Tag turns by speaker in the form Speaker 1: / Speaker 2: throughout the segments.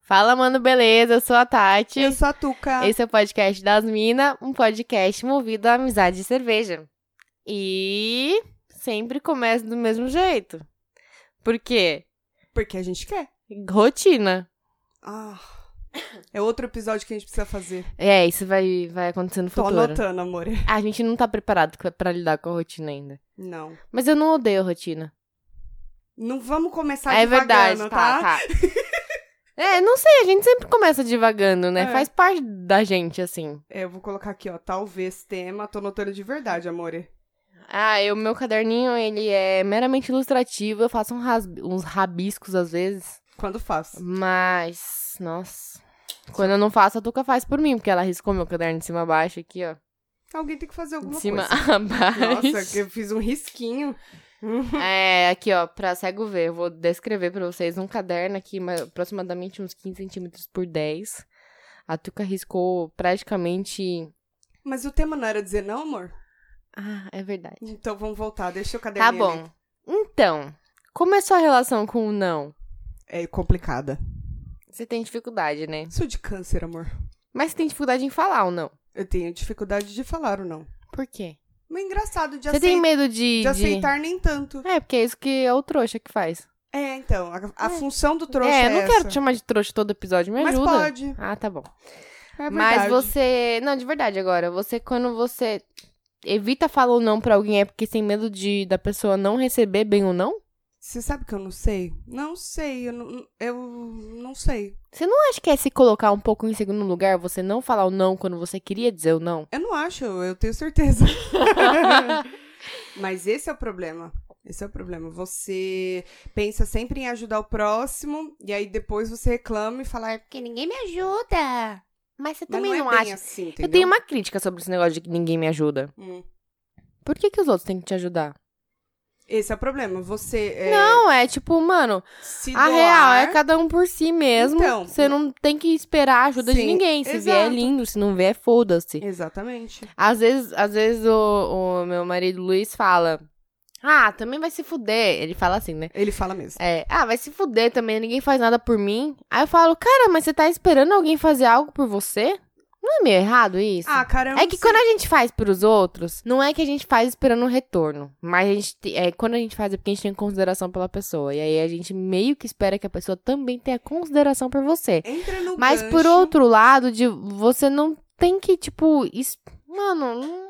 Speaker 1: Fala, mano, beleza? Eu sou a Tati.
Speaker 2: Eu sou a Tuca.
Speaker 1: Esse é o podcast das Minas, um podcast movido à amizade e cerveja. E sempre começa do mesmo jeito. Por quê?
Speaker 2: Porque a gente quer.
Speaker 1: Rotina.
Speaker 2: Ah, é outro episódio que a gente precisa fazer.
Speaker 1: É, isso vai, vai acontecer no
Speaker 2: Tô
Speaker 1: futuro.
Speaker 2: anotando, amor.
Speaker 1: A gente não tá preparado co- pra lidar com a rotina ainda.
Speaker 2: Não.
Speaker 1: Mas eu não odeio a rotina.
Speaker 2: Não vamos começar
Speaker 1: é
Speaker 2: devagando,
Speaker 1: verdade, tá? tá. é, não sei, a gente sempre começa divagando, né?
Speaker 2: É.
Speaker 1: Faz parte da gente, assim.
Speaker 2: É, eu vou colocar aqui, ó. Talvez tema. Tô anotando de verdade, amor.
Speaker 1: Ah, e o meu caderninho, ele é meramente ilustrativo. Eu faço um ras- uns rabiscos às vezes.
Speaker 2: Quando faço.
Speaker 1: Mas, nossa. Quando eu não faço, a Tuca faz por mim, porque ela riscou meu caderno de cima a baixo aqui, ó.
Speaker 2: Alguém tem que fazer
Speaker 1: De
Speaker 2: alguma
Speaker 1: cima
Speaker 2: coisa.
Speaker 1: a baixo.
Speaker 2: Nossa, que eu fiz um risquinho.
Speaker 1: É, aqui, ó, pra cego ver. Eu vou descrever pra vocês um caderno aqui, ma- aproximadamente uns 15 centímetros por 10. A Tuca riscou praticamente.
Speaker 2: Mas o tema não era dizer não, amor?
Speaker 1: Ah, é verdade.
Speaker 2: Então vamos voltar. Deixa o
Speaker 1: Tá
Speaker 2: caderninho ali.
Speaker 1: bom. Então, como é sua relação com o não?
Speaker 2: É complicada.
Speaker 1: Você tem dificuldade, né?
Speaker 2: Sou de câncer, amor.
Speaker 1: Mas você tem dificuldade em falar ou não?
Speaker 2: Eu tenho dificuldade de falar o não.
Speaker 1: Por quê?
Speaker 2: Mas é engraçado de,
Speaker 1: você tem
Speaker 2: acei-
Speaker 1: medo de.
Speaker 2: de aceitar nem tanto.
Speaker 1: É, porque é isso que é o trouxa que faz.
Speaker 2: É, então, a, a
Speaker 1: É.
Speaker 2: função do trouxa é,
Speaker 1: é, eu não quero
Speaker 2: essa.
Speaker 1: te chamar de trouxa todo episódio, me
Speaker 2: Mas
Speaker 1: ajuda.
Speaker 2: pode.
Speaker 1: Ah, tá bom.
Speaker 2: É
Speaker 1: Mas
Speaker 2: verdade.
Speaker 1: você. Não, de verdade agora. Você, quando você evita falar ou não pra alguém, é porque tem medo de da pessoa não receber bem ou não?
Speaker 2: Você sabe que eu não sei? Não sei, eu não, eu não sei.
Speaker 1: Não acho que é se colocar um pouco em segundo lugar, você não falar o não quando você queria dizer o não?
Speaker 2: Eu não acho, eu tenho certeza. Mas esse é o problema. Esse é o problema. Você pensa sempre em ajudar o próximo e aí depois você reclama e fala, "É,
Speaker 1: Porque ninguém me ajuda. Mas você
Speaker 2: mas
Speaker 1: também
Speaker 2: não,
Speaker 1: não,
Speaker 2: é bem
Speaker 1: acha.
Speaker 2: assim, entendeu?
Speaker 1: Eu tenho uma crítica sobre esse negócio de que ninguém me ajuda.
Speaker 2: Hum.
Speaker 1: Por que, que os outros têm que te ajudar?
Speaker 2: Esse é o problema. Você é,
Speaker 1: Não, é tipo, mano,
Speaker 2: se
Speaker 1: a
Speaker 2: doar,
Speaker 1: real é cada um por si mesmo.
Speaker 2: Então,
Speaker 1: você não tem que esperar a ajuda de
Speaker 2: Sim,
Speaker 1: ninguém. Se vier, é
Speaker 2: exato.
Speaker 1: lindo. Se não vier, foda-se.
Speaker 2: Exatamente.
Speaker 1: Às vezes, às vezes o, o meu marido Luiz fala: Ah, também vai se fuder. Ele fala assim, né?
Speaker 2: Ele fala mesmo.
Speaker 1: É, ah, vai se fuder também, ninguém faz nada por mim. Aí eu falo, cara, mas você tá esperando alguém fazer algo por você? Não é meio errado isso?
Speaker 2: Ah, caramba.
Speaker 1: é que quando a gente faz pros outros, não é que a gente faz esperando um retorno. Mas a gente, te- é, quando a gente faz é porque a gente tem consideração pela pessoa. E aí a gente meio que espera que a pessoa também tenha consideração por você.
Speaker 2: entra no
Speaker 1: Mas por
Speaker 2: gancho.
Speaker 1: outro lado, de, você não tem que, tipo. es- Mano, não-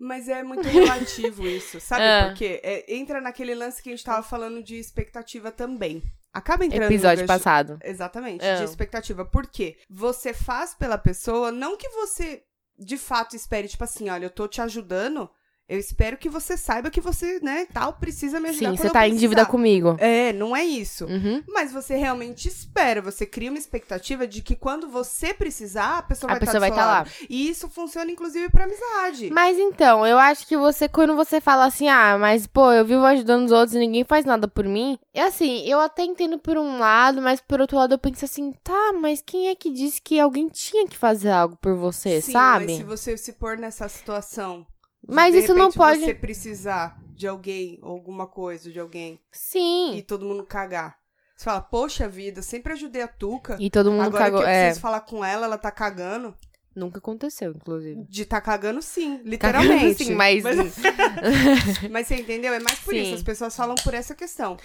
Speaker 2: Mas é muito relativo isso, sabe?
Speaker 1: Ah.
Speaker 2: por quê? É, entra naquele lance que a gente tava falando de expectativa também. Acaba entrando
Speaker 1: Hum. episódio
Speaker 2: no gancho-
Speaker 1: passado.
Speaker 2: Exatamente,
Speaker 1: Ah.
Speaker 2: de expectativa. Por quê? Você faz pela pessoa, não que você de fato espere, tipo assim, olha, eu tô te ajudando, eu espero que você saiba que você, né, tal, precisa me ajudar
Speaker 1: Sim,
Speaker 2: quando
Speaker 1: você
Speaker 2: eu
Speaker 1: tá em dívida
Speaker 2: precisar.
Speaker 1: comigo.
Speaker 2: É, não é isso.
Speaker 1: Uhum.
Speaker 2: Mas você realmente espera, você cria uma expectativa de que quando você precisar, a pessoa
Speaker 1: A
Speaker 2: vai tá estar
Speaker 1: pessoa vai estar lá.
Speaker 2: E isso funciona, inclusive, pra amizade.
Speaker 1: Mas então, eu acho que você, quando você fala assim, ah, mas pô, eu vivo ajudando os outros e ninguém faz nada por mim. É assim, eu até entendo por um lado, mas por outro lado eu penso assim, tá, mas quem é que disse que alguém tinha que fazer algo por você,
Speaker 2: Sim, Mas
Speaker 1: sabe?
Speaker 2: se você se pôr nessa situação. de,
Speaker 1: Mas
Speaker 2: de
Speaker 1: isso não
Speaker 2: repente,
Speaker 1: pode-
Speaker 2: você precisar de alguém, ou alguma coisa de alguém, e
Speaker 1: Sim.
Speaker 2: todo mundo cagar. Você fala, poxa vida, sempre ajudei a Tuca.
Speaker 1: E, todo mundo
Speaker 2: Agora
Speaker 1: cagou.
Speaker 2: que eu
Speaker 1: É,
Speaker 2: preciso falar com ela, ela tá cagando.
Speaker 1: nunca aconteceu, inclusive.
Speaker 2: De tá cagando, sim,
Speaker 1: Cagando,
Speaker 2: literalmente.
Speaker 1: assim, mas-
Speaker 2: mas você entendeu? É mais por
Speaker 1: Sim.
Speaker 2: isso. As pessoas falam por essa questão.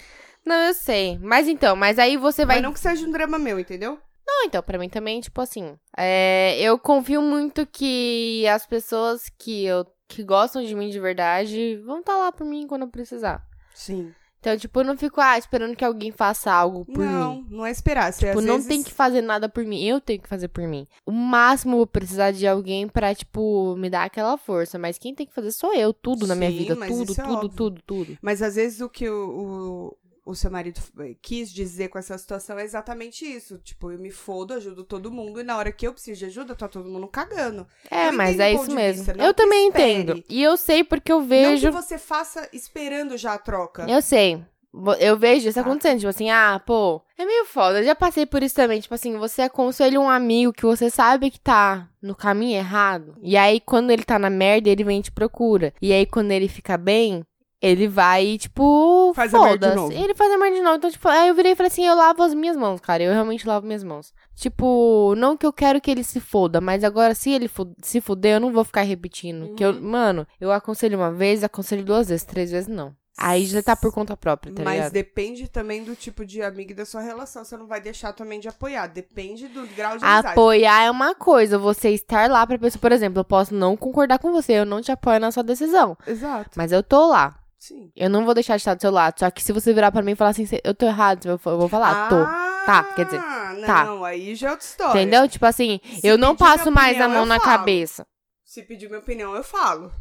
Speaker 1: Não, eu sei. Mas então, mas aí você vai
Speaker 2: Mas não que seja um drama meu, entendeu?
Speaker 1: Não, então, pra mim também, tipo assim, é, eu confio muito que as pessoas que, eu, que gostam de mim de verdade vão estar lá por mim quando eu precisar.
Speaker 2: Sim.
Speaker 1: Então, tipo, eu não fico, ah, esperando que alguém faça algo por mim.
Speaker 2: Não, não é esperar. Você,
Speaker 1: Tipo,
Speaker 2: às
Speaker 1: não
Speaker 2: vezes...
Speaker 1: tem que fazer nada por mim, eu tenho que fazer por mim. O máximo eu vou precisar de alguém pra, tipo, me dar aquela força. Mas quem tem que fazer sou eu, tudo na minha
Speaker 2: Sim,
Speaker 1: vida.
Speaker 2: mas
Speaker 1: Tudo,
Speaker 2: isso é
Speaker 1: tudo,
Speaker 2: óbvio.
Speaker 1: tudo, tudo.
Speaker 2: Mas às vezes o que o, o, o seu marido eh, quis dizer com essa situação é exatamente isso. Tipo, eu me fodo, ajudo todo mundo, e na hora que eu preciso de ajuda, tá todo mundo cagando.
Speaker 1: É,
Speaker 2: Eu
Speaker 1: mas
Speaker 2: entendo
Speaker 1: é
Speaker 2: o ponto
Speaker 1: isso
Speaker 2: de
Speaker 1: mesmo.
Speaker 2: vista, não
Speaker 1: eu
Speaker 2: que
Speaker 1: também
Speaker 2: espere.
Speaker 1: entendo. E eu sei porque eu
Speaker 2: Não
Speaker 1: vejo
Speaker 2: que você faça esperando já a troca.
Speaker 1: Eu sei. Vo- Eu vejo isso
Speaker 2: Tá.
Speaker 1: acontecendo, tipo assim, ah, pô, é meio foda. Eu já passei por isso também, tipo assim, você aconselha um amigo que você sabe que tá no caminho errado. E aí, quando ele tá na merda, ele vem e te procura. E aí, quando ele fica bem, Ele vai, e, tipo,
Speaker 2: Faz a merda de
Speaker 1: foda-se.
Speaker 2: novo.
Speaker 1: Ele faz a merda de novo. Então, tipo, aí eu virei e falei assim, eu lavo as minhas mãos, cara. Eu realmente lavo minhas mãos. Tipo, não que eu quero que ele se foda, mas agora se ele fu- se fuder, eu não vou ficar repetindo. Que
Speaker 2: Uhum.
Speaker 1: eu, mano, eu aconselho uma vez, aconselho duas vezes, três vezes não. Aí já tá por conta própria, tá
Speaker 2: Mas
Speaker 1: ligado?
Speaker 2: depende também do tipo de amigo e da sua relação. Você não vai deixar também de apoiar. Depende do grau de amizade.
Speaker 1: Apoiar é uma coisa, você estar lá pra pessoa, por exemplo, eu posso não concordar com você, eu não te apoio na sua decisão,
Speaker 2: Exato.
Speaker 1: mas eu tô lá.
Speaker 2: Sim.
Speaker 1: Eu não vou deixar de estar do seu lado, só que se você virar pra mim e falar assim, "Cê- eu tô errado, eu vou eu vou falar, tô. Tá, quer dizer,
Speaker 2: Ah, Não,
Speaker 1: tá.
Speaker 2: aí já é outra história.
Speaker 1: Entendeu? Tipo assim,
Speaker 2: Se
Speaker 1: eu não
Speaker 2: pedir minha
Speaker 1: passo mais a
Speaker 2: opinião,
Speaker 1: mão
Speaker 2: eu
Speaker 1: na
Speaker 2: falo.
Speaker 1: cabeça.
Speaker 2: Se pedir minha opinião, eu falo.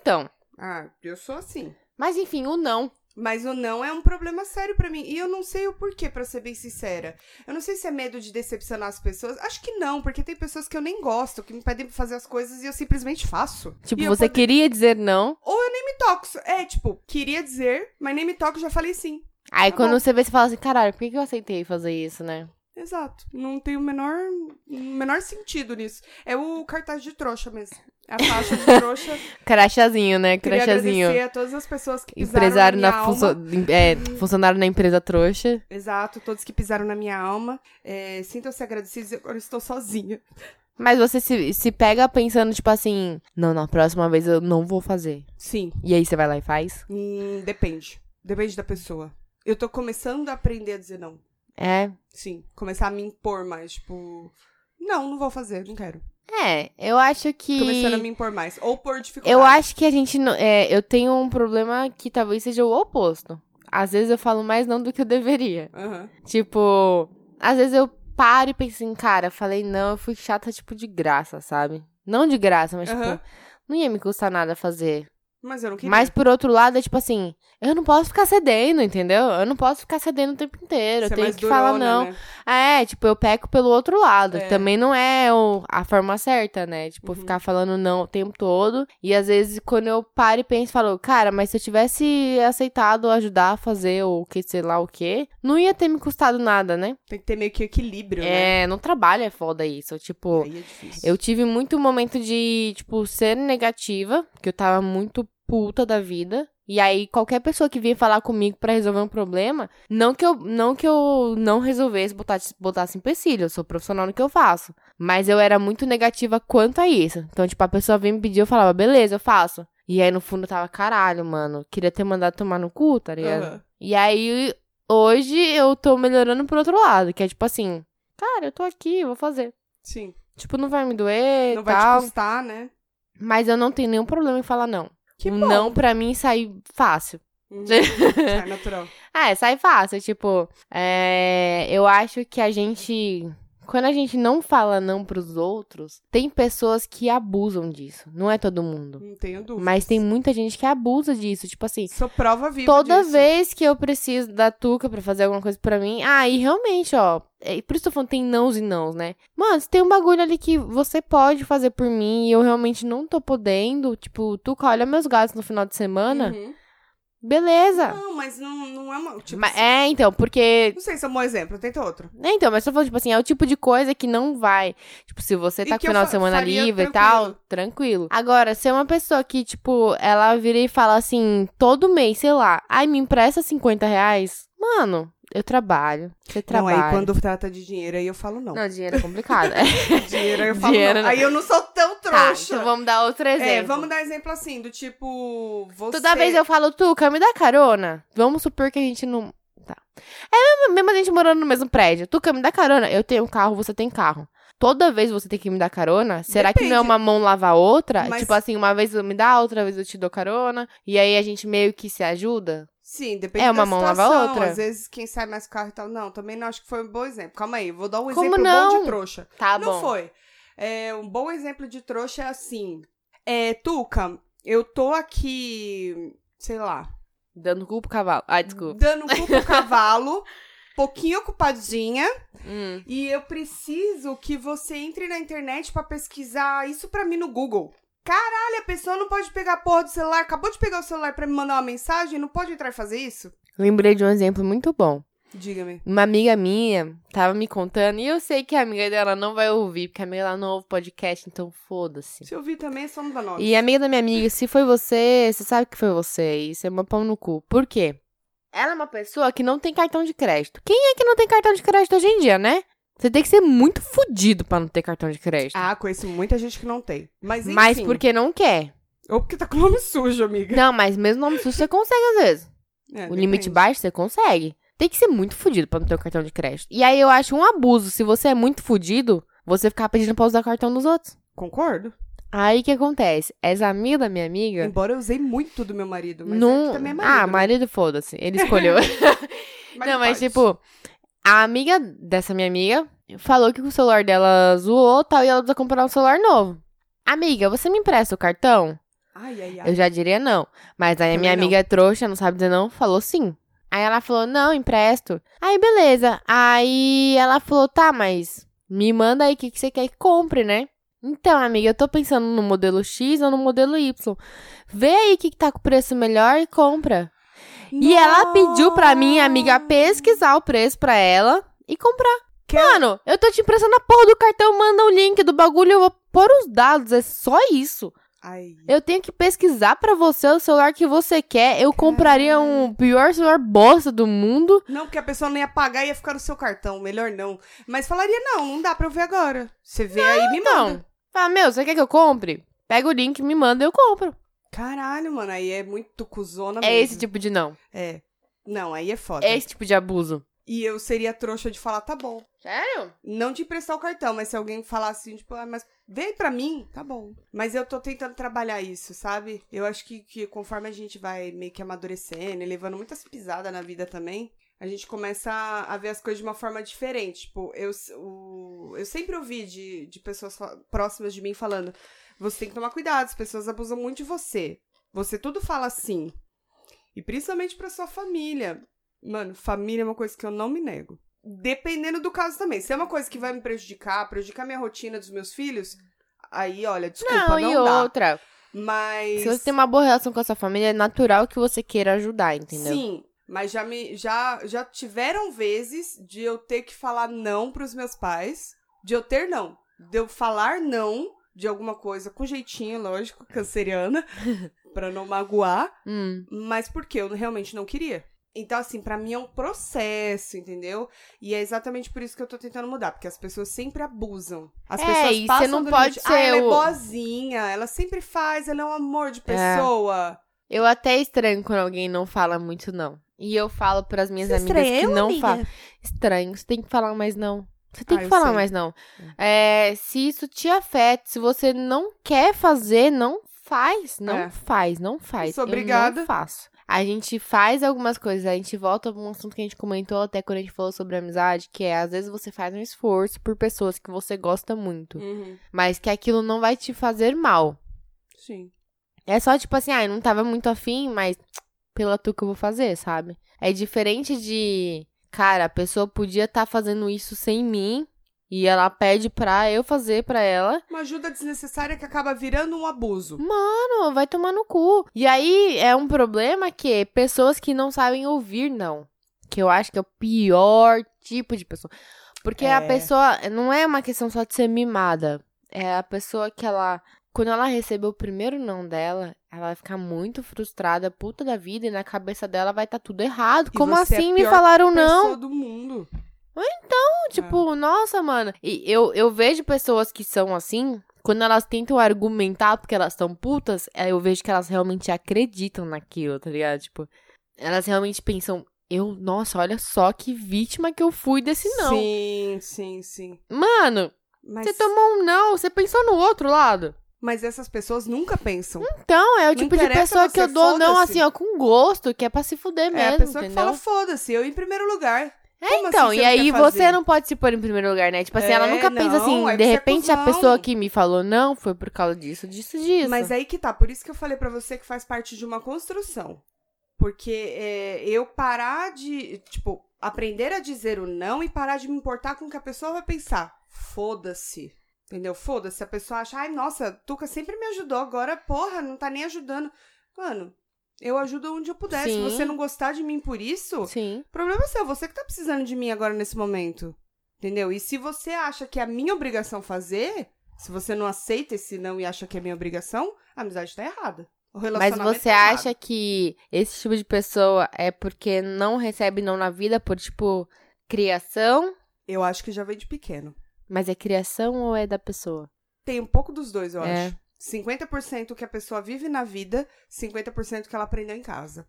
Speaker 1: Então,
Speaker 2: Ah, eu sou assim.
Speaker 1: mas enfim, o não.
Speaker 2: Mas o não é um problema sério pra mim. E eu não sei o porquê, pra ser bem sincera. Eu não sei se é medo de decepcionar as pessoas. Acho que não, porque tem pessoas que eu nem gosto, que me pedem pra fazer as coisas e eu simplesmente faço.
Speaker 1: Tipo,
Speaker 2: E eu
Speaker 1: você
Speaker 2: poder-
Speaker 1: queria dizer não,
Speaker 2: Ou eu nem me toco. É, tipo, queria dizer, mas nem me toco, já falei sim.
Speaker 1: aí
Speaker 2: Tá
Speaker 1: quando
Speaker 2: bom.
Speaker 1: você vê, você fala assim, caralho, por que que eu aceitei fazer isso, né?
Speaker 2: Exato. Não tem o menor, o menor sentido nisso. É o cartaz de trouxa mesmo. É A faixa de trouxa.
Speaker 1: Crachazinho, né?
Speaker 2: Queria
Speaker 1: Crachazinho.
Speaker 2: agradecer a todas as pessoas que pisaram
Speaker 1: Empresário
Speaker 2: na minha
Speaker 1: na
Speaker 2: alma.
Speaker 1: funcio... é, funcionário na empresa trouxa.
Speaker 2: Exato, todos que pisaram na minha alma. É, Sintam-se agradecidos, agora eu estou sozinha.
Speaker 1: Mas você se, se pega pensando, tipo assim, não, na próxima vez eu não vou fazer.
Speaker 2: Sim,
Speaker 1: E aí você vai lá e faz?
Speaker 2: hum, depende. Depende da pessoa. Eu tô começando a aprender a dizer não.
Speaker 1: É.
Speaker 2: Sim, começar a me impor mais, tipo... Não, não vou fazer, não quero.
Speaker 1: É, eu acho que.
Speaker 2: Começando a me impor mais. Ou por dificuldade.
Speaker 1: Eu acho que a gente. não- É, eu tenho um problema que talvez seja o oposto. Às vezes eu falo mais não do que eu deveria.
Speaker 2: Aham.
Speaker 1: Tipo, às vezes eu paro e penso assim, cara, falei não, eu fui chata, tipo, de graça, sabe? Não de graça, mas
Speaker 2: Aham.
Speaker 1: tipo, não ia me custar nada fazer.
Speaker 2: Mas eu não queria.
Speaker 1: Mas por outro lado, é tipo assim, eu não posso ficar cedendo, entendeu? Eu não posso ficar cedendo o tempo inteiro.
Speaker 2: Ser
Speaker 1: eu tenho
Speaker 2: é mais
Speaker 1: que falar
Speaker 2: durona,
Speaker 1: não.
Speaker 2: né?
Speaker 1: É, tipo, eu peco pelo outro lado.
Speaker 2: É.
Speaker 1: Também não é o- a forma certa, né? Tipo,
Speaker 2: Uhum.
Speaker 1: ficar falando não o tempo todo. E às vezes, quando eu paro e penso, falo, cara, mas se eu tivesse aceitado ajudar a fazer o que, sei lá o quê, não ia ter me custado nada, né?
Speaker 2: Tem que ter meio que equilíbrio, né?
Speaker 1: É, no trabalho é foda isso. Tipo,
Speaker 2: Aí é difícil.
Speaker 1: eu tive muito momento de, tipo, ser negativa, que eu tava muito puta da vida. E aí, qualquer pessoa que vinha falar comigo pra resolver um problema, não que eu não, que eu não resolvesse, botasse, botasse empecilho, eu sou profissional no que eu faço. Mas eu era muito negativa quanto a isso. Então, tipo, a pessoa vinha me pedir, eu falava, beleza, eu faço. E aí, no fundo, eu tava, caralho, mano, queria ter mandado tomar no cu, tá ligado?
Speaker 2: Aham.
Speaker 1: E aí, hoje, eu tô melhorando pro outro lado, que é tipo assim, cara, eu tô aqui, eu vou fazer.
Speaker 2: Sim.
Speaker 1: Tipo, não vai me doer
Speaker 2: Não
Speaker 1: e
Speaker 2: vai
Speaker 1: tal.
Speaker 2: te custar, né?
Speaker 1: Mas eu não tenho nenhum problema em falar não.
Speaker 2: Que
Speaker 1: o
Speaker 2: bom.
Speaker 1: não pra mim sai fácil.
Speaker 2: Uhum. É natural.
Speaker 1: Ah, é, sai fácil. Tipo, é, eu acho que a gente. Quando a gente não fala não pros outros, tem pessoas que abusam disso. Não é todo mundo.
Speaker 2: Não tenho dúvida.
Speaker 1: Mas tem muita gente que abusa disso. Tipo assim,
Speaker 2: Sou prova viva
Speaker 1: Toda
Speaker 2: disso.
Speaker 1: vez que eu preciso da Tuca pra fazer alguma coisa pra mim. Ah, e realmente, ó. É, por isso que eu tô falando, tem nãos e nãos, né? Mano, se tem um bagulho ali que você pode fazer por mim e eu realmente não tô podendo. Tipo, Tuca, olha meus gatos no final de semana.
Speaker 2: Uhum.
Speaker 1: Beleza.
Speaker 2: Não, mas não, não é uma... Tipo,
Speaker 1: Ma-
Speaker 2: assim,
Speaker 1: é, então, porque.
Speaker 2: Não sei se é um bom exemplo, tenta outro.
Speaker 1: É, então, mas eu tô falando, tipo assim, é o tipo de coisa que não vai. Tipo, se você
Speaker 2: E
Speaker 1: tá com
Speaker 2: que
Speaker 1: o
Speaker 2: eu
Speaker 1: final de
Speaker 2: fa-
Speaker 1: semana
Speaker 2: faria
Speaker 1: livre e
Speaker 2: tranquilo.
Speaker 1: tal, tranquilo. Agora, se é uma pessoa que, tipo, ela vira e fala assim, todo mês, sei lá, ai, me empresta 50 reais, mano, eu trabalho. Você trabalha.
Speaker 2: Não, aí quando trata de dinheiro, aí eu falo não.
Speaker 1: Não, dinheiro é complicado.
Speaker 2: Dinheiro, aí eu falo
Speaker 1: Dinheiro
Speaker 2: não.
Speaker 1: não.
Speaker 2: Aí eu não sou tão
Speaker 1: tá,
Speaker 2: trouxa.
Speaker 1: então vamos dar outro exemplo.
Speaker 2: é, vamos dar exemplo assim, do tipo... Você...
Speaker 1: Toda vez eu falo, Tuca, me dá carona. Vamos supor que a gente não. Tá. É mesmo, mesmo a gente morando no mesmo prédio. Tuca, me dá carona. Eu tenho carro, você tem carro. Toda vez você tem que me dar carona? Será que não é
Speaker 2: Depende.
Speaker 1: uma mão lava a outra?
Speaker 2: Mas-
Speaker 1: Tipo assim, uma vez eu me dá, outra vez eu te dou carona. E aí a gente meio que se ajuda?
Speaker 2: Sim, depende
Speaker 1: É, uma
Speaker 2: da
Speaker 1: mão lava a
Speaker 2: situação.
Speaker 1: outra.
Speaker 2: Às vezes quem sai mais com o carro e tal. Não, também não acho que foi um bom exemplo. Calma aí, vou dar um
Speaker 1: Como
Speaker 2: exemplo bom
Speaker 1: não?
Speaker 2: de trouxa.
Speaker 1: Tá
Speaker 2: não
Speaker 1: bom.
Speaker 2: foi. É, um bom exemplo de trouxa é assim. É, Tuca, eu tô aqui, sei lá,
Speaker 1: Dando cu pro cavalo. Ai, desculpa.
Speaker 2: dando cu pro cavalo, pouquinho ocupadinha,
Speaker 1: Hum.
Speaker 2: e eu preciso que você entre na internet pra pesquisar isso pra mim no Google. Caralho, a pessoa não pode pegar a porra do celular, acabou de pegar o celular pra me mandar uma mensagem, não pode entrar e fazer isso?
Speaker 1: Lembrei de um exemplo muito bom.
Speaker 2: Diga-me.
Speaker 1: Uma amiga minha tava me contando, e eu sei que a amiga dela não vai ouvir, porque a amiga dela não ouve podcast, então foda-se.
Speaker 2: Se eu vi também, é só não dá nome.
Speaker 1: E a amiga da minha amiga, se foi você, você sabe que foi você. e Isso é uma pão no cu. Por quê? Ela é uma pessoa que não tem cartão de crédito. Quem é que não tem cartão de crédito hoje em dia, né? Você tem que ser muito fudido pra não ter cartão de crédito.
Speaker 2: Ah, conheço muita gente que não tem. Mas enfim.
Speaker 1: mas porque não quer.
Speaker 2: Ou porque tá com o nome sujo, amiga.
Speaker 1: Não, mas mesmo nome sujo você consegue às vezes.
Speaker 2: É,
Speaker 1: O limite
Speaker 2: depende.
Speaker 1: baixo você consegue. Tem que ser muito fudido pra não ter o cartão de crédito. E aí eu acho um abuso. Se você é muito fudido, você ficar pedindo pra usar o cartão dos outros.
Speaker 2: Concordo.
Speaker 1: Aí o que acontece? Essa amiga da minha amiga.
Speaker 2: Embora eu usei muito do meu marido, mas é que
Speaker 1: não...
Speaker 2: também é marido.
Speaker 1: ah,
Speaker 2: né?
Speaker 1: marido, foda-se. Ele escolheu.
Speaker 2: Marido
Speaker 1: não, mas
Speaker 2: faz.
Speaker 1: tipo, a amiga dessa minha amiga falou que o celular dela zoou e tal, e ela precisa comprar um celular novo. Amiga, você me empresta o cartão?
Speaker 2: Ai, ai, ai.
Speaker 1: Eu já diria não. Mas aí a minha
Speaker 2: Também não.
Speaker 1: amiga é trouxa, não sabe dizer não, falou sim. Aí ela falou, não, empresto. Aí beleza. Aí ela falou, tá, mas me manda aí o que, que você quer que compre, né? Então, amiga, eu tô pensando no modelo X ou no modelo Y. Vê aí o que, que tá com preço melhor e compra. E ela pediu pra minha amiga pesquisar o preço pra ela e comprar.
Speaker 2: Que-
Speaker 1: Mano, eu tô te emprestando a porra do cartão, manda o link do bagulho, eu vou pôr os dados, é só isso.
Speaker 2: Ai.
Speaker 1: Eu tenho que pesquisar pra você o celular que você quer. Eu compraria um pior celular bosta do mundo.
Speaker 2: Não, porque a pessoa não ia pagar e ia ficar no seu cartão. Melhor não. Mas falaria, não, não dá pra eu ver agora. Você vê aí, me manda.
Speaker 1: Então, fala, meu, você quer que eu compre? Pega o link, me manda, eu compro.
Speaker 2: Caralho, mano, aí é muito cuzona mesmo.
Speaker 1: É esse tipo de não.
Speaker 2: É. Não, aí é foda.
Speaker 1: É esse tipo de abuso.
Speaker 2: E eu seria trouxa de falar, tá bom.
Speaker 1: Sério?
Speaker 2: Não de emprestar o cartão, mas se alguém falar assim, tipo, ah, mas vem pra mim, tá bom. Mas eu tô tentando trabalhar isso, sabe? Eu acho que, que conforme a gente vai meio que amadurecendo e levando muitas pisadas na vida também, a gente começa a, a ver as coisas de uma forma diferente. Tipo, eu, s- o- eu sempre ouvi de, de pessoas fa- próximas de mim falando: você tem que tomar cuidado, as pessoas abusam muito de você. Você tudo fala assim. E principalmente pra sua família. Mano, família é uma coisa que eu não me nego. Dependendo do caso também. Se é uma coisa que vai me prejudicar, prejudicar minha rotina dos meus filhos, aí, olha, desculpa,
Speaker 1: Não,
Speaker 2: não,
Speaker 1: e
Speaker 2: dá.
Speaker 1: outra.
Speaker 2: Mas.
Speaker 1: Se você tem uma boa relação com a sua família, é natural que você queira ajudar, entendeu?
Speaker 2: Sim, mas já me já já tiveram vezes de eu ter que falar não pros meus pais, de eu ter não, de eu falar não de alguma coisa com jeitinho, lógico, canceriana, pra não magoar,
Speaker 1: Hum.
Speaker 2: mas porque eu realmente não queria. Então assim, pra mim é um processo, entendeu? E é exatamente por isso que eu tô tentando mudar, porque as pessoas sempre abusam. As
Speaker 1: É,
Speaker 2: pessoas
Speaker 1: e você
Speaker 2: passam
Speaker 1: não
Speaker 2: do
Speaker 1: pode
Speaker 2: limite. Ah, ela é
Speaker 1: ser o-
Speaker 2: boazinha, ela sempre faz, ela é um amor de pessoa.
Speaker 1: Eu até estranho quando alguém não fala muito não. E eu falo pras minhas
Speaker 2: Você
Speaker 1: amigas que
Speaker 2: estranhou,
Speaker 1: não
Speaker 2: amiga?
Speaker 1: falam. estranho. Você tem que falar mais não. Você tem
Speaker 2: Ah,
Speaker 1: que
Speaker 2: eu
Speaker 1: falar
Speaker 2: sei.
Speaker 1: mais não. É, se isso te afeta, se você não quer fazer, não faz. Não
Speaker 2: É.
Speaker 1: faz, não faz.
Speaker 2: Sou
Speaker 1: Eu
Speaker 2: obrigada.
Speaker 1: não faço. A gente faz algumas coisas, a gente volta pra um assunto que a gente comentou até quando a gente falou sobre amizade, que é às vezes você faz um esforço por pessoas que você gosta muito,
Speaker 2: Uhum,
Speaker 1: mas que aquilo não vai te fazer mal.
Speaker 2: Sim.
Speaker 1: É só tipo assim, ah, eu não tava muito afim, mas pela tu que eu vou fazer, sabe? É diferente de, cara, a pessoa podia estar fazendo isso sem mim e ela pede pra eu fazer pra ela.
Speaker 2: Uma ajuda desnecessária que acaba virando um abuso.
Speaker 1: Mano, vai tomar no cu. E aí é um problema que pessoas que não sabem ouvir não, que eu acho que é o pior tipo de pessoa. Porque a
Speaker 2: É.
Speaker 1: pessoa não é uma questão só de ser mimada. É a pessoa que ela quando ela receber o primeiro não dela, ela vai ficar muito frustrada, puta da vida, e na cabeça dela vai estar tudo errado.
Speaker 2: E
Speaker 1: Como
Speaker 2: você é a
Speaker 1: assim me
Speaker 2: pior
Speaker 1: falaram não?
Speaker 2: Pessoa do mundo.
Speaker 1: Não,
Speaker 2: É.
Speaker 1: Tipo, nossa, mano. E eu, eu vejo pessoas que são assim, quando elas tentam argumentar porque elas estão putas, aí eu vejo que elas realmente acreditam naquilo, tá ligado? Tipo, elas realmente pensam, eu, nossa, olha só que vítima que eu fui desse não.
Speaker 2: Sim, sim, sim.
Speaker 1: Mano,
Speaker 2: Mas,
Speaker 1: você tomou um não, você pensou no outro lado.
Speaker 2: mas essas pessoas nunca pensam.
Speaker 1: Então, é o
Speaker 2: Não
Speaker 1: tipo de
Speaker 2: interessa
Speaker 1: pessoa que
Speaker 2: você,
Speaker 1: eu dou não
Speaker 2: foda-se.
Speaker 1: assim, ó, com gosto, que é pra se fuder
Speaker 2: é
Speaker 1: mesmo,
Speaker 2: a pessoa que
Speaker 1: entendeu?
Speaker 2: fala, foda-se, eu em primeiro lugar. Como
Speaker 1: então,
Speaker 2: assim
Speaker 1: e
Speaker 2: você não
Speaker 1: aí
Speaker 2: quer
Speaker 1: você
Speaker 2: fazer?
Speaker 1: não pode se pôr em primeiro lugar, né? Tipo assim, ela
Speaker 2: É,
Speaker 1: nunca pensa
Speaker 2: não,
Speaker 1: assim,
Speaker 2: aí
Speaker 1: de
Speaker 2: você é
Speaker 1: repente a
Speaker 2: cuzão.
Speaker 1: pessoa que me falou não foi por causa disso, disso, disso.
Speaker 2: Mas aí que tá, por isso que eu falei pra você que faz parte de uma construção. Porque é, eu parar de, tipo, aprender a dizer o não e parar de me importar com o que a pessoa vai pensar. Foda-se. Entendeu? Foda-se. A pessoa acha, ai, nossa, Tuca sempre me ajudou, agora, porra, não tá nem ajudando. Mano, Eu ajudo onde eu puder. Se
Speaker 1: Sim.
Speaker 2: você não gostar de mim por isso,
Speaker 1: Sim.
Speaker 2: o problema é seu. Você que tá precisando de mim agora nesse momento. Entendeu? E se você acha que é a minha obrigação fazer, se você não aceita esse não e acha que é minha obrigação, a amizade tá errada. O
Speaker 1: Mas
Speaker 2: relacionamento
Speaker 1: você
Speaker 2: tá errado.
Speaker 1: acha que esse tipo de pessoa é porque não recebe não na vida por, tipo, criação?
Speaker 2: Eu acho que já vem de pequeno.
Speaker 1: Mas é criação ou é da pessoa?
Speaker 2: Tem um pouco dos dois, eu
Speaker 1: É.
Speaker 2: acho. 50% que a pessoa vive na vida, 50% que ela aprendeu em casa.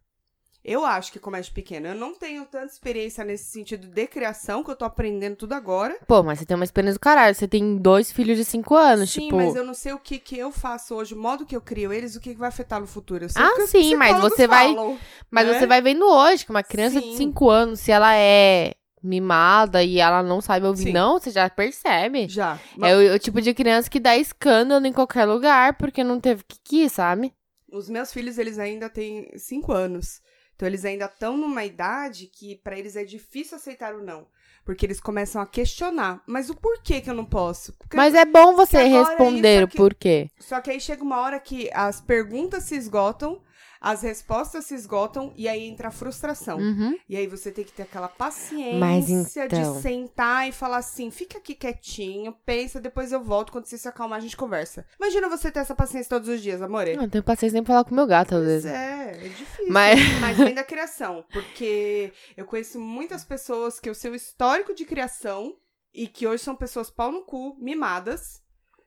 Speaker 2: Eu acho que começa pequeno. Eu não tenho tanta experiência nesse sentido de criação, que eu tô aprendendo tudo agora.
Speaker 1: Pô, mas você tem uma experiência do caralho. Você tem dois filhos de cinco anos,
Speaker 2: sim,
Speaker 1: tipo.
Speaker 2: mas eu não sei o que que eu faço hoje, o modo que eu crio eles, o que que vai afetar no futuro. Eu sei
Speaker 1: Ah,
Speaker 2: o que os
Speaker 1: sim, mas
Speaker 2: psicólogos
Speaker 1: você vai-
Speaker 2: falam.
Speaker 1: Mas
Speaker 2: né?
Speaker 1: você vai vendo hoje que uma criança
Speaker 2: Sim.
Speaker 1: de 5 anos, se ela é mimada e ela não sabe ouvir
Speaker 2: Sim.
Speaker 1: não, você já percebe.
Speaker 2: Já.
Speaker 1: É o, o tipo de criança que dá escândalo em qualquer lugar porque não teve que que, sabe?
Speaker 2: Os meus filhos, eles ainda têm cinco anos. Então, eles ainda estão numa idade que pra eles é difícil aceitar o não. Porque eles começam a questionar. Mas o porquê que eu não posso? Porque-
Speaker 1: Mas é bom você
Speaker 2: agora é
Speaker 1: responder
Speaker 2: isso
Speaker 1: o
Speaker 2: aqui.
Speaker 1: porquê.
Speaker 2: Só que aí chega uma hora que as perguntas se esgotam, as respostas se esgotam e aí entra a frustração.
Speaker 1: Uhum.
Speaker 2: E aí você tem que ter aquela paciência
Speaker 1: Mas então-
Speaker 2: de sentar e falar assim: fica aqui quietinho, pensa, depois eu volto. Quando você se acalmar, a gente conversa. Imagina você ter essa paciência todos os dias, amore.
Speaker 1: Não, eu Ah, tenho paciência nem pra falar com meu gato, às
Speaker 2: É. Pois
Speaker 1: vezes.
Speaker 2: é, é difícil.
Speaker 1: Mas-
Speaker 2: Mas vem da criação, porque eu conheço muitas pessoas que o seu histórico de criação e que hoje são pessoas pau no cu, mimadas,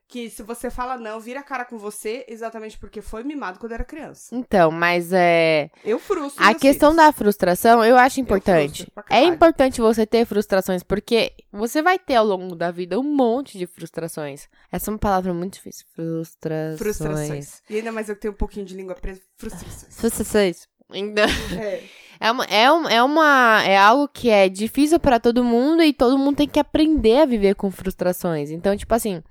Speaker 2: que se você fala não, vira a cara com você, exatamente porque foi mimado quando era criança.
Speaker 1: Então, mas é.
Speaker 2: Eu frustro.
Speaker 1: A
Speaker 2: meus
Speaker 1: questão
Speaker 2: filhos.
Speaker 1: da frustração eu acho importante.
Speaker 2: frustro pra
Speaker 1: é
Speaker 2: caralho.
Speaker 1: importante você ter frustrações, porque você vai ter ao longo da vida um monte de frustrações. Essa é uma palavra muito difícil. Frustrações.
Speaker 2: Frustrações. E ainda mais eu que tenho um pouquinho de língua presa. Frustrações.
Speaker 1: Frustrações. Então,
Speaker 2: É.
Speaker 1: É uma, é, um- é uma. É algo que é difícil pra todo mundo e todo mundo tem que aprender a viver com frustrações. Então, tipo assim,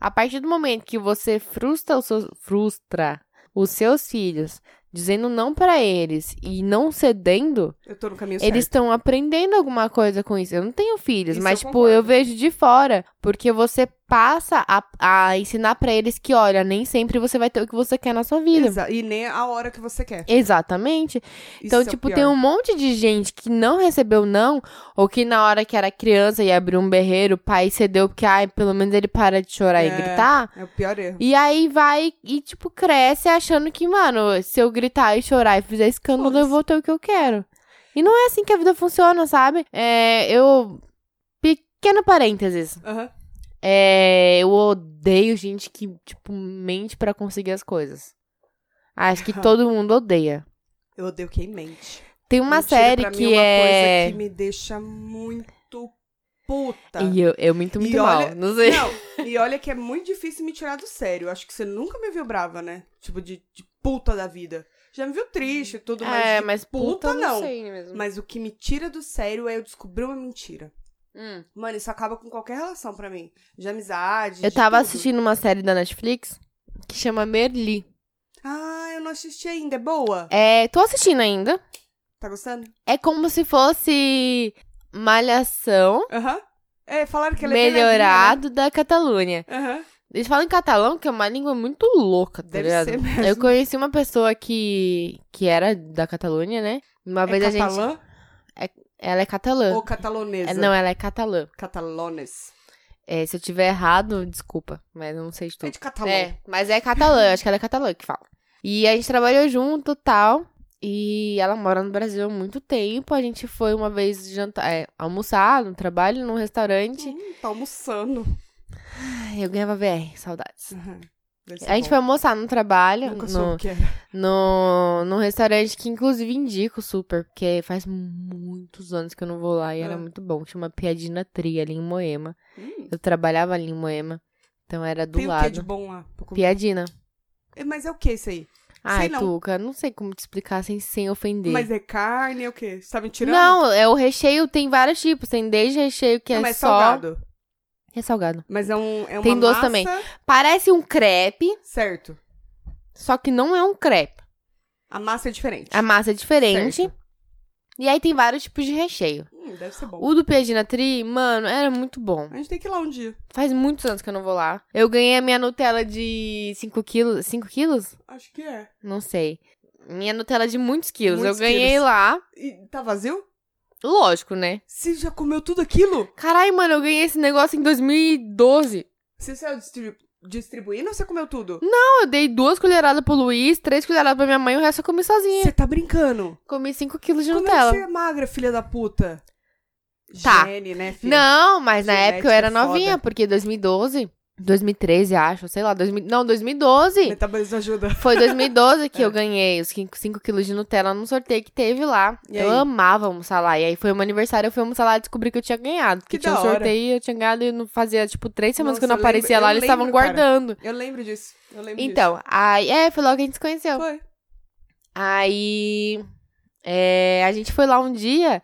Speaker 1: a partir do momento que você frustra os seus, frustra os seus filhos, dizendo não pra eles e não cedendo,
Speaker 2: Eu tô no caminho
Speaker 1: eles
Speaker 2: certo.
Speaker 1: estão aprendendo alguma coisa com isso. Eu não tenho filhos,
Speaker 2: Isso
Speaker 1: mas,
Speaker 2: eu
Speaker 1: tipo,
Speaker 2: concordo.
Speaker 1: eu vejo de fora. Porque você passa a, a ensinar pra eles que, olha, nem sempre você vai ter o que você quer na sua vida.
Speaker 2: Exa- E nem a hora que você quer.
Speaker 1: Exatamente. Então,
Speaker 2: Isso é o
Speaker 1: tipo,
Speaker 2: pior.
Speaker 1: tem um monte de gente que não recebeu não, ou que na hora que era criança e abriu um berreiro, o pai cedeu porque, ai, pelo menos ele para de chorar e
Speaker 2: É.
Speaker 1: gritar.
Speaker 2: É o pior erro.
Speaker 1: E aí vai e, tipo, cresce achando que, mano, se eu gritar e chorar e fizer escândalo, eu
Speaker 2: Foda-se.
Speaker 1: vou ter o que eu quero. E não é assim que a vida funciona, sabe? É, eu. Pequeno parênteses.
Speaker 2: Aham.
Speaker 1: É, eu odeio gente que, tipo, mente pra conseguir as coisas. Acho que todo mundo odeia.
Speaker 2: Eu odeio quem mente.
Speaker 1: Tem uma
Speaker 2: Mentira,
Speaker 1: série
Speaker 2: pra mim,
Speaker 1: que
Speaker 2: é uma
Speaker 1: é.
Speaker 2: coisa que me deixa muito puta.
Speaker 1: E eu, eu minto
Speaker 2: Tá. E
Speaker 1: muito mal,
Speaker 2: olha-
Speaker 1: não sei.
Speaker 2: Não, e olha que é muito difícil me tirar do sério. Acho que você nunca me viu brava, né? Tipo, de, de puta da vida. Já me viu triste e tudo, mas,
Speaker 1: é,
Speaker 2: de-
Speaker 1: mas
Speaker 2: puta,
Speaker 1: puta, não
Speaker 2: não.
Speaker 1: sei mesmo.
Speaker 2: mas o que me tira do sério é eu descobrir uma mentira.
Speaker 1: Hum.
Speaker 2: Mano, isso acaba com qualquer relação pra mim. De amizade,
Speaker 1: Eu
Speaker 2: de
Speaker 1: tava
Speaker 2: tudo.
Speaker 1: assistindo uma série da Netflix que chama Merli.
Speaker 2: Ah, eu não assisti ainda. É boa?
Speaker 1: É, tô assistindo ainda.
Speaker 2: Tá gostando?
Speaker 1: É como se fosse Malhação
Speaker 2: Aham. É, falaram que ela é bem
Speaker 1: melhorado da Catalunha.
Speaker 2: levinha, né? Aham.
Speaker 1: Eles falam em catalão, que é uma língua muito louca, tá
Speaker 2: Deve
Speaker 1: ligado?
Speaker 2: ser mesmo.
Speaker 1: Eu conheci uma pessoa que, que era da Catalunha, né? Uma
Speaker 2: É
Speaker 1: vez a gente.
Speaker 2: catalã
Speaker 1: Ela é catalã.
Speaker 2: ou catalonesa?
Speaker 1: É, não, ela é catalã.
Speaker 2: Catalones.
Speaker 1: É, se eu tiver errado, desculpa, mas eu não sei de tudo.
Speaker 2: É de catalão.
Speaker 1: É, mas é catalã, acho que ela é catalã que fala. E a gente trabalhou junto tal. E ela mora no Brasil há muito tempo. A gente foi uma vez jantar, é, almoçar no trabalho, num restaurante.
Speaker 2: Hum, tá almoçando.
Speaker 1: Ai, eu ganhava VR, saudades.
Speaker 2: Deve ser
Speaker 1: A gente
Speaker 2: bom.
Speaker 1: foi almoçar no trabalho,
Speaker 2: Nunca soube
Speaker 1: no,
Speaker 2: o que é. era.
Speaker 1: no, num restaurante que inclusive indico super, porque faz muitos anos que eu não vou lá e
Speaker 2: Ah.
Speaker 1: era muito bom. Chama Piadina Tri, ali em Moema.
Speaker 2: Hum,
Speaker 1: Eu trabalhava ali em Moema, então era do
Speaker 2: tem o que de
Speaker 1: lado.
Speaker 2: bom lá? pra comer?
Speaker 1: Piadina.
Speaker 2: É, Mas é o que isso aí?
Speaker 1: Ai,
Speaker 2: não.
Speaker 1: Tuca, não sei como te explicar sem, sem ofender.
Speaker 2: Mas é carne, é o quê? Você tá me tirando?
Speaker 1: Não, é o recheio tem vários tipos. Tem desde recheio que
Speaker 2: Não,
Speaker 1: é
Speaker 2: mas é
Speaker 1: só.
Speaker 2: salgado.
Speaker 1: É salgado.
Speaker 2: Mas é um é uma
Speaker 1: Tem doce
Speaker 2: massa,
Speaker 1: também. Parece um crepe,
Speaker 2: Certo.
Speaker 1: só que não é um crepe.
Speaker 2: A massa é diferente.
Speaker 1: A massa é diferente.
Speaker 2: Certo.
Speaker 1: E aí tem vários tipos de recheio.
Speaker 2: Hum, deve ser bom.
Speaker 1: O do Piadina Tri, mano, era muito bom.
Speaker 2: A gente tem que ir lá um dia.
Speaker 1: Faz muitos anos que eu não vou lá. Eu ganhei a minha Nutella de 5 quilos. 5 quilos?
Speaker 2: Acho que é.
Speaker 1: Não sei. Minha Nutella de muitos quilos.
Speaker 2: Muitos
Speaker 1: eu ganhei
Speaker 2: quilos.
Speaker 1: lá.
Speaker 2: E tá vazio?
Speaker 1: Lógico, né?
Speaker 2: Você já comeu tudo aquilo?
Speaker 1: Caralho, mano, eu ganhei esse negócio em 2012.
Speaker 2: Você saiu distri- distribuindo ou você comeu tudo?
Speaker 1: Não, eu dei duas colheradas pro Luiz, três colheradas pra minha mãe e o resto eu comi sozinha.
Speaker 2: Você tá brincando?
Speaker 1: Comi cinco quilos de
Speaker 2: Como
Speaker 1: Nutella.
Speaker 2: é que você é magra, filha da puta?
Speaker 1: Tá.
Speaker 2: Gene, né, filha?
Speaker 1: Não, mas na
Speaker 2: Genética
Speaker 1: época eu era
Speaker 2: é foda.
Speaker 1: novinha, porque 2012, 2013, acho, sei lá, 2000, não, 2012.
Speaker 2: Metabolismo ajuda.
Speaker 1: Foi 2012 que
Speaker 2: É.
Speaker 1: eu ganhei os 5 quilos de Nutella num sorteio que teve lá.
Speaker 2: E
Speaker 1: eu
Speaker 2: aí?
Speaker 1: amava almoçar lá. E aí foi meu aniversário, eu fui almoçar lá e descobri que eu tinha ganhado. Porque
Speaker 2: Que
Speaker 1: tinha
Speaker 2: da
Speaker 1: um
Speaker 2: hora.
Speaker 1: sorteio e eu tinha ganhado e não fazia, tipo, três semanas
Speaker 2: Nossa,
Speaker 1: que eu não
Speaker 2: eu lembro-
Speaker 1: aparecia lá,
Speaker 2: eu
Speaker 1: eles estavam
Speaker 2: lembro, cara.
Speaker 1: guardando.
Speaker 2: Eu lembro disso. Eu lembro
Speaker 1: Então, aí, é, foi logo que a gente se
Speaker 2: disso.
Speaker 1: conheceu.
Speaker 2: Foi.
Speaker 1: Aí é, a gente foi lá um dia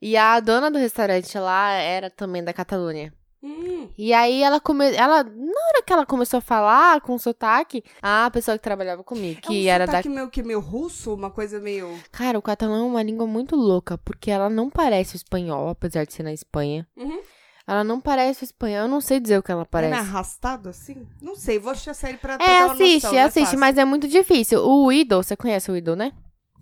Speaker 1: e a dona do restaurante lá era também da Catalunha.
Speaker 2: Hum,
Speaker 1: E aí ela come... ela na hora que ela começou a falar com sotaque, a pessoa que trabalhava comigo,
Speaker 2: é
Speaker 1: que
Speaker 2: um
Speaker 1: era
Speaker 2: sotaque meio que meio russo, uma coisa meio...
Speaker 1: da Cara, o catalão é uma língua muito louca, porque ela não parece o espanhol, apesar de ser na Espanha.
Speaker 2: Uhum. É
Speaker 1: Ela não parece o espanhol, eu não sei dizer o que ela
Speaker 2: Parece.
Speaker 1: parece.
Speaker 2: né, arrastado assim? Não sei, vou achar a série pra, pra
Speaker 1: É,
Speaker 2: dar uma
Speaker 1: assiste,
Speaker 2: noção, não é
Speaker 1: assiste,
Speaker 2: fácil.
Speaker 1: mas é muito difícil. O Idol, você conhece o Idol, né?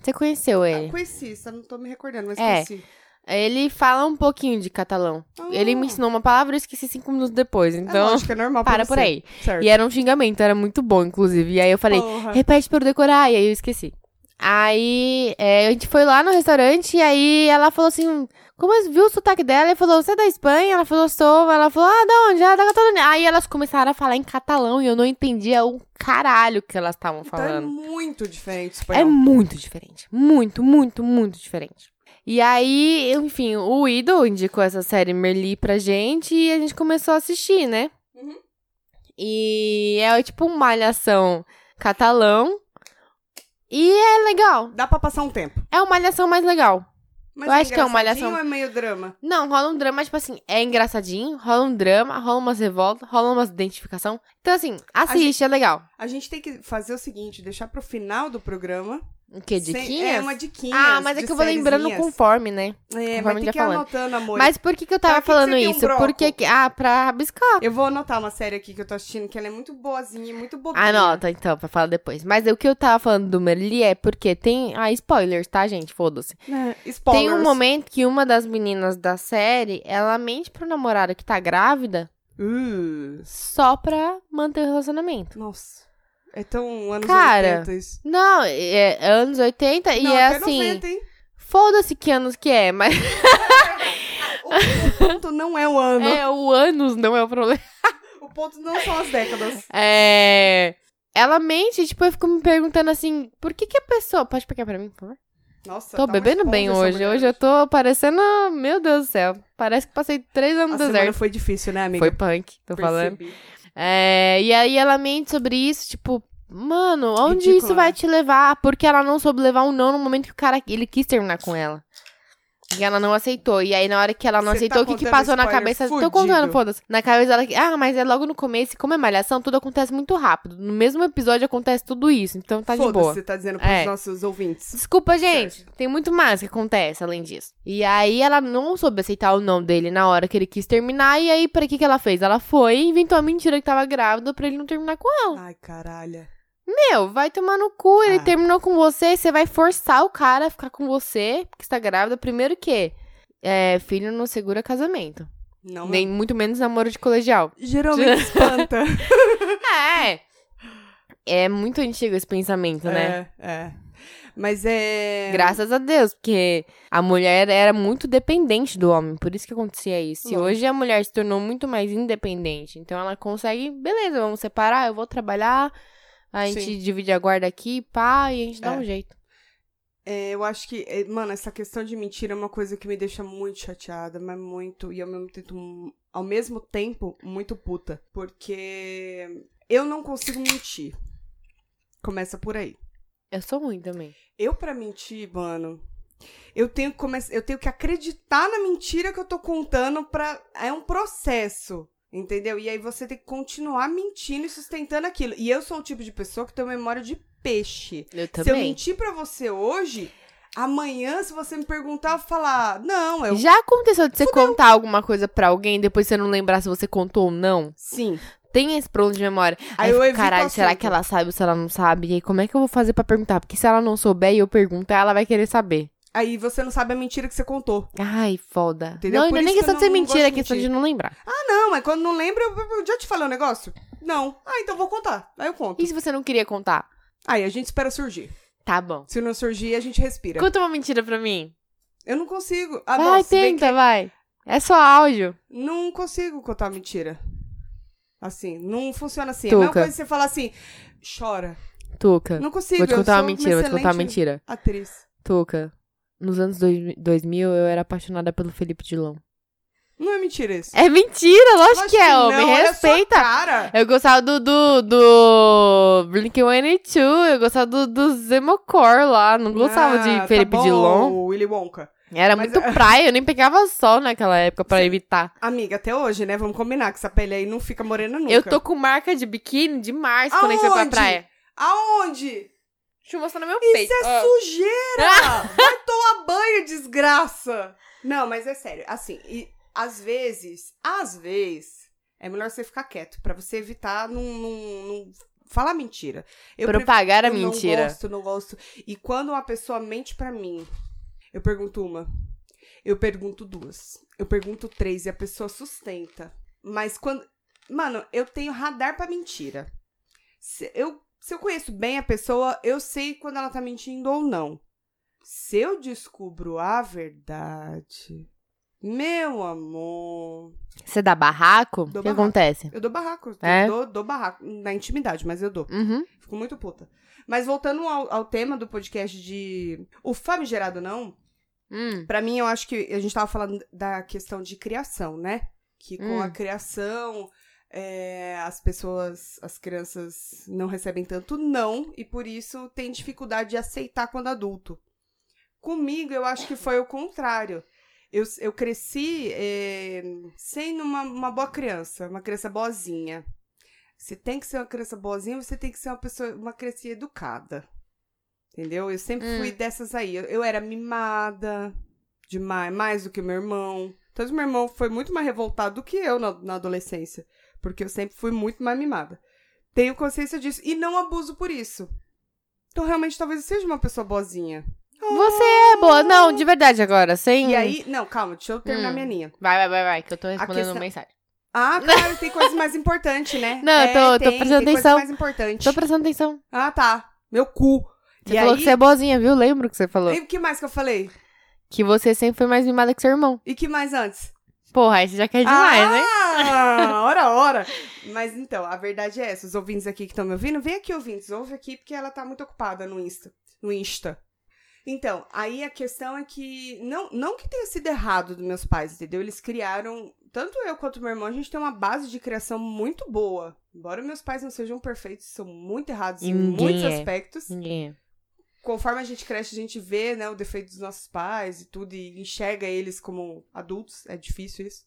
Speaker 1: Você conheceu
Speaker 2: Ah,
Speaker 1: ele?
Speaker 2: conheci, só não tô me recordando, mas
Speaker 1: É.
Speaker 2: conheci.
Speaker 1: Ele fala um pouquinho de catalão.
Speaker 2: Ah,
Speaker 1: Ele me ensinou uma palavra e eu esqueci cinco minutos depois,
Speaker 2: é
Speaker 1: então
Speaker 2: lógico, é normal pra
Speaker 1: para
Speaker 2: você.
Speaker 1: por aí.
Speaker 2: Certo.
Speaker 1: E era um xingamento, era muito bom, inclusive. E aí eu falei,
Speaker 2: Porra.
Speaker 1: Repete pra eu decorar. E aí eu esqueci. Aí é, a gente foi lá no restaurante e aí ela falou assim: Como eu- viu o sotaque dela? E falou: Você é da Espanha? Ela falou: Sou. Ela falou: Ah, da onde? Ah, da Catalunha. Aí elas começaram a falar em catalão e eu não entendia o caralho que elas estavam
Speaker 2: Então é
Speaker 1: falando.
Speaker 2: muito diferente o
Speaker 1: é
Speaker 2: espanhol.
Speaker 1: muito diferente. Muito, muito, muito diferente. E aí, enfim, o Idol indicou essa série Merli pra gente e a gente começou a assistir, né?
Speaker 2: Uhum.
Speaker 1: E é tipo uma malhação catalão. E é legal.
Speaker 2: Dá pra passar um tempo.
Speaker 1: É uma malhação mais legal.
Speaker 2: Mas
Speaker 1: Eu acho que é uma
Speaker 2: engraçadinho
Speaker 1: malhação.
Speaker 2: ou é meio drama?
Speaker 1: Não, rola um drama, mas, tipo assim, é engraçadinho, rola um drama, rola umas revoltas, rola umas identificação. Então, assim, assiste, é legal.
Speaker 2: A gente tem que fazer o seguinte, deixar pro final do programa.
Speaker 1: O quê?
Speaker 2: sem-
Speaker 1: Diquinhas?
Speaker 2: É, uma diquinha.
Speaker 1: ah, mas é que eu vou lembrando conforme, né?
Speaker 2: É,
Speaker 1: conforme
Speaker 2: mas
Speaker 1: a gente
Speaker 2: tem que ir
Speaker 1: vai falando.
Speaker 2: anotando, amor.
Speaker 1: Mas por que, que eu
Speaker 2: Pra
Speaker 1: tava
Speaker 2: que que
Speaker 1: falando
Speaker 2: você tem um
Speaker 1: isso? Porque.
Speaker 2: broco?
Speaker 1: que- Ah, pra rabiscar.
Speaker 2: Eu vou anotar uma série aqui que eu tô assistindo, que ela é muito boazinha, muito bobinha.
Speaker 1: Anota, então, pra falar depois. Mas o que eu tava falando do Merli é porque tem. Ah, spoilers, tá, gente? Foda-se.
Speaker 2: É, spoilers.
Speaker 1: Tem um momento que uma das meninas da série, ela mente pro namorado que tá grávida
Speaker 2: Uh,
Speaker 1: só pra manter o relacionamento.
Speaker 2: nossa. É tão anos
Speaker 1: Cara,
Speaker 2: 80 isso.
Speaker 1: Não, é é anos 80 e
Speaker 2: Não,
Speaker 1: é
Speaker 2: até
Speaker 1: assim.
Speaker 2: 90, hein?
Speaker 1: Foda-se que anos que é, mas
Speaker 2: O, o ponto não é o ano.
Speaker 1: é, o anos não é o problema.
Speaker 2: O ponto não são as décadas.
Speaker 1: É. Ela mente, tipo, eu fico me perguntando assim, por que que a pessoa. Pode pegar pra mim, por favor?
Speaker 2: Nossa,
Speaker 1: tô
Speaker 2: tá uma
Speaker 1: bebendo bem
Speaker 2: esponja essa
Speaker 1: hoje.
Speaker 2: mulher
Speaker 1: Hoje eu tô parecendo. Meu Deus do céu. Parece que passei três anos
Speaker 2: A
Speaker 1: no
Speaker 2: semana
Speaker 1: deserto.
Speaker 2: foi difícil, né, amiga?
Speaker 1: Foi punk, tô falando.
Speaker 2: Percebi.
Speaker 1: É, e aí ela mente sobre isso, tipo, mano, onde
Speaker 2: Ridículo,
Speaker 1: isso vai
Speaker 2: né?
Speaker 1: te levar? Porque ela não soube levar um não no momento que o cara ele quis terminar com ela. E ela não aceitou. E aí, na hora que ela não
Speaker 2: Cê
Speaker 1: aceitou,
Speaker 2: tá
Speaker 1: o que, que
Speaker 2: contando
Speaker 1: passou na
Speaker 2: spoiler
Speaker 1: cabeça? Tô
Speaker 2: fudido.
Speaker 1: contando, foda-se. Na cabeça dela, que, ah, mas é logo no começo, e como é malhação, tudo acontece muito rápido. No mesmo episódio acontece tudo isso, então tá de
Speaker 2: Foda-se,
Speaker 1: boa.
Speaker 2: você tá dizendo pros
Speaker 1: É.
Speaker 2: nossos ouvintes.
Speaker 1: Desculpa, gente. Tem muito mais que acontece além disso. E aí ela não soube aceitar o não dele na hora que ele quis terminar. E aí, pra que que ela fez? Ela foi e inventou a mentira que tava grávida pra ele não terminar com ela.
Speaker 2: Ai, caralho.
Speaker 1: Meu, vai tomar no cu. Ele
Speaker 2: Ah.
Speaker 1: terminou com você. Você vai forçar o cara a ficar com você, porque está grávida. Primeiro que é, filho não segura casamento.
Speaker 2: Não, é.
Speaker 1: Nem muito menos namoro de colegial.
Speaker 2: Geralmente espanta.
Speaker 1: É. É muito antigo esse pensamento, né?
Speaker 2: É, é. Mas é.
Speaker 1: Graças a Deus, porque a mulher era muito dependente do homem, por isso que acontecia isso. E
Speaker 2: Lógico.
Speaker 1: hoje a mulher se tornou muito mais independente, então ela consegue, beleza, vamos separar, eu vou trabalhar, a gente
Speaker 2: Sim.
Speaker 1: divide a guarda aqui, pá, e a gente dá
Speaker 2: É.
Speaker 1: um jeito.
Speaker 2: É, eu acho que, é, mano, essa questão de mentira é uma coisa que me deixa muito chateada, mas muito. E ao mesmo tempo, ao mesmo tempo muito puta. Porque eu não consigo mentir. Começa por aí.
Speaker 1: Eu sou ruim também.
Speaker 2: Eu, pra mentir, mano. Eu tenho, que começar, eu tenho que acreditar na mentira que eu tô contando pra. É um processo, entendeu? E aí você tem que continuar mentindo e sustentando aquilo. E eu sou o tipo de pessoa que tem memória de peixe.
Speaker 1: Eu
Speaker 2: Se eu
Speaker 1: também.
Speaker 2: mentir pra você hoje, amanhã, se você me perguntar, eu vou falar, não, eu.
Speaker 1: Já aconteceu de você contar alguma coisa pra alguém e depois você não lembrar se você contou ou não?
Speaker 2: Sim.
Speaker 1: tem esse problema de memória. Aí,
Speaker 2: Aí eu
Speaker 1: eu
Speaker 2: evito
Speaker 1: fico, caralho,
Speaker 2: o
Speaker 1: será
Speaker 2: assunto."
Speaker 1: que ela sabe ou se ela não sabe? E aí, como é que eu vou fazer pra perguntar? Porque se ela não souber e eu perguntar, ela vai querer saber.
Speaker 2: Aí você não sabe a mentira que você contou.
Speaker 1: Ai, foda.
Speaker 2: Entendeu?
Speaker 1: Não,
Speaker 2: Por
Speaker 1: não é nem
Speaker 2: isso que
Speaker 1: questão
Speaker 2: eu
Speaker 1: de ser
Speaker 2: não gosto
Speaker 1: mentira, é
Speaker 2: de
Speaker 1: questão de
Speaker 2: mentir.
Speaker 1: não lembrar.
Speaker 2: Ah, não, mas quando não lembra, eu, eu já te falei um negócio? Não. Ah, então vou contar. Aí eu conto.
Speaker 1: E se você não queria contar?
Speaker 2: Aí a gente espera surgir.
Speaker 1: Tá bom.
Speaker 2: Se não surgir, a gente respira.
Speaker 1: Conta uma mentira pra mim.
Speaker 2: Eu não consigo. Ah,
Speaker 1: vai,
Speaker 2: não, se bem
Speaker 1: tenta, vai. É só áudio.
Speaker 2: que não consigo contar mentira. Assim, não funciona assim. É a mesma
Speaker 1: Tuca.
Speaker 2: coisa que você falar assim, chora.
Speaker 1: Tuca.
Speaker 2: Não consigo.
Speaker 1: Vou te
Speaker 2: eu
Speaker 1: contar
Speaker 2: sou
Speaker 1: uma mentira, vou te contar uma
Speaker 2: excelente
Speaker 1: mentira.
Speaker 2: Atriz.
Speaker 1: Tuca, nos anos dois- 2000 eu era apaixonada pelo Felipe Dilon.
Speaker 2: Não é mentira isso.
Speaker 1: É mentira, lógico,
Speaker 2: Lógico
Speaker 1: que é,
Speaker 2: não,
Speaker 1: homem.
Speaker 2: olha a sua
Speaker 1: Respeita.
Speaker 2: cara.
Speaker 1: Eu gostava do, do, do Blink-182, eu gostava do, do Zemocore lá, não gostava
Speaker 2: Ah,
Speaker 1: de Felipe
Speaker 2: tá bom,
Speaker 1: Dilon.
Speaker 2: Willy Wonka.
Speaker 1: Era
Speaker 2: Mas é-
Speaker 1: muito praia, eu nem pegava sol naquela época pra evitar.
Speaker 2: Amiga, até hoje, né? Vamos combinar que essa pele aí não fica morena nunca.
Speaker 1: Eu tô com marca de biquíni de março quando a gente foi pra
Speaker 2: Aonde?
Speaker 1: praia.
Speaker 2: Aonde?
Speaker 1: Deixa eu mostrar no meu peito. Ah.
Speaker 2: Isso é
Speaker 1: ó.
Speaker 2: sujeira! Vai tomar banho, desgraça! Não, mas é sério. Assim, e às vezes, às vezes, é melhor você ficar quieto pra você evitar não, não, não falar mentira. Eu prefiro-
Speaker 1: Propagar a
Speaker 2: eu Não
Speaker 1: mentira.
Speaker 2: gosto, não gosto. E quando uma pessoa mente pra mim, eu pergunto uma, eu pergunto duas, eu pergunto três e a pessoa sustenta. Mas quando. Mano, eu tenho radar pra mentira. Se eu, se eu conheço bem a pessoa, eu sei quando ela tá mentindo ou não. Se eu descubro a verdade, meu amor.
Speaker 1: Você dá barraco? O que
Speaker 2: barraco.
Speaker 1: acontece?
Speaker 2: Eu dou barraco.
Speaker 1: É?
Speaker 2: Eu dou, dou barraco. Na intimidade, mas eu dou.
Speaker 1: Uhum.
Speaker 2: Fico muito puta. Mas voltando ao, ao tema do podcast de. O famigerado não,
Speaker 1: Hum.
Speaker 2: pra mim eu acho que a gente tava falando da questão de criação, né? Que com
Speaker 1: Hum.
Speaker 2: a criação. é, as pessoas, as crianças não recebem tanto não e por isso tem dificuldade de aceitar quando adulto. Comigo, eu acho que foi o contrário. Eu, eu cresci é, sendo uma, uma boa criança, uma criança boazinha. Você tem que ser uma criança boazinha, você tem que ser uma pessoa, uma criança educada. Entendeu? Eu sempre fui dessas aí. Eu, eu era mimada demais, mais do que meu irmão. Tanto que meu irmão foi muito mais revoltado do que eu na, na adolescência. Porque eu sempre fui muito mais mimada. Tenho consciência disso. E não abuso por isso. Então, realmente, talvez eu seja uma pessoa boazinha.
Speaker 1: Você é boa. Não, de verdade agora, sem.
Speaker 2: Ah. E aí, não, calma, deixa eu terminar
Speaker 1: Hum.
Speaker 2: minha linha.
Speaker 1: Vai, vai, vai, vai, que eu tô respondendo
Speaker 2: questão-
Speaker 1: mensagem.
Speaker 2: Ah, claro, tem coisa mais importante, né?
Speaker 1: Não, eu tô- tô
Speaker 2: tem,
Speaker 1: prestando
Speaker 2: tem
Speaker 1: atenção.
Speaker 2: Coisa mais importante.
Speaker 1: Tô prestando atenção.
Speaker 2: Ah, tá. Meu cu.
Speaker 1: Você
Speaker 2: e
Speaker 1: falou
Speaker 2: aí,
Speaker 1: que você é boazinha, viu? Lembro que você falou.
Speaker 2: E o que mais que eu falei?
Speaker 1: Que você sempre foi mais mimada que seu irmão.
Speaker 2: E que mais antes?
Speaker 1: Porra, aí você já quer demais, né?
Speaker 2: Ah, ora, ora. Mas então, a verdade é essa. Os ouvintes aqui que estão me ouvindo, vem aqui, ouvintes. Ouve aqui, porque ela tá muito ocupada no Insta. No Insta. Então, aí a questão é que... Não, não que tenha sido errado dos meus pais, entendeu? Eles criaram... Tanto eu quanto meu irmão, a gente tem uma base de criação muito boa. Embora meus pais não sejam perfeitos, são muito errados
Speaker 1: E
Speaker 2: em
Speaker 1: ninguém
Speaker 2: muitos
Speaker 1: é.
Speaker 2: aspectos.
Speaker 1: Ninguém. é.
Speaker 2: Conforme a gente cresce, a gente vê, né, o defeito dos nossos pais e tudo, e enxerga eles como adultos. É difícil isso.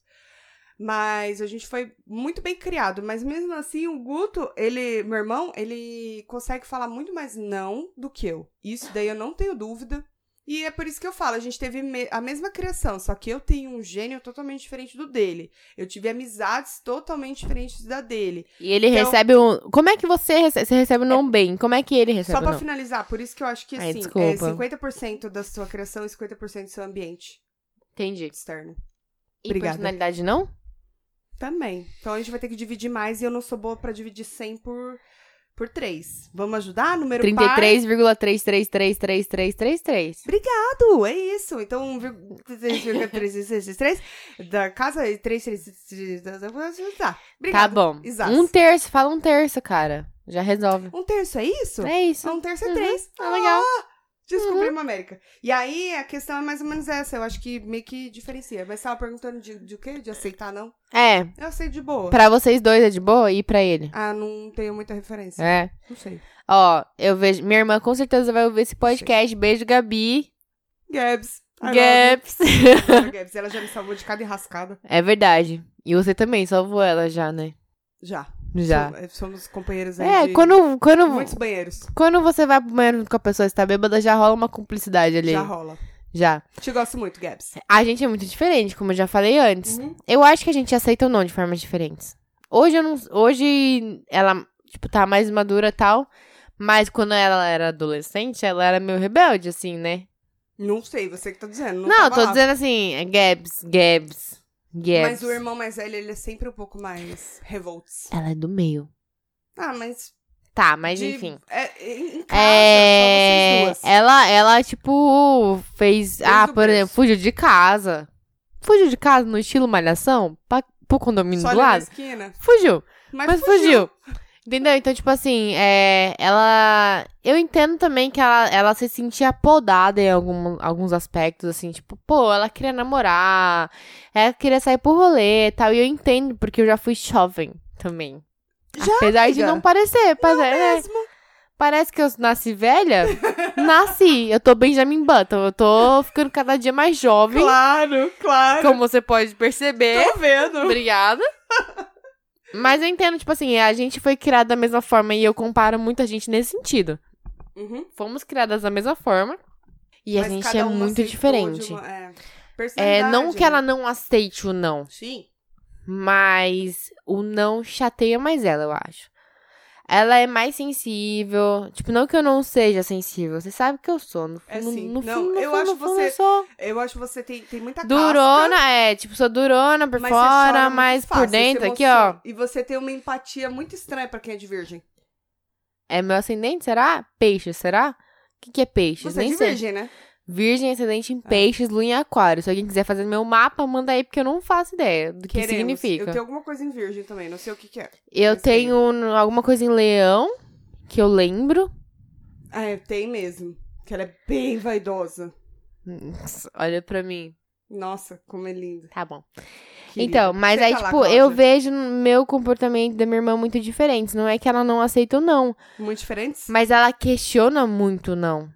Speaker 2: Mas a gente foi muito bem criado. Mas mesmo assim, o Guto, ele, meu irmão, ele consegue falar muito mais não do que eu. Isso daí eu não tenho dúvida. E é por isso que eu falo, a gente teve me- a mesma criação, só que eu tenho um gênio totalmente diferente do dele. Eu tive amizades totalmente diferentes da dele.
Speaker 1: E ele
Speaker 2: Então-
Speaker 1: recebe um. Como é que você recebe? Você recebe um não bem? Como é que ele recebe
Speaker 2: Só
Speaker 1: um
Speaker 2: pra
Speaker 1: não?
Speaker 2: finalizar, por isso que eu acho que
Speaker 1: Ai,
Speaker 2: assim, é
Speaker 1: desculpa.
Speaker 2: 50% da sua criação e 50% do seu ambiente
Speaker 1: Entendi.
Speaker 2: externo.
Speaker 1: E
Speaker 2: Obrigada.
Speaker 1: personalidade não?
Speaker 2: Também. Então a gente vai ter que dividir mais e eu não sou boa pra dividir 100 por, por 3. Vamos ajudar? Número par?
Speaker 1: 33,33333333.
Speaker 2: Obrigado, é isso. Então, 3,333 da casa é 3,333. Tá,
Speaker 1: Tá
Speaker 2: obrigado.
Speaker 1: bom.
Speaker 2: Exato.
Speaker 1: Um terço, fala um terço, cara. Já resolve.
Speaker 2: Um terço, é isso?
Speaker 1: É isso.
Speaker 2: Um terço é
Speaker 1: Uhum.
Speaker 2: três.
Speaker 1: Tá legal. Uhum.
Speaker 2: Descobrimos uma América. E aí, a questão é mais ou menos essa. Eu acho que meio que diferencia. Mas você tava perguntando de, de o quê? De aceitar, não?
Speaker 1: É,
Speaker 2: Eu aceito de boa.
Speaker 1: pra vocês dois é de boa e pra ele?
Speaker 2: Ah, não tenho muita referência.
Speaker 1: É.
Speaker 2: Não sei.
Speaker 1: Ó, eu vejo. Minha irmã com certeza vai ouvir esse podcast. Beijo, Gabi.
Speaker 2: Gabs. I
Speaker 1: Gaps.
Speaker 2: love you, Gabs. Ela já me salvou de cada enrascada.
Speaker 1: É verdade. E você também salvou ela já, né?
Speaker 2: Já.
Speaker 1: Já.
Speaker 2: Som- Somos companheiros aí
Speaker 1: É,
Speaker 2: de
Speaker 1: quando, quando,
Speaker 2: muitos banheiros.
Speaker 1: quando você vai pro banheiro com a pessoa que está bêbada, já rola uma cumplicidade ali.
Speaker 2: Já rola.
Speaker 1: Já.
Speaker 2: Te gosto muito, Gabs.
Speaker 1: É,
Speaker 2: Uhum.
Speaker 1: A gente é muito diferente, como eu já falei antes. Eu acho que a gente aceita ou não de formas diferentes. Hoje eu não. Hoje ela, tipo, tá mais madura e tal. Mas quando ela era adolescente, ela era meio rebelde, assim, né?
Speaker 2: Não sei, você que tá dizendo. Não,
Speaker 1: Não, eu
Speaker 2: tava
Speaker 1: tô
Speaker 2: lá.
Speaker 1: dizendo assim, é Gabs, Gabs, Gabs.
Speaker 2: Mas o irmão mais velho, ele é sempre um pouco mais revoltos.
Speaker 1: Ela é do meio.
Speaker 2: Ah, mas.
Speaker 1: Tá, mas
Speaker 2: de-
Speaker 1: enfim.
Speaker 2: É, em em casa,
Speaker 1: É,
Speaker 2: só vocês duas.
Speaker 1: ela, ela, tipo, fez. ah,
Speaker 2: o
Speaker 1: por
Speaker 2: berço.
Speaker 1: exemplo, fugiu de casa. Fugiu de casa no estilo malhação? Pra, pro condomínio
Speaker 2: Só
Speaker 1: do
Speaker 2: ali na
Speaker 1: lado?
Speaker 2: esquina.
Speaker 1: Fugiu.
Speaker 2: Mas,
Speaker 1: Mas fugiu. Entendeu? Então, tipo assim, é, ela. Eu entendo também que ela, ela se sentia podada em algum- alguns aspectos, assim, tipo, pô, ela queria namorar, ela queria sair pro rolê e tal. E eu entendo, porque eu já fui jovem também.
Speaker 2: Já,
Speaker 1: Apesar de
Speaker 2: amiga?
Speaker 1: não parecer, parece, é,
Speaker 2: Mesmo.
Speaker 1: parece que eu nasci velha. nasci. Eu tô Benjamin Button. Eu tô ficando cada dia mais jovem.
Speaker 2: Claro, claro.
Speaker 1: Como você pode perceber.
Speaker 2: Tô vendo.
Speaker 1: Obrigada. Mas eu entendo, tipo assim, a gente foi criada da mesma forma e eu comparo muita gente nesse sentido.
Speaker 2: Uhum.
Speaker 1: Fomos criadas da mesma forma e a
Speaker 2: Mas
Speaker 1: gente
Speaker 2: cada
Speaker 1: é
Speaker 2: uma
Speaker 1: muito
Speaker 2: aceitou
Speaker 1: diferente.
Speaker 2: de uma- é,
Speaker 1: É,
Speaker 2: personalidade,
Speaker 1: não que
Speaker 2: né?
Speaker 1: ela não aceite o não,
Speaker 2: Sim.
Speaker 1: mas o não chateia mais ela, eu acho. Ela é mais sensível. Tipo, não que eu não seja sensível. Você sabe que eu sou. No,
Speaker 2: É
Speaker 1: no-
Speaker 2: sim.
Speaker 1: no
Speaker 2: Não,
Speaker 1: fundo, no
Speaker 2: eu
Speaker 1: fundo,
Speaker 2: acho
Speaker 1: no fundo,
Speaker 2: você
Speaker 1: eu sou
Speaker 2: Eu acho que você tem, tem muita casca.
Speaker 1: durona, é. Tipo, sou durona por
Speaker 2: mas você chora
Speaker 1: fora,
Speaker 2: muito
Speaker 1: mas
Speaker 2: fácil,
Speaker 1: por
Speaker 2: se
Speaker 1: dentro, aqui, ó.
Speaker 2: emociona. E você tem uma empatia muito estranha pra quem é de virgem.
Speaker 1: É meu ascendente, será? Peixe, será? O que, que é peixe?
Speaker 2: Você é
Speaker 1: Nem
Speaker 2: de
Speaker 1: sei.
Speaker 2: virgem, Ah. né?
Speaker 1: Virgem, ascendente em peixes, lua em aquário. Se alguém quiser fazer meu mapa, manda aí, porque eu não faço ideia do que
Speaker 2: Queremos.
Speaker 1: significa.
Speaker 2: Eu tenho alguma coisa em virgem também, não sei o que que é.
Speaker 1: Eu
Speaker 2: mas tem.
Speaker 1: tenho n- alguma coisa em leão, que eu lembro.
Speaker 2: Ah, é, tem mesmo. Que ela é bem vaidosa.
Speaker 1: Nossa, Olha pra mim.
Speaker 2: Nossa, como é linda.
Speaker 1: Tá bom.
Speaker 2: Querida.
Speaker 1: Então, mas
Speaker 2: Senta
Speaker 1: aí,
Speaker 2: lá,
Speaker 1: tipo, eu
Speaker 2: Cláudia.
Speaker 1: vejo no meu comportamento da minha irmã muito diferente. Não é que ela não aceita o não,
Speaker 2: Muito diferentes?
Speaker 1: mas ela questiona muito o não.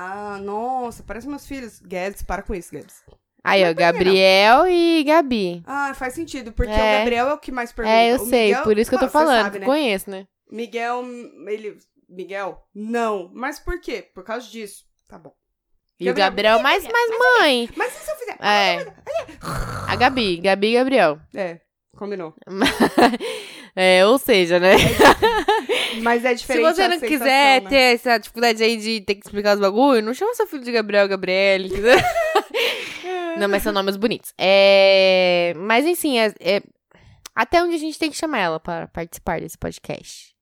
Speaker 2: Ah, nossa, parece meus filhos. Guedes, para com isso, Guedes.
Speaker 1: Aí, ó, Gabriel e Gabi.
Speaker 2: Ah, faz sentido, porque
Speaker 1: É.
Speaker 2: o Gabriel é o que mais pergunta.
Speaker 1: É, eu
Speaker 2: O
Speaker 1: sei,
Speaker 2: Miguel-
Speaker 1: por isso que eu tô
Speaker 2: Mano, você
Speaker 1: falando.
Speaker 2: sabe, né?
Speaker 1: Conheço, né?
Speaker 2: Miguel, ele. Miguel? Não. Mas por quê? Por causa disso. Tá bom.
Speaker 1: E o
Speaker 2: Gabriel,
Speaker 1: Gabriel, mas, mas mãe.
Speaker 2: Mas e se eu fizer?
Speaker 1: É. A Gabi, Gabi e Gabriel.
Speaker 2: É, combinou.
Speaker 1: É, ou seja, né?
Speaker 2: Mas é
Speaker 1: Se
Speaker 2: diferente.
Speaker 1: você
Speaker 2: a
Speaker 1: não
Speaker 2: aceitação,
Speaker 1: quiser
Speaker 2: né?
Speaker 1: ter essa dificuldade aí de ter que explicar os bagulho, não chama seu filho de Gabriel, Gabriel, entendeu? não, mas são nomes bonitos. É... Mas, enfim, é, é- até onde a gente tem que chamar ela pra participar desse podcast?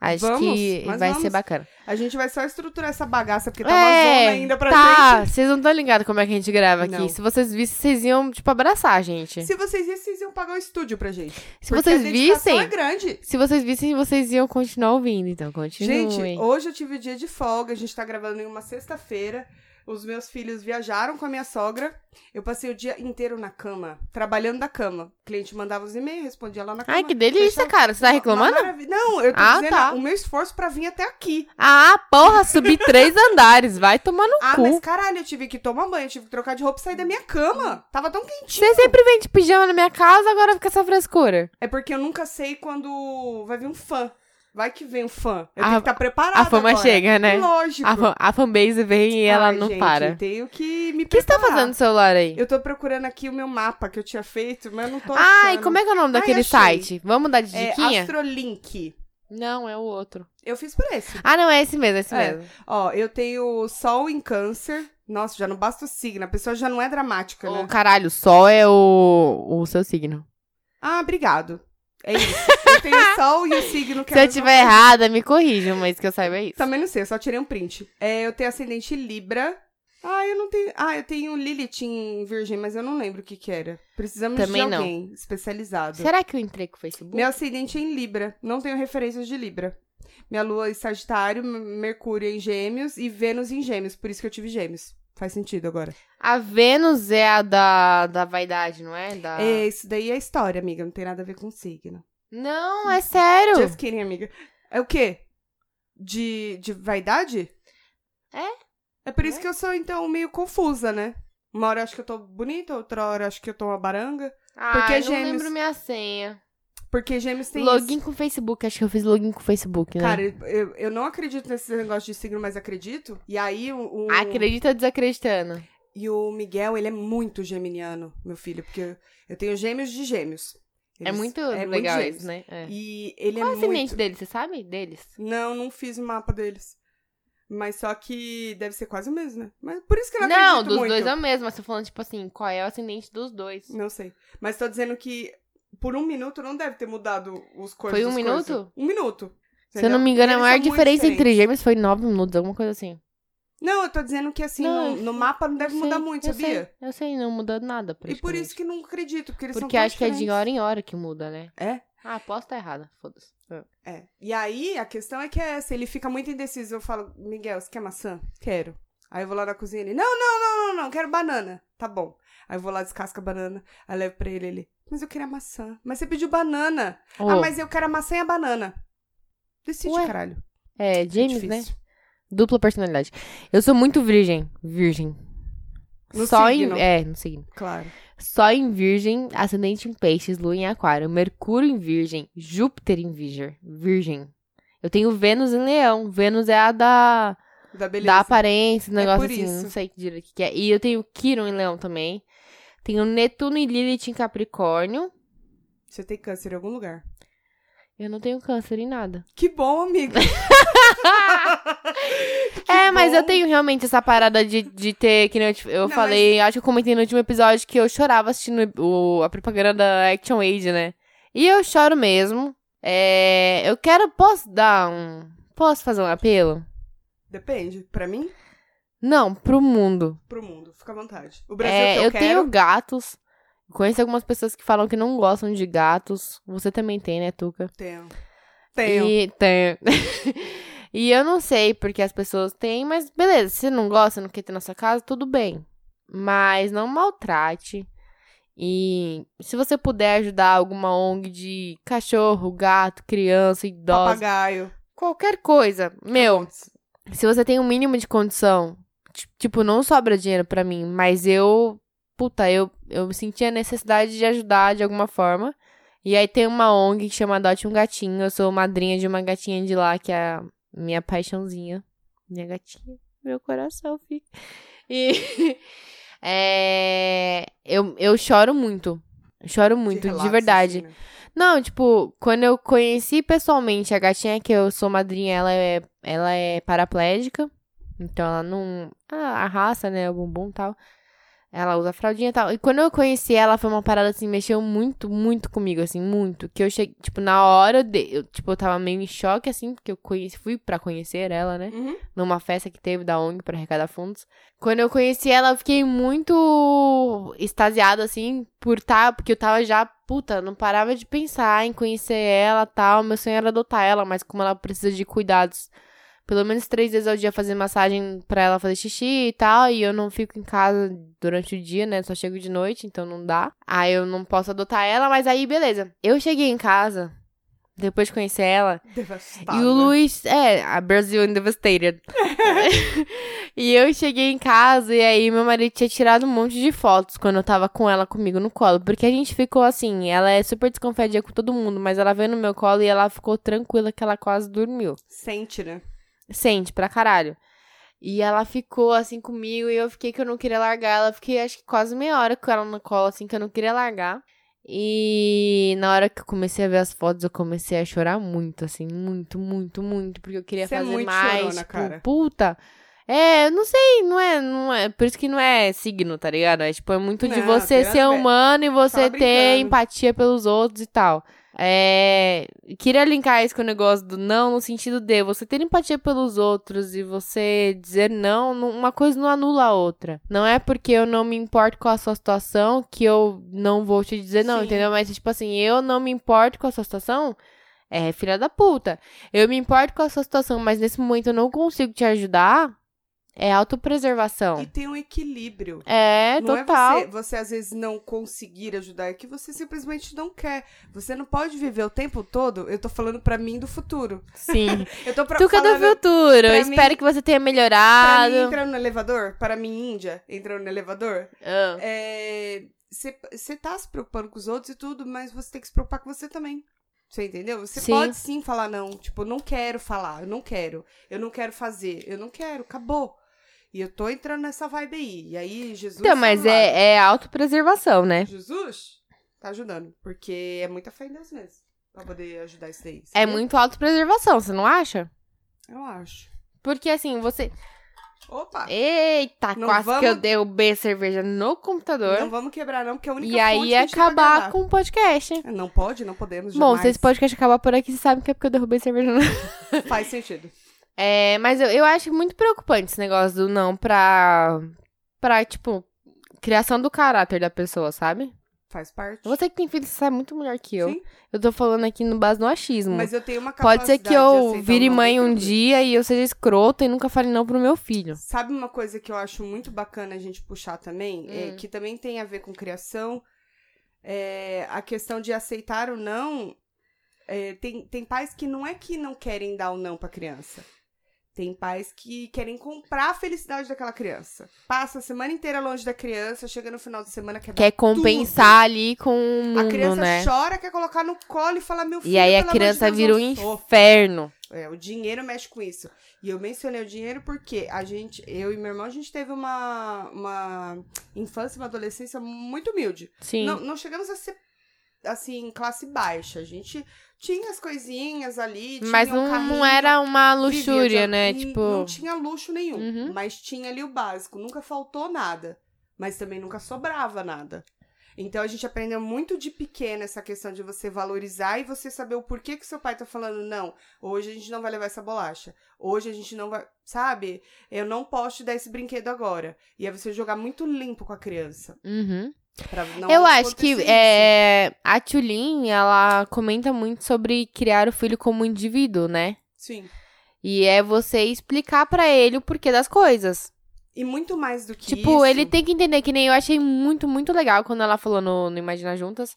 Speaker 1: Acho
Speaker 2: Vamos,
Speaker 1: que vai
Speaker 2: mas
Speaker 1: ser
Speaker 2: vamos.
Speaker 1: bacana.
Speaker 2: A gente vai só estruturar essa bagaça, porque tá uma
Speaker 1: é,
Speaker 2: zona ainda pra
Speaker 1: tá, vocês não estão ligados como é que a gente grava aqui.
Speaker 2: Não.
Speaker 1: Se vocês vissem, vocês iam, tipo, abraçar a gente.
Speaker 2: gente. Se vocês vissem, vocês iam pagar o estúdio pra gente.
Speaker 1: Se
Speaker 2: Porque
Speaker 1: vocês
Speaker 2: a dedicação
Speaker 1: vissem,
Speaker 2: é grande.
Speaker 1: se vocês vissem, vocês iam continuar ouvindo, então continuem.
Speaker 2: Gente, hoje eu tive dia de folga, a gente tá gravando em uma sexta-feira. Os meus filhos viajaram com a minha sogra. Eu passei o dia inteiro na cama, trabalhando da cama. O cliente mandava os e-mails, respondia lá na cama.
Speaker 1: Ai, que delícia,
Speaker 2: Fechava-
Speaker 1: cara. Você tá
Speaker 2: Uma
Speaker 1: reclamando?
Speaker 2: maravilha. Não, eu tô
Speaker 1: Ah,
Speaker 2: dizendo
Speaker 1: tá.
Speaker 2: o meu esforço pra vir até aqui.
Speaker 1: Ah, porra, subi três andares. Vai tomar no
Speaker 2: Ah,
Speaker 1: cu.
Speaker 2: mas caralho, eu tive que tomar banho, eu tive que trocar de roupa e sair da minha cama. Tava tão quentinho.
Speaker 1: Você sempre vem de pijama na minha casa, agora fica essa frescura.
Speaker 2: É porque eu nunca sei quando vai vir um fã. Vai que vem um fã. Eu
Speaker 1: A-
Speaker 2: tenho que estar preparada
Speaker 1: a fama
Speaker 2: agora.
Speaker 1: chega, né?
Speaker 2: Lógico.
Speaker 1: A, fan- a fanbase vem e ela
Speaker 2: Ai,
Speaker 1: não
Speaker 2: gente,
Speaker 1: para.
Speaker 2: Eu tenho que me
Speaker 1: O que você tá
Speaker 2: preparar.
Speaker 1: fazendo no celular aí?
Speaker 2: Eu tô procurando aqui o meu mapa que eu tinha feito, mas eu não tô
Speaker 1: Ai,
Speaker 2: achando.
Speaker 1: como é que é o nome
Speaker 2: Ai,
Speaker 1: daquele
Speaker 2: achei.
Speaker 1: site? Vamos dar de
Speaker 2: É
Speaker 1: diquinha?
Speaker 2: Astrolink.
Speaker 1: Não, é o outro.
Speaker 2: Eu fiz por esse.
Speaker 1: Ah, não, é esse mesmo, é esse
Speaker 2: É.
Speaker 1: mesmo.
Speaker 2: Ó, eu tenho Sol em Câncer. Nossa, já não basta o signo. A pessoa já não é dramática,
Speaker 1: Ô,
Speaker 2: né?
Speaker 1: caralho, Sol é o, o seu signo.
Speaker 2: Ah, obrigado. É isso. Eu tenho o Sol e o signo que
Speaker 1: Se
Speaker 2: é a
Speaker 1: eu
Speaker 2: mesma
Speaker 1: tiver errada, me corrijam, mas que eu saiba é isso.
Speaker 2: Também não sei, eu só tirei um print. É, eu tenho ascendente Libra. Ah, eu não tenho. Ah, eu tenho Lilith em Virgem, mas eu não lembro o que que era. Precisamos
Speaker 1: Também
Speaker 2: de
Speaker 1: não.
Speaker 2: alguém especializado.
Speaker 1: Será que eu entrei com o Facebook?
Speaker 2: Meu ascendente é em Libra. Não tenho referências de Libra. Minha lua em Sagitário, M- Mercúrio em Gêmeos e Vênus em Gêmeos. Por isso que eu tive Gêmeos. Faz sentido agora.
Speaker 1: A Vênus é a da, da vaidade, não é? Da...
Speaker 2: É, isso daí é história, amiga. Não tem nada a ver com signo.
Speaker 1: Não, é sério.
Speaker 2: Just kidding, amiga. É o quê? De, de vaidade?
Speaker 1: É?
Speaker 2: É por
Speaker 1: Não
Speaker 2: isso
Speaker 1: é?
Speaker 2: que eu sou, então, meio confusa, né? Uma hora eu acho que eu tô bonita, outra hora eu acho que eu tô uma baranga.
Speaker 1: Ah,
Speaker 2: Porque
Speaker 1: eu não
Speaker 2: gêmeos-
Speaker 1: lembro minha senha.
Speaker 2: Porque gêmeos tem
Speaker 1: login com o Facebook, acho que eu fiz login com o Facebook,
Speaker 2: isso.
Speaker 1: né?
Speaker 2: Cara, eu, eu não acredito nesse negócio de signo, mas acredito. E aí, um, o, o-
Speaker 1: Ah, Acredita ou desacreditando?
Speaker 2: E o Miguel, ele é muito geminiano, meu filho. Porque eu tenho gêmeos de gêmeos.
Speaker 1: é
Speaker 2: Eles-
Speaker 1: muito
Speaker 2: é
Speaker 1: legal
Speaker 2: gêmeos.
Speaker 1: isso, né? É.
Speaker 2: E ele
Speaker 1: Qual
Speaker 2: é
Speaker 1: o
Speaker 2: muito...
Speaker 1: ascendente deles, você sabe? Deles.
Speaker 2: Não, não fiz o mapa deles. Mas só que deve ser quase o mesmo, né? Mas por isso que eu não,
Speaker 1: Não,
Speaker 2: acredito
Speaker 1: dos
Speaker 2: muito.
Speaker 1: dois é o mesmo, mas tô falando, tipo assim, qual é o ascendente dos dois?
Speaker 2: Não sei. Mas tô dizendo que por um minuto não deve ter mudado os cores
Speaker 1: Foi um
Speaker 2: dos
Speaker 1: minuto?
Speaker 2: coisas. Um minuto.
Speaker 1: Se eu não me engano, é a
Speaker 2: Eles
Speaker 1: maior
Speaker 2: são muito
Speaker 1: diferença entre
Speaker 2: diferentes.
Speaker 1: gêmeos foi nove minutos, alguma coisa assim.
Speaker 2: Não, eu tô dizendo que assim,
Speaker 1: Não,
Speaker 2: no, no mapa não deve
Speaker 1: Eu
Speaker 2: mudar
Speaker 1: sei,
Speaker 2: muito,
Speaker 1: eu
Speaker 2: sabia?
Speaker 1: Sei, eu sei, não muda nada.
Speaker 2: E por isso que não acredito, porque eles são
Speaker 1: Porque
Speaker 2: tão
Speaker 1: acho que é de
Speaker 2: diferentes.
Speaker 1: hora em hora que muda, né?
Speaker 2: É?
Speaker 1: Ah, posso estar errada, foda-se.
Speaker 2: É. E aí, a questão é que é essa. Ele fica muito indeciso. Eu falo, Miguel, você quer maçã? Quero. Aí eu vou lá na cozinha e ele, não, não, não, não, não, quero banana. Tá bom. Aí eu vou lá, descasca a banana. Aí levo pra ele, ele, mas eu queria maçã. Mas você pediu banana.
Speaker 1: Ô,
Speaker 2: Ah, mas eu quero a maçã e a banana. Decide,
Speaker 1: Oh. Ué,
Speaker 2: caralho.
Speaker 1: É,
Speaker 2: É
Speaker 1: James, né?
Speaker 2: difícil.
Speaker 1: Dupla personalidade. Eu sou muito virgem. Virgem.
Speaker 2: No
Speaker 1: Só
Speaker 2: signo.
Speaker 1: em. É, no signo.
Speaker 2: Claro.
Speaker 1: Só em virgem, ascendente em peixes, lua em aquário, mercúrio em virgem, Júpiter em virgem. Virgem. Eu tenho Vênus em leão. Vênus é a da,
Speaker 2: Da beleza.
Speaker 1: da aparência, um
Speaker 2: É
Speaker 1: negócio
Speaker 2: por
Speaker 1: assim.
Speaker 2: isso.
Speaker 1: Não sei que direito o que é. E eu tenho Quiron em leão também. Tenho Netuno e Lilith em capricórnio.
Speaker 2: Você tem câncer em algum lugar.
Speaker 1: Eu não tenho câncer em nada.
Speaker 2: Que bom, amiga.
Speaker 1: é, mas eu
Speaker 2: bom.
Speaker 1: tenho realmente essa parada de, de ter, que nem eu, te- eu
Speaker 2: Não,
Speaker 1: falei, acho que eu comentei no último episódio que eu chorava assistindo o- a propaganda da Action Aid, né? E eu choro mesmo. É, eu quero, posso dar um, posso fazer um apelo?
Speaker 2: Depende. Pra mim,
Speaker 1: Não, pro mundo.
Speaker 2: pro mundo. Fica à vontade. O Brasil
Speaker 1: É,
Speaker 2: que eu,
Speaker 1: eu
Speaker 2: quero.
Speaker 1: tenho gatos. Conheço algumas pessoas que falam que não gostam de gatos. Você também tem, né, Tuca?
Speaker 2: Tenho. Tenho.
Speaker 1: E, tem. e eu não sei porque as pessoas têm, mas beleza, se não gosta, não quer ter na sua casa, tudo bem. Mas não maltrate. E se você puder ajudar alguma ONG de cachorro, gato, criança, idosa,
Speaker 2: Papagaio.
Speaker 1: qualquer coisa, meu,
Speaker 2: Putz.
Speaker 1: se você tem o mínimo de condição, ti- tipo, não sobra dinheiro pra mim, mas eu, puta, eu, eu senti a necessidade de ajudar de alguma forma. E aí tem uma ONG que chama Adote um Gatinho, eu sou madrinha de uma gatinha de lá, que é a minha paixãozinha, minha gatinha, meu coração fica. E é, eu, eu choro muito, choro
Speaker 2: De
Speaker 1: muito, de
Speaker 2: relatos,
Speaker 1: verdade.
Speaker 2: assim, né?
Speaker 1: Não, tipo, quando eu conheci pessoalmente a gatinha que eu sou madrinha, ela é, ela é paraplégica. Então ela não. A, a raça, né? O bumbum e tal. Ela usa fraldinha e tal. E quando eu conheci ela, foi uma parada assim, mexeu muito, muito comigo, assim, muito. Que eu cheguei, tipo, na hora, eu dei- eu, tipo, eu tava meio em choque, assim, porque eu conheci, fui pra conhecer ela, né?
Speaker 2: Uhum.
Speaker 1: numa festa que teve da ONG pra arrecadar fundos. Quando eu conheci ela, eu fiquei muito extasiada, assim, por tá, porque eu tava já, puta, não parava de pensar em conhecer ela tal. Meu sonho era adotar ela, mas como ela precisa de cuidados, pelo menos três vezes ao dia fazer massagem pra ela fazer xixi e tal, e eu não fico em casa durante o dia, né? Só chego de noite, então não dá. Aí eu não posso adotar ela, mas aí beleza. Eu cheguei em casa, depois de conhecer ela,
Speaker 2: Devastado. né?
Speaker 1: e o Luiz, é, a Brazil in Devastated. e eu cheguei em casa e aí meu marido tinha tirado um monte de fotos quando eu tava com ela comigo no colo. Porque a gente ficou assim, ela é super desconfiadinha com todo mundo, mas ela veio no meu colo e ela ficou tranquila que ela quase dormiu.
Speaker 2: Sente, né?
Speaker 1: Sente pra caralho. E ela ficou assim comigo e eu fiquei que eu não queria largar ela. Fiquei acho que quase meia hora com ela no colo, assim, que eu não queria largar. E na hora que eu comecei a ver as fotos, eu comecei a chorar muito, assim, muito, muito, muito, porque eu queria
Speaker 2: Você é
Speaker 1: fazer
Speaker 2: muito
Speaker 1: mais.
Speaker 2: chorona,
Speaker 1: tipo,
Speaker 2: cara.
Speaker 1: puta. É, eu não sei, não é, não é. Por isso que não é signo, tá ligado? É tipo, é muito de
Speaker 2: Não,
Speaker 1: você
Speaker 2: tem
Speaker 1: ser
Speaker 2: a ver.
Speaker 1: humano e você
Speaker 2: Fala
Speaker 1: ter
Speaker 2: brincando.
Speaker 1: empatia pelos outros e tal. É, queria linkar isso com o negócio do não, no sentido de você ter empatia pelos outros e você dizer não, não- uma coisa não anula a outra. Não é porque eu não me importo com a sua situação que eu não vou te dizer não,
Speaker 2: Sim.
Speaker 1: entendeu? Mas, tipo assim, eu não me importo com a sua situação, é filha da puta. Eu me importo com a sua situação, mas nesse momento eu não consigo te ajudar. É autopreservação.
Speaker 2: E tem um equilíbrio.
Speaker 1: É,
Speaker 2: não
Speaker 1: total.
Speaker 2: É você, você às vezes não conseguir ajudar, é que você simplesmente não quer. Você não pode viver o tempo todo. Eu tô falando pra mim do futuro.
Speaker 1: Sim.
Speaker 2: Eu tô pra,
Speaker 1: Tuca é do
Speaker 2: falando
Speaker 1: futuro. Eu
Speaker 2: pra
Speaker 1: espero
Speaker 2: mim-
Speaker 1: que você tenha
Speaker 2: pra mim
Speaker 1: melhorado.
Speaker 2: entrando no elevador, para mim Índia entrando no elevador.
Speaker 1: Ah.
Speaker 2: Você É, tá se preocupando com os outros e tudo, mas você tem que se preocupar com você também. Você entendeu? Você
Speaker 1: Sim.
Speaker 2: pode sim falar não. Tipo, não quero falar, eu não quero. Eu não quero fazer, eu não quero, acabou. E eu tô entrando nessa vibe aí. E aí, Jesus.
Speaker 1: Então, mas
Speaker 2: amado.
Speaker 1: é, é autopreservação, né?
Speaker 2: Jesus? tá ajudando. Porque é muita fé em Deus mesmo. Pra poder ajudar isso daí.
Speaker 1: É
Speaker 2: sabe?
Speaker 1: muito autopreservação, você não acha?
Speaker 2: Eu acho.
Speaker 1: Porque assim, você.
Speaker 2: Opa!
Speaker 1: É Eita,
Speaker 2: Não
Speaker 1: quase que eu
Speaker 2: vamos-
Speaker 1: derrubei a cerveja no computador.
Speaker 2: Não vamos quebrar, não, porque é a única
Speaker 1: E
Speaker 2: fonte
Speaker 1: aí
Speaker 2: que a gente tem pra
Speaker 1: acabar
Speaker 2: gravar.
Speaker 1: com o podcast.
Speaker 2: É, Não pode, não podemos.
Speaker 1: Bom, se
Speaker 2: jamais.
Speaker 1: esse podcast acabar por aqui, vocês sabem que é porque eu derrubei a cerveja no
Speaker 2: Faz sentido.
Speaker 1: É, mas eu, eu acho muito preocupante esse negócio do não pra. pra, tipo, criação do caráter da pessoa, sabe?
Speaker 2: Faz parte.
Speaker 1: Você que tem filho, você sabe muito melhor que eu.
Speaker 2: Sim,
Speaker 1: Eu tô falando aqui no base do achismo.
Speaker 2: mas eu tenho uma capacidade
Speaker 1: Pode ser que
Speaker 2: de
Speaker 1: eu
Speaker 2: aceitar
Speaker 1: vire
Speaker 2: o não
Speaker 1: mãe um
Speaker 2: dentro de mim.
Speaker 1: dia e eu seja escrota e nunca fale não pro meu filho.
Speaker 2: Sabe uma coisa que eu acho muito bacana a gente puxar também? É,
Speaker 1: Hum.
Speaker 2: que também tem a ver com criação. É, a questão de aceitar ou não. é, tem, tem pais que não é que não querem dar o não pra criança. Tem pais que querem comprar a felicidade daquela criança. Passa a semana inteira longe da criança, chega no final de semana quer
Speaker 1: Quer é compensar ali com o
Speaker 2: A
Speaker 1: mundo,
Speaker 2: criança
Speaker 1: né?
Speaker 2: chora, quer colocar no colo e falar, meu filho,
Speaker 1: E aí
Speaker 2: pelo
Speaker 1: a
Speaker 2: amor de
Speaker 1: criança
Speaker 2: Deus,
Speaker 1: vira um
Speaker 2: não sofra."
Speaker 1: inferno.
Speaker 2: É, o dinheiro mexe com isso. E eu mencionei o dinheiro porque a gente, eu e meu irmão, a gente teve uma, uma infância, uma adolescência muito humilde.
Speaker 1: Sim.
Speaker 2: Não, não chegamos a ser, assim, classe baixa. A gente tinha as coisinhas ali, tinha
Speaker 1: mas
Speaker 2: um
Speaker 1: não, não
Speaker 2: carrinho,
Speaker 1: era uma
Speaker 2: vivia
Speaker 1: luxúria,
Speaker 2: de-
Speaker 1: né?
Speaker 2: n-
Speaker 1: Tipo.
Speaker 2: Não tinha luxo nenhum,
Speaker 1: Uhum.
Speaker 2: mas tinha ali o básico. Nunca faltou nada, mas também nunca sobrava nada. Então a gente aprendeu muito de pequena essa questão de você valorizar e você saber o porquê que seu pai tá falando, não, hoje a gente não vai levar essa bolacha. Hoje a gente não vai, sabe? Eu não posso te dar esse brinquedo agora. E é você jogar muito limpo com a criança.
Speaker 1: Uhum.
Speaker 2: pra não
Speaker 1: Eu acho que
Speaker 2: acontecer isso.
Speaker 1: é, a Tulin, ela comenta muito sobre criar o filho como indivíduo, né?
Speaker 2: Sim.
Speaker 1: E é você explicar pra ele o porquê das coisas.
Speaker 2: E muito mais do que
Speaker 1: tipo,
Speaker 2: isso,
Speaker 1: ele tem que entender que nem eu achei muito, muito legal quando ela falou no, no Imagina Juntas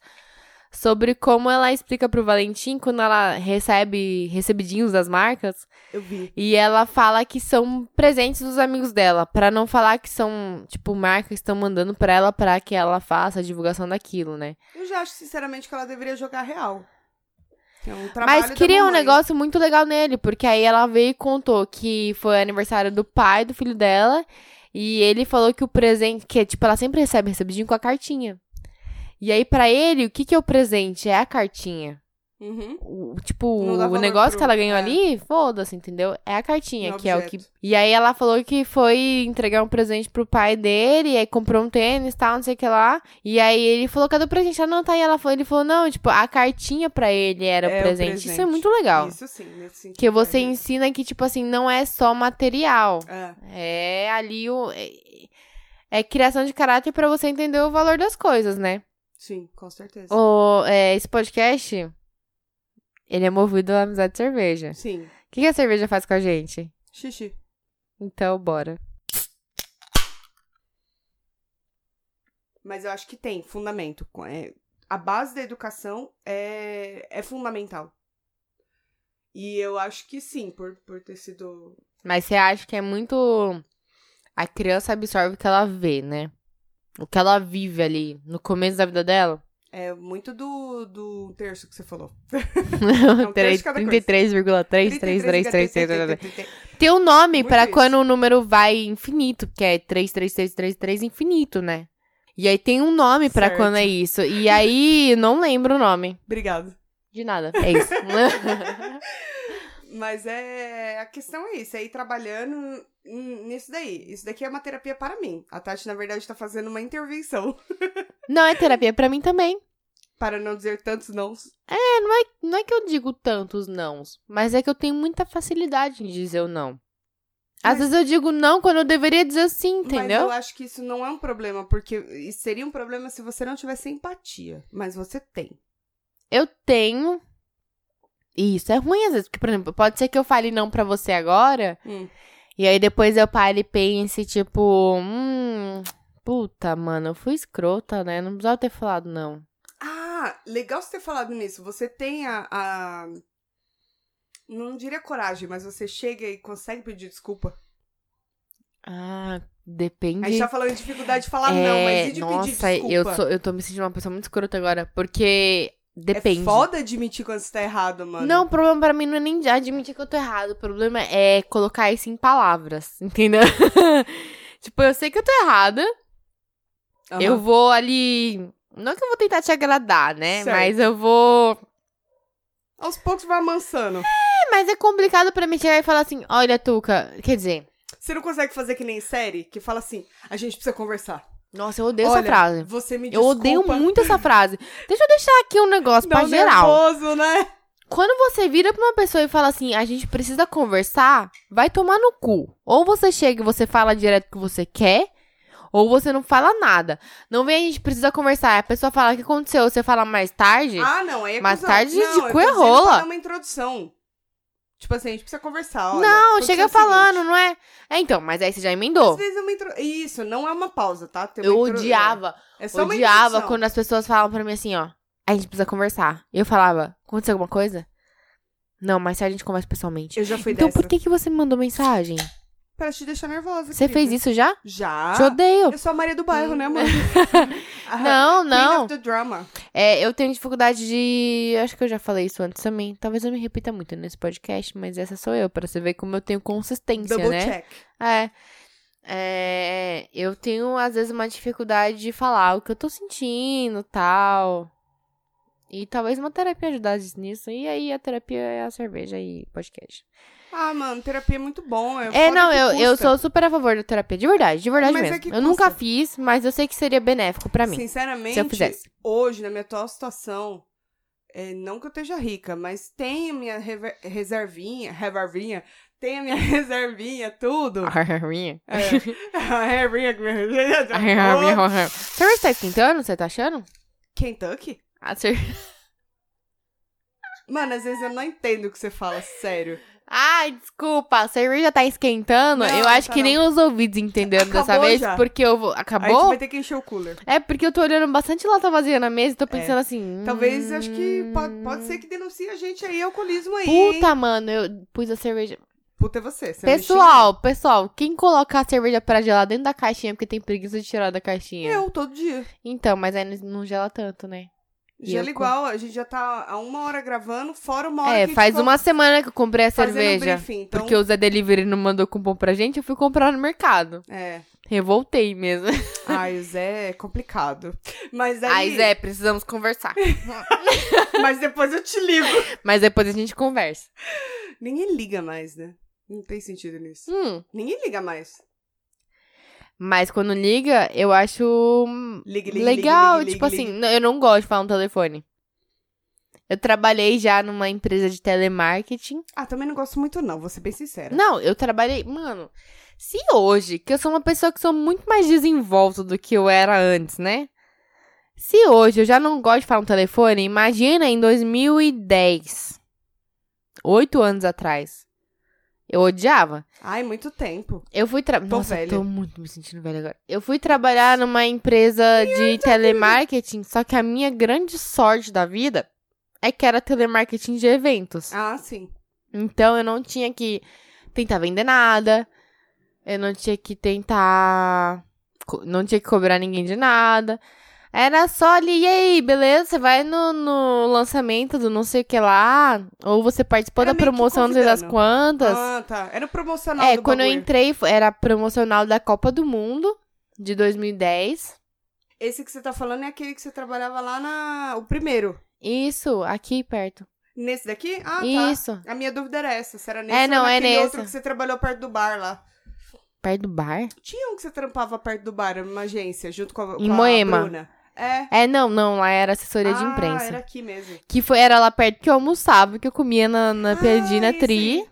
Speaker 1: sobre como ela explica pro Valentim quando ela recebe recebidinhos das marcas
Speaker 2: eu vi.
Speaker 1: e ela fala que são presentes dos amigos dela, Pra não falar que são, tipo, marcas que estão mandando pra ela pra que ela faça a divulgação daquilo, né?
Speaker 2: Eu já acho, sinceramente, que ela deveria jogar real. É um trabalho
Speaker 1: Mas
Speaker 2: da
Speaker 1: queria um
Speaker 2: mamãe.
Speaker 1: negócio muito legal nele, porque aí ela veio e contou que foi aniversário do pai do filho dela, e ele falou que o presente, que tipo, ela sempre recebe recebidinho com a cartinha. E aí pra ele, o que que é o presente? É a cartinha.
Speaker 2: Uhum.
Speaker 1: O, tipo,
Speaker 2: Não dá
Speaker 1: o
Speaker 2: valor
Speaker 1: negócio que
Speaker 2: pro-
Speaker 1: ela ganhou
Speaker 2: é.
Speaker 1: ali, foda-se, entendeu? É a cartinha,
Speaker 2: É
Speaker 1: que é o que...
Speaker 2: objeto.
Speaker 1: E aí ela falou que foi entregar um presente pro pai dele, e aí comprou um tênis, tal, não sei o que lá. E aí ele falou, cadê o presente? Ela não tá aí. Ela falou, ele falou, não, tipo, a cartinha pra ele era
Speaker 2: É
Speaker 1: o
Speaker 2: o
Speaker 1: presente. Isso é
Speaker 2: presente.
Speaker 1: muito legal.
Speaker 2: Isso sim, nesse sentido.
Speaker 1: Que você
Speaker 2: é.
Speaker 1: ensina que, tipo assim, não é só material.
Speaker 2: É.
Speaker 1: É ali o. É, é criação de caráter pra você entender o valor das coisas, né?
Speaker 2: Sim, com certeza.
Speaker 1: O, é, esse podcast. Ele é movido à amizade de cerveja. O
Speaker 2: Sim.
Speaker 1: que, que a cerveja faz com a gente?
Speaker 2: Xixi.
Speaker 1: Então, bora.
Speaker 2: Mas eu acho que tem fundamento. É, a base da educação é, é fundamental. E eu acho que sim, por, por ter sido.
Speaker 1: Mas você acha que é muito. A criança absorve o que ela vê, né? O que ela vive ali no começo da vida dela?
Speaker 2: É muito do, do terço que você falou.
Speaker 1: Peraí,
Speaker 2: É um de cada coisa.
Speaker 1: 33,333333. Tem um nome
Speaker 2: Muito
Speaker 1: pra
Speaker 2: isso.
Speaker 1: quando o número vai infinito, que é 33333 infinito, né? E aí tem um nome pra
Speaker 2: Certo.
Speaker 1: quando é isso. E aí, não lembro o nome.
Speaker 2: Obrigado.
Speaker 1: De nada. É isso.
Speaker 2: Mas é. A questão é isso, é ir trabalhando hum, nisso daí. Isso daqui é uma terapia para mim. A Tati, na verdade, tá fazendo uma intervenção.
Speaker 1: não é terapia pra mim também.
Speaker 2: Para não dizer tantos não.
Speaker 1: Não é que eu digo tantos nãos, mas é que eu tenho muita facilidade em dizer o não. Às
Speaker 2: Mas-
Speaker 1: vezes eu digo não quando eu deveria dizer sim,
Speaker 2: Mas
Speaker 1: entendeu?
Speaker 2: eu acho que isso não é um problema, porque isso seria um problema se você não tivesse empatia. Mas você tem.
Speaker 1: eu tenho. E isso é ruim às vezes, porque, por exemplo, pode ser que eu fale não pra você agora,
Speaker 2: Hum.
Speaker 1: e aí depois eu pare e pense, tipo, hum, puta, mano, eu fui escrota, né? Não precisava ter falado não.
Speaker 2: Ah, legal você ter falado nisso. Você tem a. a- Não diria coragem, mas você chega e consegue pedir desculpa.
Speaker 1: Ah,
Speaker 2: A gente
Speaker 1: depende.
Speaker 2: tá falando de dificuldade de falar não, mas e de
Speaker 1: É, nossa,
Speaker 2: pedir desculpa?
Speaker 1: eu, sou, eu tô me sentindo uma pessoa muito escrota agora, porque depende.
Speaker 2: É foda admitir quando você tá errado, mano.
Speaker 1: Não, o problema pra mim não é nem admitir que eu tô errado. O problema é colocar isso em palavras, entendeu? tipo, eu sei que eu tô errada,
Speaker 2: Aham.
Speaker 1: Eu vou ali Não que eu vou tentar te agradar, né?
Speaker 2: Certo.
Speaker 1: Mas eu vou.
Speaker 2: Aos poucos vai amansando.
Speaker 1: É, mas é complicado pra mim chegar e falar assim: olha, Tuca. Quer dizer,
Speaker 2: Você não consegue fazer que nem série, que fala assim, a gente precisa conversar.
Speaker 1: nossa, eu odeio
Speaker 2: Olha,
Speaker 1: essa frase.
Speaker 2: Você me
Speaker 1: Eu
Speaker 2: desculpa.
Speaker 1: odeio muito essa frase. Deixa eu deixar aqui um negócio
Speaker 2: Dá
Speaker 1: pra
Speaker 2: um
Speaker 1: geral.
Speaker 2: nervoso, né?
Speaker 1: Quando você vira pra uma pessoa e fala assim, a gente precisa conversar, vai tomar no cu. Ou você chega e você fala direto o que você quer, ou você não fala nada. Não vem a gente precisa conversar, a pessoa fala o que aconteceu, você fala mais tarde.
Speaker 2: Ah, não, aí é
Speaker 1: Mais
Speaker 2: cuzão.
Speaker 1: tarde,
Speaker 2: não,
Speaker 1: de
Speaker 2: eu
Speaker 1: cu
Speaker 2: tô
Speaker 1: é
Speaker 2: dizendo
Speaker 1: rola.
Speaker 2: pra dar uma introdução. Tipo assim, a gente precisa conversar, olha.
Speaker 1: não,
Speaker 2: aconteceu
Speaker 1: chega
Speaker 2: o seguinte.
Speaker 1: falando, não é? É então, mas aí você já
Speaker 2: Às
Speaker 1: emendou.
Speaker 2: vezes é uma intro... Isso, não é uma pausa, tá? Tem uma
Speaker 1: Eu
Speaker 2: intro-
Speaker 1: odiava,
Speaker 2: É só uma
Speaker 1: odiava
Speaker 2: introdução.
Speaker 1: quando as pessoas falavam pra mim assim, ó, a gente precisa conversar. E eu falava, aconteceu alguma coisa? Não, mas se a gente conversa pessoalmente.
Speaker 2: Eu já fui
Speaker 1: Então
Speaker 2: dessa.
Speaker 1: por que que você me mandou mensagem?
Speaker 2: Pra te deixar nervosa,
Speaker 1: Você fez isso já?
Speaker 2: isso? Já.
Speaker 1: Te odeio.
Speaker 2: Eu sou a Maria do bairro, né, mano? Ah,
Speaker 1: Não,
Speaker 2: Queen
Speaker 1: não.
Speaker 2: of the drama.
Speaker 1: É, eu tenho dificuldade de. Acho que eu já falei isso antes também. Talvez eu me repita muito nesse podcast, mas essa sou eu, pra você ver como eu tenho consistência,
Speaker 2: Double
Speaker 1: né?
Speaker 2: check.
Speaker 1: É. É, Eu tenho, às vezes, uma dificuldade de falar o que eu tô sentindo tal. E talvez uma terapia ajudasse nisso. E aí a terapia é a cerveja e podcast.
Speaker 2: Ah, mano, terapia é muito bom. É,
Speaker 1: É,
Speaker 2: foda
Speaker 1: não,
Speaker 2: que
Speaker 1: eu, eu
Speaker 2: custa.
Speaker 1: sou super a favor da terapia. De verdade, de verdade
Speaker 2: Mas é
Speaker 1: mesmo.
Speaker 2: que
Speaker 1: eu nunca
Speaker 2: custa.
Speaker 1: fiz, mas eu sei que seria benéfico pra mim.
Speaker 2: Sinceramente,
Speaker 1: se eu fizesse.
Speaker 2: hoje, na minha atual situação, é, não que eu esteja rica, mas tem a minha rever- reservinha, reservinha, tem a minha reservinha, tudo.
Speaker 1: Ah.
Speaker 2: É, a reservinha que me... Ô,
Speaker 1: Cerveja tá esquentando, você tá achando?
Speaker 2: Kentucky?
Speaker 1: A cer-
Speaker 2: Mano, às vezes eu não entendo o que você fala, sério.
Speaker 1: Ai, desculpa, a cerveja tá esquentando.
Speaker 2: Não,
Speaker 1: eu acho
Speaker 2: tá
Speaker 1: que
Speaker 2: não.
Speaker 1: nem os ouvidos entenderam dessa
Speaker 2: Acabou
Speaker 1: vez,
Speaker 2: já.
Speaker 1: porque eu vou.
Speaker 2: A gente
Speaker 1: Acabou?
Speaker 2: vai ter que encher o cooler.
Speaker 1: É porque eu tô olhando bastante lata vazia na mesa e tô pensando assim.
Speaker 2: É. Talvez,
Speaker 1: hum,
Speaker 2: acho que po- pode, ser que denuncie a gente aí, alcoolismo aí. hein?
Speaker 1: Puta, mano, eu pus a cerveja.
Speaker 2: Puta é você. você
Speaker 1: pessoal, pessoal, quem colocar a cerveja pra gelar dentro da caixinha porque tem preguiça de tirar da
Speaker 2: É
Speaker 1: caixinha?
Speaker 2: mexicano? eu, todo dia.
Speaker 1: Então, mas aí não não gela tanto, né? E
Speaker 2: Gelo
Speaker 1: eu com-
Speaker 2: igual, a gente já tá há uma hora gravando, fora uma hora que a
Speaker 1: É,
Speaker 2: gente
Speaker 1: faz
Speaker 2: ficou
Speaker 1: uma semana que eu comprei a
Speaker 2: fazendo
Speaker 1: cerveja.
Speaker 2: briefing, então,
Speaker 1: Porque o Zé Delivery não mandou cupom pra gente, eu fui comprar no mercado.
Speaker 2: É.
Speaker 1: Revoltei mesmo.
Speaker 2: Ai, o Zé é complicado. Mas aí...
Speaker 1: Aí, Zé, precisamos conversar.
Speaker 2: Mas depois eu te ligo.
Speaker 1: Mas depois a gente conversa.
Speaker 2: Ninguém liga mais, né? Não tem sentido nisso.
Speaker 1: Hum,
Speaker 2: Ninguém liga mais.
Speaker 1: Mas quando liga, eu acho
Speaker 2: Liga, liga,
Speaker 1: legal.
Speaker 2: liga, liga,
Speaker 1: tipo
Speaker 2: liga,
Speaker 1: assim,
Speaker 2: liga.
Speaker 1: não- eu não gosto de falar no telefone. Eu trabalhei já numa empresa de telemarketing.
Speaker 2: Ah, também não gosto muito não, vou ser bem sincera.
Speaker 1: Não, eu trabalhei. Mano, se hoje, que eu sou uma pessoa que sou muito mais desenvolta do que eu era antes, né? Se hoje eu já não gosto de falar no telefone, imagina em 2010. Oito anos atrás. Eu odiava.
Speaker 2: Ai, muito tempo.
Speaker 1: Eu fui trabalhar.
Speaker 2: Tô
Speaker 1: Nossa, eu
Speaker 2: velha.
Speaker 1: tô muito me sentindo velha agora. Eu fui trabalhar numa empresa de telemarketing, só que a minha grande sorte da vida é que era telemarketing de eventos.
Speaker 2: Ah, sim.
Speaker 1: Então eu não tinha que tentar vender nada. Eu não tinha que tentar. co- Não tinha que cobrar ninguém de nada. Era só ali, e aí, beleza? Você vai no, no lançamento do não sei o que lá. Ou você participou
Speaker 2: Era
Speaker 1: da
Speaker 2: meio que
Speaker 1: promoção, não sei das
Speaker 2: convidando.
Speaker 1: quantas.
Speaker 2: Ah, tá. Era o promocional
Speaker 1: É,
Speaker 2: do
Speaker 1: quando eu
Speaker 2: bagulho.
Speaker 1: entrei, fo- era promocional da Copa do Mundo de 2010.
Speaker 2: Esse que você tá falando é aquele que você trabalhava lá na... O primeiro.
Speaker 1: Isso, aqui perto.
Speaker 2: Nesse daqui? Ah, tá.
Speaker 1: Isso,
Speaker 2: A minha dúvida era essa, se era nesse
Speaker 1: É,
Speaker 2: ou
Speaker 1: não, é
Speaker 2: naquele
Speaker 1: nesse.
Speaker 2: outro que você trabalhou perto do bar lá.
Speaker 1: perto do bar.
Speaker 2: Tinha um que você trampava perto do bar, era uma agência, junto com a,
Speaker 1: Em
Speaker 2: com a
Speaker 1: Moema.
Speaker 2: Bruna. É.
Speaker 1: É, não, não, lá era assessoria de
Speaker 2: Ah,
Speaker 1: imprensa.
Speaker 2: era aqui mesmo.
Speaker 1: Que foi, era lá perto que eu almoçava, que eu comia na, na
Speaker 2: Ah,
Speaker 1: Piadina
Speaker 2: esse
Speaker 1: Tri. É.
Speaker 2: aí.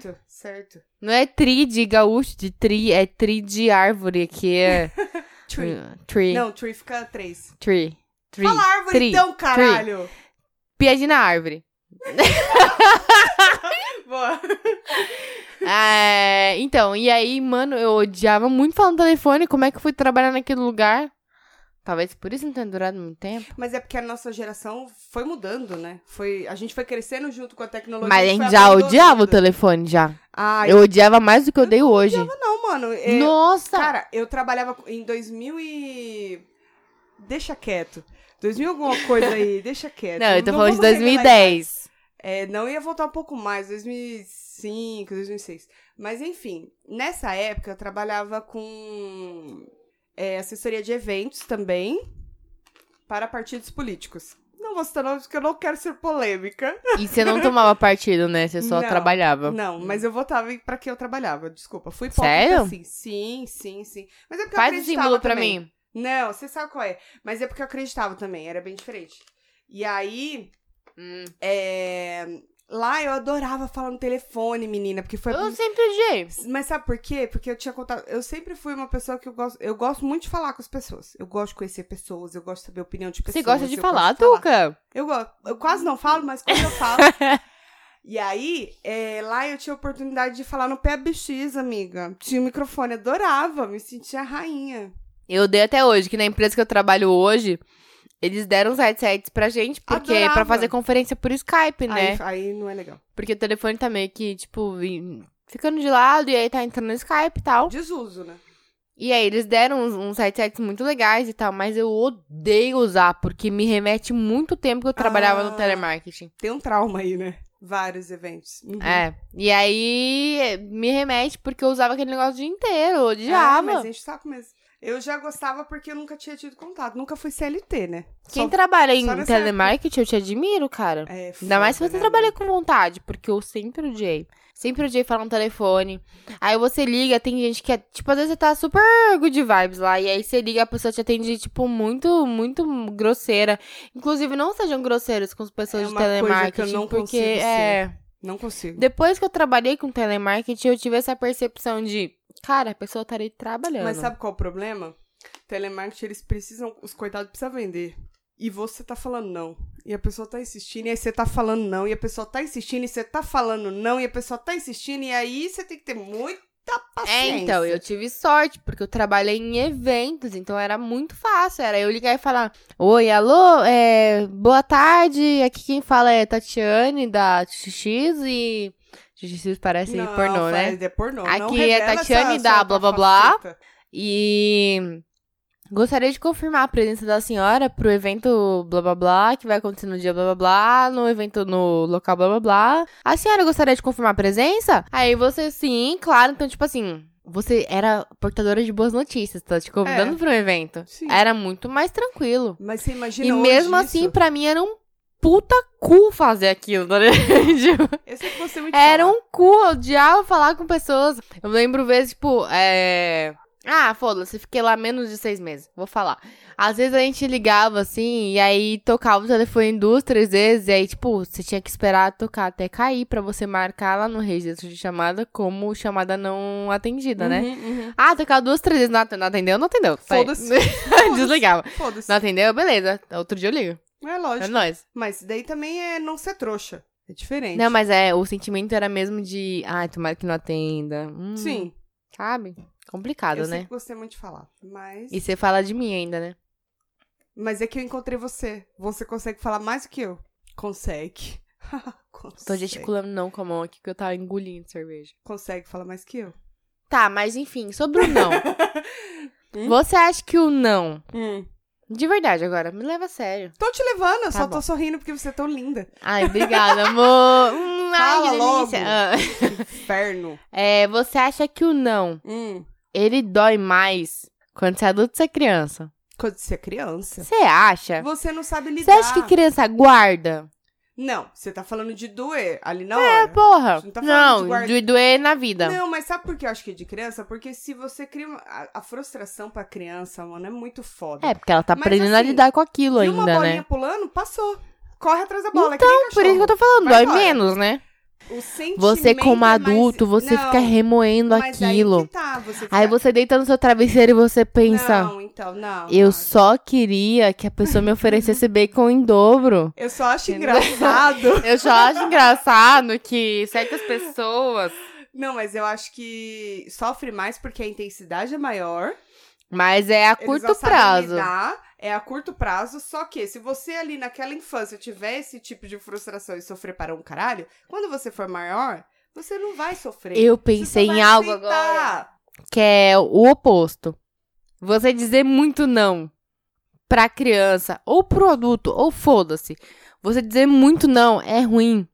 Speaker 2: Certo, certo.
Speaker 1: Não é tri de gaúcho, de tri, é tri de árvore, que é...
Speaker 2: Tree.
Speaker 1: Tree.
Speaker 2: Não, tree fica três.
Speaker 1: Tree. Tree.
Speaker 2: Fala árvore
Speaker 1: Tree.
Speaker 2: então, caralho.
Speaker 1: Piadina árvore.
Speaker 2: Boa.
Speaker 1: É, então, e aí, mano, eu odiava muito falar no telefone. Como é que eu fui trabalhar naquele lugar? Talvez por isso não tenha durado muito tempo.
Speaker 2: Mas é porque a nossa geração foi mudando, né? Foi, a gente foi crescendo junto com a tecnologia.
Speaker 1: Mas a
Speaker 2: foi
Speaker 1: gente já
Speaker 2: abandonando.
Speaker 1: odiava o telefone já.
Speaker 2: Ah, eu
Speaker 1: Eu odiava mais do que eu odeio hoje.
Speaker 2: não, mano. é-
Speaker 1: Nossa!
Speaker 2: Cara, eu trabalhava em 2000 e... Deixa quieto. 2000 alguma coisa aí, deixa quieto.
Speaker 1: não, eu tô falando de
Speaker 2: vamos revelar né?
Speaker 1: 2010.
Speaker 2: É, não ia voltar um pouco mais, 2005, 2006. Mas enfim, nessa época eu trabalhava com é, assessoria de eventos também. para partidos políticos. Não vou citar nomes porque eu não quero ser polêmica.
Speaker 1: E você não tomava partido, né? Você só
Speaker 2: Não.
Speaker 1: trabalhava.
Speaker 2: Não, mas eu votava em- pra quem eu trabalhava, desculpa. Fui
Speaker 1: Sério?
Speaker 2: hipócrita, sim. Sim, sim, sim. Mas é porque eu
Speaker 1: Faz o
Speaker 2: acreditava
Speaker 1: símbolo pra
Speaker 2: também.
Speaker 1: mim.
Speaker 2: Não, você sabe qual é. Mas é porque eu acreditava também, era bem diferente. E aí,
Speaker 1: Hum.
Speaker 2: é, lá eu adorava falar no telefone, menina, porque foi...
Speaker 1: Eu sempre odiei.
Speaker 2: Mas sabe por quê? Porque eu tinha contado. Eu sempre fui uma pessoa que eu gosto. Eu gosto muito de falar com as pessoas. Eu gosto de conhecer pessoas, eu gosto de saber a opinião de pessoas.
Speaker 1: Você gosta de
Speaker 2: eu
Speaker 1: falar,
Speaker 2: gosto de
Speaker 1: Tuca?
Speaker 2: Eu, gosto. eu quase não falo, mas quando eu falo. e aí, é, lá eu tinha a oportunidade de falar no PBX, amiga. Tinha um microfone, adorava, me sentia rainha.
Speaker 1: Eu dei até hoje, que na empresa que eu trabalho hoje, eles deram os headsets pra gente, porque é pra
Speaker 2: Adorava.
Speaker 1: fazer conferência por Skype, né?
Speaker 2: Aí, aí não é legal.
Speaker 1: Porque o telefone tá meio que, tipo, em- ficando de lado e aí tá entrando no Skype e tal.
Speaker 2: Desuso, né?
Speaker 1: E aí eles deram uns, uns headsets muito legais e tal, mas eu odeio usar, porque me remete muito tempo que eu trabalhava no
Speaker 2: Ah.
Speaker 1: telemarketing.
Speaker 2: Tem um trauma aí, né? Vários eventos. Uhum.
Speaker 1: É. E aí eh, me remete porque eu usava aquele negócio o dia inteiro, eu
Speaker 2: Ah,
Speaker 1: odiava.
Speaker 2: mas enche o saco mesmo. Eu já gostava porque eu nunca tinha tido contato. Nunca fui CLT, né?
Speaker 1: Quem
Speaker 2: Só
Speaker 1: trabalha em
Speaker 2: só nessa
Speaker 1: telemarketing, eu te admiro, cara.
Speaker 2: É,
Speaker 1: Ainda mais se
Speaker 2: foda,
Speaker 1: você
Speaker 2: né,
Speaker 1: trabalha com vontade, porque eu sempre odiei. Sempre odiei falar no telefone. Aí você liga, tem gente que é. Tipo, às vezes você tá super good vibes lá. E aí você liga, a pessoa te atende, tipo, muito, muito grosseira. Inclusive, não sejam grosseiros com as pessoas
Speaker 2: É
Speaker 1: de
Speaker 2: uma coisa que eu
Speaker 1: telemarketing.
Speaker 2: não
Speaker 1: porque
Speaker 2: consigo
Speaker 1: é.
Speaker 2: mano? Não consigo.
Speaker 1: Depois que eu trabalhei com telemarketing, eu tive essa percepção de. Cara, a pessoa tá ali trabalhando.
Speaker 2: Mas sabe qual é o problema? Telemarketing, eles precisam, os coitados precisam vender. E você tá falando não. E a pessoa tá insistindo, e aí você tá falando não. E a pessoa tá insistindo, e você tá falando não. E a pessoa tá insistindo, e aí você tem que ter muita
Speaker 1: É,
Speaker 2: paciência.
Speaker 1: então, eu tive sorte, porque eu trabalhei em eventos, então era muito fácil. Era eu ligar e falar: Oi, alô, é, boa tarde. Aqui quem fala é Tatiane da XX e. XX parece
Speaker 2: não,
Speaker 1: pornô, né?
Speaker 2: faz- É pornô. não
Speaker 1: Aqui é
Speaker 2: revela essa
Speaker 1: Tatiane
Speaker 2: sua
Speaker 1: da blá, blá, blá.
Speaker 2: faceta.
Speaker 1: E. Gostaria de confirmar a presença da senhora pro evento blá blá blá, que vai acontecer no dia blá blá blá, no evento no local blá blá blá. A senhora gostaria de confirmar a presença? Aí você, sim, claro. Então, tipo assim, você era portadora de boas notícias, tá te convidando
Speaker 2: É.
Speaker 1: pra um evento.
Speaker 2: Sim.
Speaker 1: Era muito mais tranquilo.
Speaker 2: Mas você imagina
Speaker 1: e
Speaker 2: hoje
Speaker 1: mesmo
Speaker 2: isso?
Speaker 1: assim, pra mim era um puta cu fazer aquilo, tá ligado? Tipo,
Speaker 2: Eu sei que você é muito
Speaker 1: era
Speaker 2: fã.
Speaker 1: um cu, eu odiava falar com pessoas. Eu lembro vezes, tipo, é. Ah, foda-se, fiquei lá menos de seis meses, vou falar. Às vezes a gente ligava assim, e aí tocava o telefone duas, três vezes, e aí, tipo, você tinha que esperar tocar até cair pra você marcar lá no registro de chamada como chamada não atendida, né?
Speaker 2: Uhum, uhum.
Speaker 1: Ah, tocava duas, três vezes, não at- não atendeu, não atendeu. Sai.
Speaker 2: Foda-se. Foda-se.
Speaker 1: Desligava.
Speaker 2: Foda-se.
Speaker 1: Não atendeu, beleza. Outro dia eu ligo.
Speaker 2: É
Speaker 1: É
Speaker 2: lógico.
Speaker 1: nóis.
Speaker 2: Mas daí também é não ser trouxa. É diferente.
Speaker 1: Não, mas é, o sentimento era mesmo de, ai, tomara que não atenda. Hum.
Speaker 2: Sim.
Speaker 1: Sabe? Complicado,
Speaker 2: eu
Speaker 1: né?
Speaker 2: sempre gostei é muito de falar. Mas.
Speaker 1: E você fala de mim ainda, né?
Speaker 2: Mas é que eu encontrei você. Você consegue falar mais do que eu. Consegue. consegue.
Speaker 1: Tô gesticulando não com a mão aqui, que eu tava engolindo cerveja.
Speaker 2: Consegue falar mais que eu.
Speaker 1: Tá, mas enfim, sobre o não. Você acha que o não... De verdade agora, me leva a sério.
Speaker 2: Tô te levando, eu
Speaker 1: Hum. Tá
Speaker 2: só
Speaker 1: bom.
Speaker 2: tô sorrindo porque você é tão linda.
Speaker 1: Ai, obrigada, amor. Hum, ai, que
Speaker 2: Fala
Speaker 1: delícia.
Speaker 2: logo.
Speaker 1: Ah.
Speaker 2: Inferno.
Speaker 1: É, você acha que o não,
Speaker 2: Hum.
Speaker 1: ele dói mais quando você é adulto ou você é criança?
Speaker 2: Quando você é criança.
Speaker 1: Você acha?
Speaker 2: Você não sabe
Speaker 1: É. Você
Speaker 2: lidar.
Speaker 1: acha que criança guarda?
Speaker 2: Não, você tá falando de doer ali
Speaker 1: É,
Speaker 2: na hora.
Speaker 1: Porra.
Speaker 2: Você não tá falando de
Speaker 1: Não,
Speaker 2: guarda-
Speaker 1: de doer na vida.
Speaker 2: Não, mas sabe por que eu acho que é de criança? Porque se você cria. uma- A, a frustração pra criança, mano, é muito foda.
Speaker 1: É, porque ela tá
Speaker 2: Mas,
Speaker 1: aprendendo a
Speaker 2: assim,
Speaker 1: lidar com aquilo
Speaker 2: Viu uma
Speaker 1: ainda,
Speaker 2: bolinha
Speaker 1: né?
Speaker 2: pulando, passou. Corre atrás da bola.
Speaker 1: Então,
Speaker 2: é que nem
Speaker 1: Por isso que eu tô falando, dói
Speaker 2: Vai embora.
Speaker 1: menos, né?
Speaker 2: O sentimento
Speaker 1: Você, como
Speaker 2: é mais-
Speaker 1: adulto, você
Speaker 2: Não,
Speaker 1: fica remoendo
Speaker 2: mas Aí,
Speaker 1: aquilo.
Speaker 2: que tá, você fica...
Speaker 1: Aí você deita no seu travesseiro e você pensa:
Speaker 2: Não, então, não.
Speaker 1: eu
Speaker 2: não.
Speaker 1: só queria que a pessoa me oferecesse bacon em dobro.
Speaker 2: Eu só acho
Speaker 1: Entendeu?
Speaker 2: engraçado.
Speaker 1: Eu só acho engraçado que certas pessoas.
Speaker 2: não, mas eu acho que sofre mais porque a intensidade é maior.
Speaker 1: Mas é a curto
Speaker 2: eles não sabem
Speaker 1: prazo.
Speaker 2: lidar, é a curto prazo, só que se você ali naquela infância tiver esse tipo de frustração e sofrer para um caralho, quando você for maior, você não vai sofrer.
Speaker 1: Eu
Speaker 2: Você só
Speaker 1: pensei
Speaker 2: vai
Speaker 1: em algo agora
Speaker 2: aceitar.
Speaker 1: que é o oposto. Você dizer muito não pra criança ou pro adulto, ou foda-se. Você dizer muito não é ruim.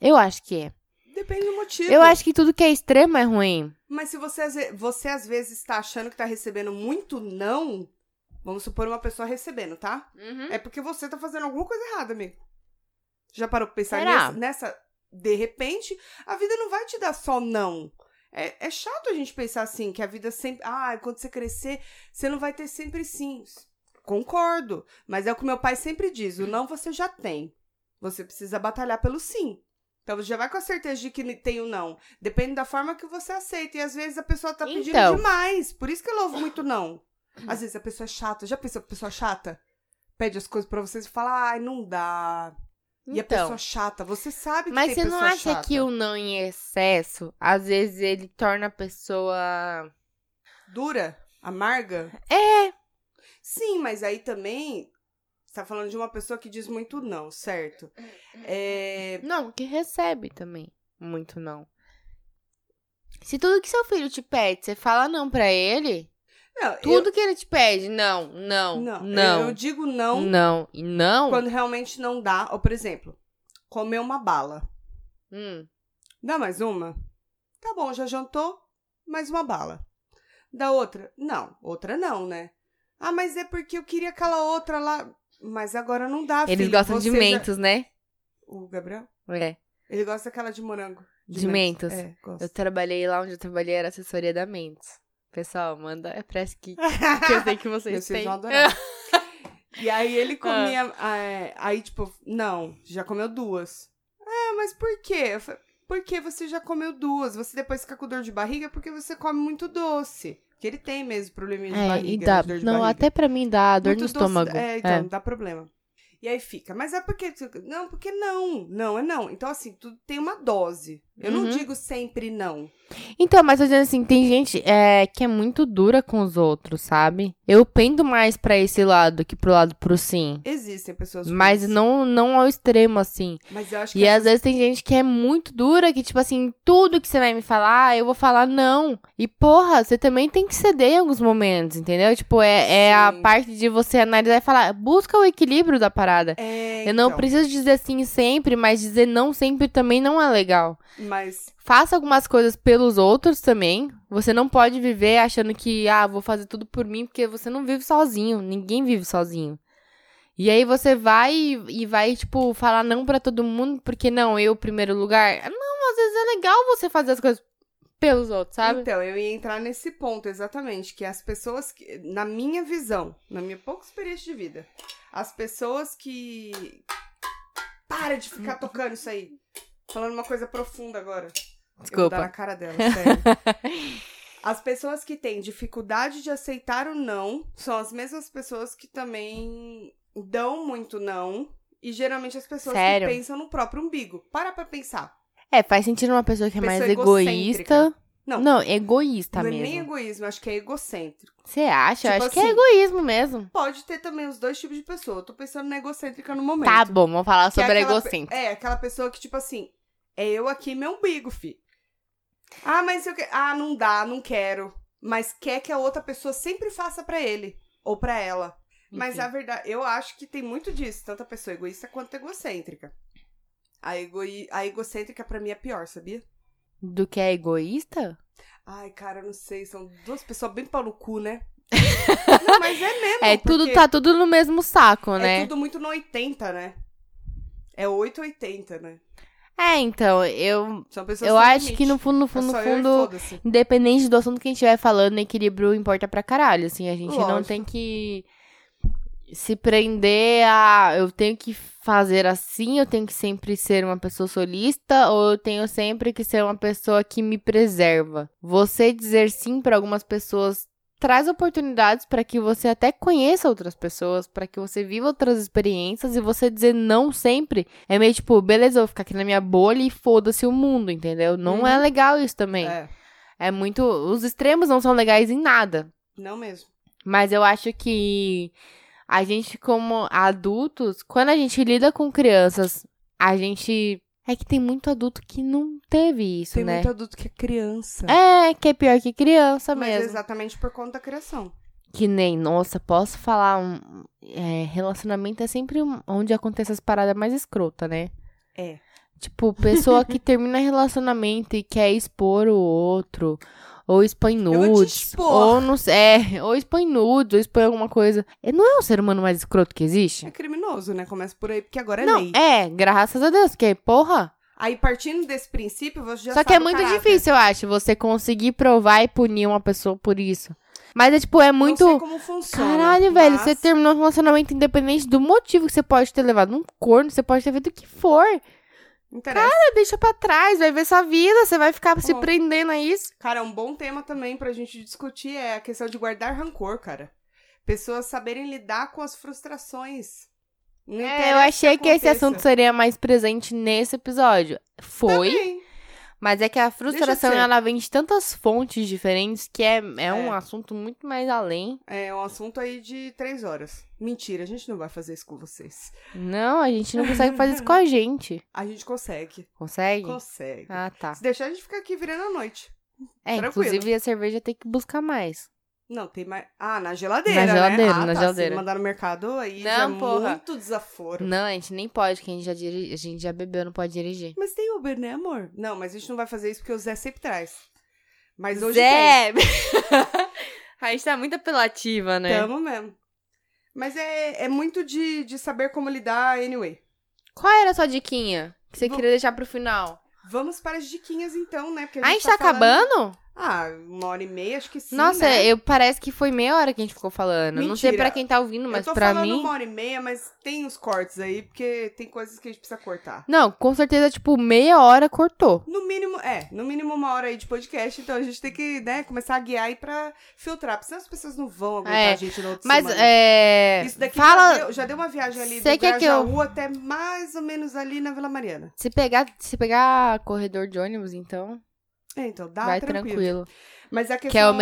Speaker 1: Eu acho que é.
Speaker 2: Depende do motivo.
Speaker 1: Eu acho que tudo que é extremo é ruim.
Speaker 2: Mas se você, às ve- você às vezes tá achando que tá recebendo muito não, Vamos supor uma pessoa recebendo, tá?
Speaker 1: Uhum.
Speaker 2: É porque você tá fazendo alguma coisa errada, amigo. Já parou pra pensar
Speaker 1: Será?
Speaker 2: nessa, nessa- De repente, a vida não vai te dar só não. É, é chato a gente pensar assim, que a vida sempre. Ah, quando você crescer, você não vai ter sempre sims. Concordo. Mas é o que meu pai sempre diz: o não você já tem. Você precisa batalhar pelo sim. Então você já vai com a certeza de que tem o não. Depende da forma que você aceita. E às vezes a pessoa tá pedindo
Speaker 1: Então.
Speaker 2: demais. Por isso que eu louvo muito não. Às vezes a pessoa é chata. Já pensou que pessoa chata? Pede as coisas pra você e fala, ai, não dá. E a
Speaker 1: Então,
Speaker 2: pessoa chata, você sabe que
Speaker 1: mas
Speaker 2: tem
Speaker 1: você não
Speaker 2: pessoa
Speaker 1: acha
Speaker 2: chata.
Speaker 1: que o não em excesso, às vezes ele torna a pessoa.
Speaker 2: Dura? Amarga?
Speaker 1: É.
Speaker 2: Sim, mas aí também... Você tá falando de uma pessoa que diz muito não, certo? É...
Speaker 1: Não, que recebe também. Muito não. Se tudo que seu filho te pede, você fala não pra ele,
Speaker 2: Não, eu-
Speaker 1: tudo que ele te pede, não, não, não,
Speaker 2: Não, Eu
Speaker 1: não,
Speaker 2: digo não,
Speaker 1: não, e não.
Speaker 2: quando realmente não dá. Ou, por exemplo, comer uma bala.
Speaker 1: Hum,
Speaker 2: Dá mais uma? Tá bom, já jantou? Mais uma bala. Dá outra? Não, outra não, né? Ah, mas é porque eu queria aquela outra lá. Mas agora não dá,
Speaker 1: eles
Speaker 2: Ah, filho.
Speaker 1: gostam de
Speaker 2: Você já-
Speaker 1: mentos, né?
Speaker 2: O Gabriel?
Speaker 1: É.
Speaker 2: Ele gosta daquela de morango.
Speaker 1: De Mentos.
Speaker 2: É, gosta.
Speaker 1: Eu trabalhei lá onde eu trabalhei, era assessoria da Mentos. Pessoal, manda é press kit, que eu sei que vocês
Speaker 2: Vocês
Speaker 1: têm.
Speaker 2: vão adorar. E aí ele
Speaker 1: Ah.
Speaker 2: comia. é, aí, tipo, não, já comeu duas. Ah, mas por quê? Eu falei, Porque você já comeu duas. Você depois fica com dor de barriga porque você come muito doce. Que ele tem mesmo probleminha de
Speaker 1: É,
Speaker 2: barriga.
Speaker 1: e dá,
Speaker 2: de dor de
Speaker 1: não,
Speaker 2: barriga.
Speaker 1: até pra mim dá dor
Speaker 2: Muito
Speaker 1: no
Speaker 2: doce-
Speaker 1: estômago.
Speaker 2: É, então, dá problema. E aí fica, mas é porque. Não, porque não. Não, é não. Então, assim, tudo tem uma dose. Eu
Speaker 1: Uhum.
Speaker 2: não digo sempre não.
Speaker 1: Então, mas eu dizendo assim, tem gente é, que é muito dura com os outros, sabe? Eu pendo mais pra esse lado que pro lado pro sim.
Speaker 2: Existem pessoas.
Speaker 1: Mas
Speaker 2: ruins.
Speaker 1: não, não ao extremo, assim.
Speaker 2: Mas eu acho que
Speaker 1: E às vezes tem gente que é muito dura, que, tipo assim, tudo que você vai me falar, ah, eu vou falar não. E, porra, você também tem que ceder em alguns momentos, entendeu? Tipo, é, é a
Speaker 2: Sim.
Speaker 1: parte de você analisar e falar, busca o equilíbrio da parada.
Speaker 2: É,
Speaker 1: Eu não
Speaker 2: então,
Speaker 1: preciso dizer sim sempre, mas dizer não sempre também não é legal.
Speaker 2: Mas
Speaker 1: Faça algumas coisas pelos outros também. Você não pode viver achando que, ah, vou fazer tudo por mim, porque você não vive sozinho. Ninguém vive sozinho. E aí você vai e e vai, tipo, falar não pra todo mundo, porque não, eu primeiro lugar. Não, às vezes é legal você fazer as coisas pelos outros, sabe?
Speaker 2: então, eu ia entrar nesse ponto exatamente, que as pessoas que, na minha visão, na minha pouca experiência de vida, as pessoas que para de ficar
Speaker 1: Uhum.
Speaker 2: tocando isso aí. Falando uma coisa profunda agora. Eu vou dar na
Speaker 1: Desculpa.
Speaker 2: cara dela, sério. As pessoas que têm dificuldade de aceitar o não são as mesmas pessoas que também dão muito não. E geralmente as pessoas
Speaker 1: Sério?
Speaker 2: que pensam no próprio umbigo. Para pra pensar.
Speaker 1: É, faz sentido uma pessoa que é mais
Speaker 2: Pessoa egocêntrica.
Speaker 1: egoísta.
Speaker 2: Não.
Speaker 1: não, egoísta
Speaker 2: não é nem
Speaker 1: Tá mesmo.
Speaker 2: egoísmo, acho que é egocêntrico.
Speaker 1: Você acha? Eu
Speaker 2: Tipo
Speaker 1: acho que é
Speaker 2: assim,
Speaker 1: egoísmo mesmo.
Speaker 2: Pode ter também os dois tipos de pessoa. Eu tô pensando na egocêntrica no momento.
Speaker 1: Tá bom, vamos falar
Speaker 2: Que é
Speaker 1: sobre a
Speaker 2: aquela pe-
Speaker 1: egocêntrica.
Speaker 2: É, aquela pessoa que, tipo assim, é eu aqui e meu umbigo, fi. Ah, mas eu que... Ah, não dá, não quero. Mas quer que a outra pessoa sempre faça pra ele ou pra ela. Mas
Speaker 1: Enfim.
Speaker 2: a verdade, eu acho que tem muito disso, tanto a pessoa egoísta quanto a egocêntrica. A, egoí... a egocêntrica pra mim é pior, sabia?
Speaker 1: Do que é egoísta?
Speaker 2: Ai, cara, eu não sei, são duas pessoas bem pau no cu, né? não, mas é mesmo.
Speaker 1: É, tudo
Speaker 2: porque-
Speaker 1: tá tudo no mesmo saco, né?
Speaker 2: É tudo muito no 80, né? É 880, né?
Speaker 1: É, então, eu,
Speaker 2: São pessoas
Speaker 1: eu
Speaker 2: sem
Speaker 1: acho
Speaker 2: limite.
Speaker 1: que no fundo, no fundo,
Speaker 2: É
Speaker 1: no
Speaker 2: só eu e
Speaker 1: fundo,
Speaker 2: foda-se.
Speaker 1: independente do assunto que a gente vai falando, equilíbrio importa pra caralho, assim, a gente não
Speaker 2: Lógico.
Speaker 1: tem que se prender a eu tenho que fazer assim, eu tenho que sempre ser uma pessoa solista ou eu tenho sempre que ser uma pessoa que me preserva. Você dizer sim pra algumas pessoas traz oportunidades pra que você até conheça outras pessoas, pra que você viva outras experiências e você dizer não sempre é meio tipo, beleza, eu vou ficar aqui na minha bolha e foda-se o mundo, entendeu? Não
Speaker 2: Uhum.
Speaker 1: é legal isso também.
Speaker 2: É,
Speaker 1: É muito. Os extremos não são legais em nada.
Speaker 2: não mesmo.
Speaker 1: Mas eu acho que a gente, como adultos, quando a gente lida com crianças, a gente. É que tem muito adulto que não teve isso,
Speaker 2: Tem
Speaker 1: né?
Speaker 2: muito adulto que é criança.
Speaker 1: É, que é pior que criança
Speaker 2: Mas
Speaker 1: mesmo.
Speaker 2: exatamente por conta da criação.
Speaker 1: Que nem, nossa, posso falar um. é, relacionamento é sempre um- onde acontece as paradas mais escrota, né?
Speaker 2: É.
Speaker 1: Tipo, pessoa que termina relacionamento e quer expor o outro. ou expõe
Speaker 2: vou te
Speaker 1: nudes,
Speaker 2: expor.
Speaker 1: ou não sei, é, ou expõe nudes, ou expõe alguma coisa. É, Não é o ser humano mais escroto que
Speaker 2: É
Speaker 1: existe?
Speaker 2: criminoso, né? Começa por aí, porque agora é
Speaker 1: não,
Speaker 2: lei.
Speaker 1: é, graças a Deus, porque, porra.
Speaker 2: Aí, partindo desse princípio, você já
Speaker 1: Só que
Speaker 2: sabe
Speaker 1: é
Speaker 2: o
Speaker 1: muito
Speaker 2: caráter.
Speaker 1: difícil, eu acho, você conseguir provar e punir uma pessoa por isso. Mas é tipo, é muito.
Speaker 2: Não sei como funciona.
Speaker 1: Caralho, velho,
Speaker 2: mas
Speaker 1: você terminou um relacionamento independente do motivo que você pode ter levado um corno, você pode ter feito o que for.
Speaker 2: não Interessa.
Speaker 1: Cara, É, deixa pra trás, vai ver sua vida, você vai ficar se
Speaker 2: Bom.
Speaker 1: prendendo a isso.
Speaker 2: Cara, um bom tema também pra gente discutir é a questão de guardar rancor, cara. Pessoas saberem lidar com as frustrações. Não
Speaker 1: É,
Speaker 2: interessa
Speaker 1: eu
Speaker 2: o
Speaker 1: achei que esse
Speaker 2: aconteça.
Speaker 1: assunto seria mais presente nesse episódio. Foi,
Speaker 2: Também.
Speaker 1: mas é que a frustração
Speaker 2: ser.
Speaker 1: ela vem de tantas fontes diferentes que é, é, um
Speaker 2: É.
Speaker 1: assunto muito mais além.
Speaker 2: É um assunto aí de três horas. Mentira, a gente não vai fazer isso com vocês.
Speaker 1: Não, a gente não consegue fazer isso com a gente.
Speaker 2: A gente consegue.
Speaker 1: Consegue?
Speaker 2: Consegue.
Speaker 1: Ah, tá.
Speaker 2: Se deixar, a gente fica aqui virando a noite.
Speaker 1: É,
Speaker 2: Tranquilo.
Speaker 1: inclusive a cerveja tem que buscar mais.
Speaker 2: Não, tem mais. Ah, na
Speaker 1: Na
Speaker 2: geladeira.
Speaker 1: geladeira,
Speaker 2: né? ah,
Speaker 1: na
Speaker 2: tá,
Speaker 1: geladeira.
Speaker 2: Se mandar no mercado, aí
Speaker 1: Não,
Speaker 2: já é
Speaker 1: porra. Hum.
Speaker 2: muito desaforo.
Speaker 1: Não, a gente nem pode, porque a gente já, diri- a gente já bebeu, não pode dirigir.
Speaker 2: Mas tem Uber, né, amor? Não, mas a gente não vai fazer isso porque o Zé sempre traz. Mas hoje tem.
Speaker 1: Zé! a gente tá muito apelativa, né?
Speaker 2: Tamo mesmo. Mas é, é muito de, de saber como lidar, anyway.
Speaker 1: Qual era a sua diquinha que você
Speaker 2: Vou-
Speaker 1: queria deixar pro final?
Speaker 2: Vamos para as diquinhas, então, né? Porque
Speaker 1: A gente
Speaker 2: tá,
Speaker 1: tá
Speaker 2: falando-
Speaker 1: acabando?
Speaker 2: Ah, uma hora e meia, acho que sim.
Speaker 1: Nossa,
Speaker 2: né?
Speaker 1: eu, parece que foi meia hora que a gente ficou falando. Não sei
Speaker 2: Mentira.
Speaker 1: pra quem tá ouvindo, mas
Speaker 2: eu tô
Speaker 1: pra
Speaker 2: falando
Speaker 1: mim.
Speaker 2: uma hora e meia, mas tem os cortes aí, porque tem coisas que a gente precisa cortar.
Speaker 1: Não, com certeza, tipo, meia hora cortou.
Speaker 2: No mínimo, é, no mínimo uma hora aí de podcast, então a gente tem que, né, começar a guiar aí pra filtrar, porque senão as pessoas não vão aguentar
Speaker 1: É,
Speaker 2: a gente no outro
Speaker 1: Mas
Speaker 2: semana.
Speaker 1: é.
Speaker 2: Isso daqui
Speaker 1: fala.
Speaker 2: já, deu, já deu uma viagem ali
Speaker 1: Você
Speaker 2: do
Speaker 1: quer que eu-
Speaker 2: Grajaú até mais ou menos ali na Vila Mariana.
Speaker 1: Se pegar, se pegar corredor de ônibus, então,
Speaker 2: É, então, dá
Speaker 1: vai
Speaker 2: tranquilo.
Speaker 1: tranquilo.
Speaker 2: Mas a questão...
Speaker 1: Que é o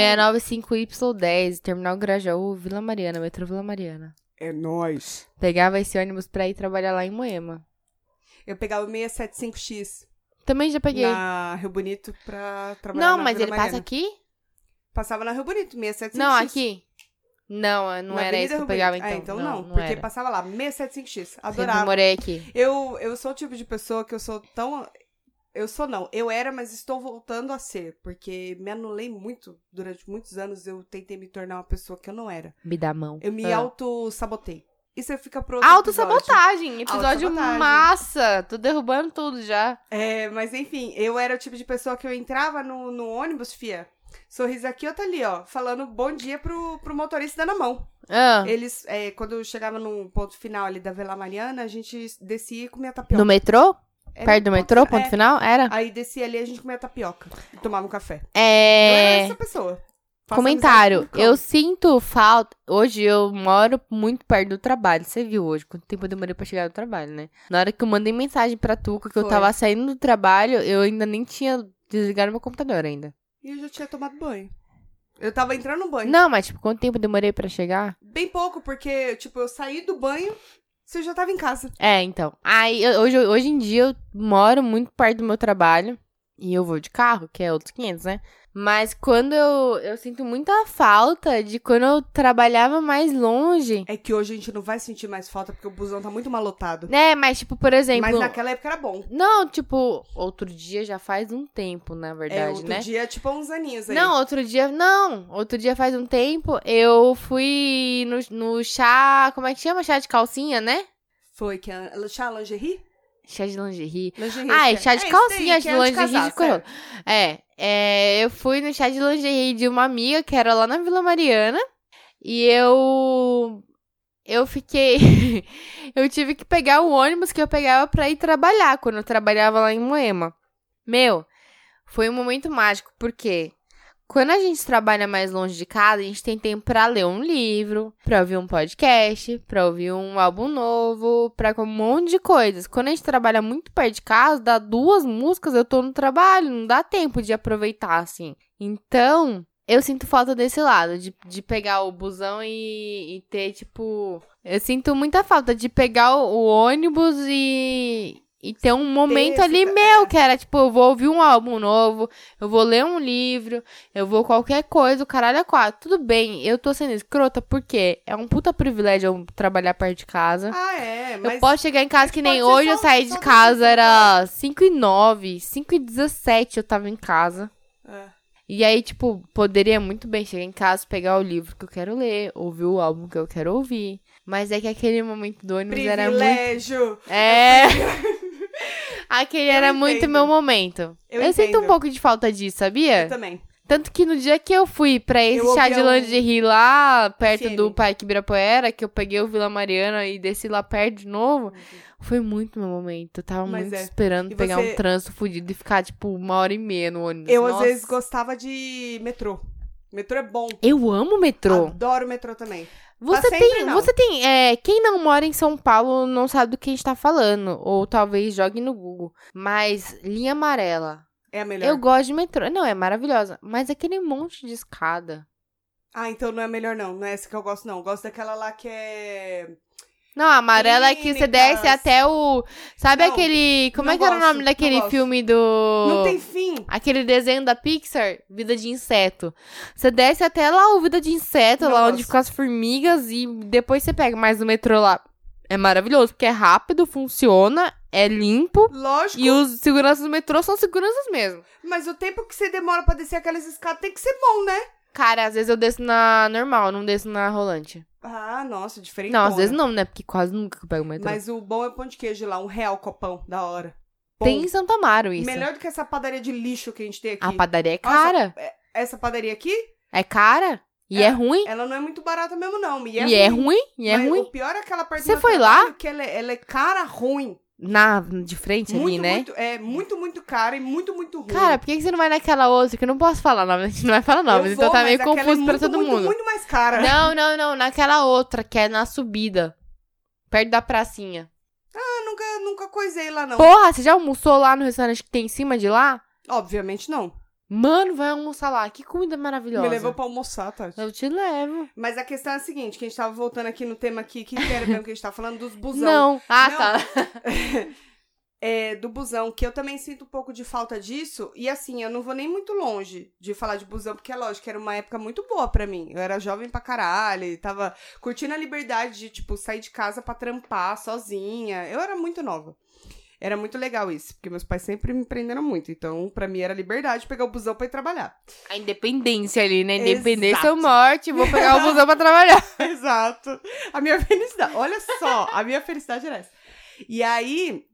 Speaker 1: 695Y10, Terminal Grajaú, Vila Mariana, metrô Vila Mariana.
Speaker 2: É nóis.
Speaker 1: Pegava esse ônibus pra ir trabalhar lá em Moema.
Speaker 2: Eu pegava o 675X
Speaker 1: Também já peguei.
Speaker 2: na Rio Bonito pra trabalhar
Speaker 1: não,
Speaker 2: na
Speaker 1: mas
Speaker 2: Vila
Speaker 1: ele passa
Speaker 2: Mariana.
Speaker 1: aqui?
Speaker 2: Passava na Rio Bonito, 675X.
Speaker 1: Não, aqui. Não, não
Speaker 2: Na
Speaker 1: era
Speaker 2: Avenida
Speaker 1: isso que eu
Speaker 2: Rio
Speaker 1: pegava
Speaker 2: Bonito.
Speaker 1: então.
Speaker 2: Ah, então
Speaker 1: não,
Speaker 2: não,
Speaker 1: não
Speaker 2: porque
Speaker 1: era.
Speaker 2: passava lá, 675X.
Speaker 1: Sempre
Speaker 2: Adorava.
Speaker 1: morei aqui.
Speaker 2: Eu, eu sou o tipo de pessoa que eu sou tão. Eu sou não, eu era, mas estou voltando a ser, porque me anulei muito. Durante muitos anos eu tentei me tornar uma pessoa que eu não era.
Speaker 1: Me dá a mão.
Speaker 2: Eu me
Speaker 1: Ah.
Speaker 2: auto-sabotei. Isso fica pro outro episódio.
Speaker 1: Autossabotagem. Episódio
Speaker 2: Autossabotagem.
Speaker 1: massa. Tô derrubando tudo já.
Speaker 2: É, mas enfim, eu era o tipo de pessoa que eu entrava no, no ônibus, fia. Sorriso aqui, outra ali, ó, falando bom dia pro, pro motorista dando a mão.
Speaker 1: Ah,
Speaker 2: Eles, é, quando eu chegava num ponto final ali da Vela Mariana, a gente descia e comia tapioca.
Speaker 1: no metrô?
Speaker 2: Era
Speaker 1: Perto do
Speaker 2: um ponto
Speaker 1: metrô?
Speaker 2: final-
Speaker 1: Ponto
Speaker 2: é.
Speaker 1: final? Era?
Speaker 2: Aí descia ali, a gente comia tapioca e tomava um café. Eu era
Speaker 1: É.
Speaker 2: essa pessoa. Faço
Speaker 1: Comentário.
Speaker 2: amizade com o cão.
Speaker 1: Eu sinto falta. Hoje eu moro muito perto do trabalho. Você viu hoje quanto tempo eu demorei pra chegar do trabalho, né? Na hora que eu mandei mensagem pra Tuca que eu
Speaker 2: Foi.
Speaker 1: tava saindo do trabalho, eu ainda nem tinha desligado meu computador ainda.
Speaker 2: E eu já tinha tomado banho. Eu tava entrando no banho.
Speaker 1: Não, mas tipo, quanto tempo eu demorei pra chegar?
Speaker 2: Bem pouco, porque, tipo, eu saí do banho, você já tava em casa.
Speaker 1: É, então. Aí eu- hoje, hoje em dia eu moro muito perto do meu trabalho. E eu vou de carro, que é outros 500, né? Mas quando eu, eu sinto muita falta de quando eu trabalhava mais longe.
Speaker 2: É que hoje a gente não vai sentir mais falta, porque o busão tá muito malotado.
Speaker 1: Né, mas tipo, por exemplo.
Speaker 2: Mas naquela época era bom.
Speaker 1: Não, tipo, outro dia já faz um tempo, na
Speaker 2: é,
Speaker 1: verdade,
Speaker 2: outro
Speaker 1: né?
Speaker 2: dia, tipo, uns aninhos aí.
Speaker 1: Não, outro dia. Não, outro dia faz um tempo eu fui no, no chá. Como é que chama? Chá de calcinha, né?
Speaker 2: Foi que a... Chá lingerie?
Speaker 1: Chá de lingerie.
Speaker 2: lingerie
Speaker 1: Ah, é
Speaker 2: que
Speaker 1: chá de
Speaker 2: esse
Speaker 1: calcinha,
Speaker 2: daí,
Speaker 1: de
Speaker 2: que é
Speaker 1: lingerie de
Speaker 2: casar,
Speaker 1: coroa.
Speaker 2: certo.
Speaker 1: É, é, eu fui no chá de lingerie de uma amiga que era lá na Vila Mariana. E eu. Eu fiquei. eu tive que pegar o ônibus que eu pegava pra ir trabalhar quando eu trabalhava lá em Moema. Meu, foi um momento mágico, porque quando a gente trabalha mais longe de casa, a gente tem tempo pra ler um livro, pra ouvir um podcast, pra ouvir um álbum novo, pra com- um monte de coisas. Quando a gente trabalha muito perto de casa, dá duas músicas, eu tô no trabalho, não dá tempo de aproveitar, assim. Então, eu sinto falta desse lado, de, de pegar o busão e, e ter, tipo. Eu sinto muita falta de pegar o, o ônibus e. E ter um momento
Speaker 2: esse tá-
Speaker 1: ali
Speaker 2: ta-
Speaker 1: meu, que era tipo, eu vou ouvir um álbum novo, eu vou ler um livro, eu vou qualquer coisa, o caralho é quatro. Tudo bem, eu tô sendo escrota porque é um puta privilégio eu trabalhar perto de casa.
Speaker 2: Ah, é, mas...
Speaker 1: Eu posso chegar em casa
Speaker 2: mas
Speaker 1: que nem
Speaker 2: pode ser
Speaker 1: hoje, eu
Speaker 2: só- um
Speaker 1: saí
Speaker 2: só
Speaker 1: de
Speaker 2: do
Speaker 1: casa,
Speaker 2: jeito que
Speaker 1: era 5 e 9, 5 e 17 eu tava em casa.
Speaker 2: É.
Speaker 1: E aí, tipo, poderia muito bem chegar em casa, pegar o livro que eu quero ler, ouvir o álbum que eu quero ouvir. Mas é que aquele momento do ônibus era muito.
Speaker 2: Privilégio!
Speaker 1: É. aquele era muito
Speaker 2: entendo.
Speaker 1: meu momento.
Speaker 2: Eu
Speaker 1: sinto um
Speaker 2: entendo.
Speaker 1: pouco de falta disso, sabia?
Speaker 2: Eu também.
Speaker 1: Tanto que no dia que eu fui pra esse
Speaker 2: Eu
Speaker 1: chá
Speaker 2: ouvi
Speaker 1: de
Speaker 2: um-
Speaker 1: lingerie lá, perto
Speaker 2: FM.
Speaker 1: do Parque Ibirapuera, que eu peguei o Vila Mariana e desci lá perto de novo, foi muito meu momento. Eu tava
Speaker 2: Uhum. Mas
Speaker 1: muito
Speaker 2: é.
Speaker 1: esperando
Speaker 2: E
Speaker 1: pegar
Speaker 2: você-
Speaker 1: um trânsito fudido e ficar, tipo, uma hora e meia no ônibus.
Speaker 2: Eu
Speaker 1: Nossa.
Speaker 2: às vezes gostava de metrô. Metrô é bom.
Speaker 1: Eu amo metrô.
Speaker 2: Adoro metrô também.
Speaker 1: Você
Speaker 2: Tá sempre
Speaker 1: tem,
Speaker 2: não.
Speaker 1: você tem, é, quem não mora em São Paulo não sabe do que a gente tá falando, ou talvez jogue no Google. Mas linha amarela,
Speaker 2: É a melhor.
Speaker 1: eu gosto de metrô. Não, é maravilhosa, mas aquele monte de escada.
Speaker 2: Ah, então não é a melhor não. Não é essa que eu gosto não. Eu gosto daquela lá que é...
Speaker 1: Não, a amarela é que você
Speaker 2: Clínicas.
Speaker 1: desce até o, sabe
Speaker 2: Não,
Speaker 1: aquele, como
Speaker 2: não
Speaker 1: é que era o
Speaker 2: gosto,
Speaker 1: nome
Speaker 2: não
Speaker 1: daquele
Speaker 2: gosto.
Speaker 1: filme do
Speaker 2: Não tem fim.
Speaker 1: Aquele desenho da Pixar, Vida de Inseto. Você desce até lá o Vida de Inseto, lá
Speaker 2: Nossa.
Speaker 1: onde ficam as formigas, e depois você pega mais o metrô lá. É maravilhoso, porque é rápido, funciona, é limpo.
Speaker 2: Lógico,
Speaker 1: E os seguranças do metrô são seguranças mesmo.
Speaker 2: mas o tempo que você demora pra descer aquelas escadas tem que ser bom, né?
Speaker 1: Cara, às vezes eu desço na normal, não desço na rolante.
Speaker 2: Ah, nossa, diferente.
Speaker 1: Não, às vezes não, né? Porque quase nunca que eu pego o metrô.
Speaker 2: Mas o bom é o pão de queijo lá, um real copão, da hora. Bom.
Speaker 1: Tem em Santo Amaro isso.
Speaker 2: Melhor do que essa padaria de lixo que a gente tem aqui.
Speaker 1: A padaria é
Speaker 2: Nossa,
Speaker 1: cara.
Speaker 2: Essa padaria aqui,
Speaker 1: É cara. E é, ruim.
Speaker 2: ela não é muito barata mesmo, não. E é
Speaker 1: e é
Speaker 2: ruim.
Speaker 1: ruim. E é
Speaker 2: Mas
Speaker 1: ruim.
Speaker 2: O pior é aquela parte
Speaker 1: Você
Speaker 2: do
Speaker 1: foi
Speaker 2: trabalho Que ela, é- ela é cara ruim.
Speaker 1: Na, de frente
Speaker 2: Muito,
Speaker 1: ali, né?
Speaker 2: muito, é muito, muito cara e muito, muito ruim.
Speaker 1: Cara, por que que você não vai naquela outra? Que eu não posso falar nome, a gente não vai falar
Speaker 2: Eu
Speaker 1: nome, então
Speaker 2: vou,
Speaker 1: tá
Speaker 2: mas
Speaker 1: meio
Speaker 2: aquela
Speaker 1: confuso
Speaker 2: é
Speaker 1: pra
Speaker 2: muito,
Speaker 1: todo
Speaker 2: muito,
Speaker 1: mundo.
Speaker 2: muito mais cara.
Speaker 1: Não, não, não, naquela outra, que é na subida. Perto da pracinha.
Speaker 2: Eu nunca, nunca coisei lá, não.
Speaker 1: Porra, você já almoçou lá no restaurante que tem em cima de lá?
Speaker 2: Obviamente não.
Speaker 1: Mano, vai almoçar lá. Que comida maravilhosa.
Speaker 2: Me levou pra almoçar, Tati.
Speaker 1: Eu te levo.
Speaker 2: Mas a questão é a seguinte, que a gente tava voltando aqui no tema aqui, que era mesmo que a gente tava falando dos busão.
Speaker 1: Não. Ah,
Speaker 2: Não.
Speaker 1: tá.
Speaker 2: É, do busão, que eu também sinto um pouco de falta disso. E assim, eu não vou nem muito longe de falar de busão, porque é lógico, era uma época muito boa pra mim. Eu era jovem pra caralho, e tava curtindo a liberdade de, tipo, sair de casa pra trampar sozinha. Eu era muito nova. Era muito legal isso, porque meus pais sempre me prenderam muito. Então, pra mim era liberdade pegar o busão pra ir trabalhar.
Speaker 1: A independência ali, né? Independência
Speaker 2: Exato.
Speaker 1: ou morte, vou pegar o busão pra trabalhar.
Speaker 2: Exato. A minha felicidade. Olha só, a minha felicidade era essa. E aí.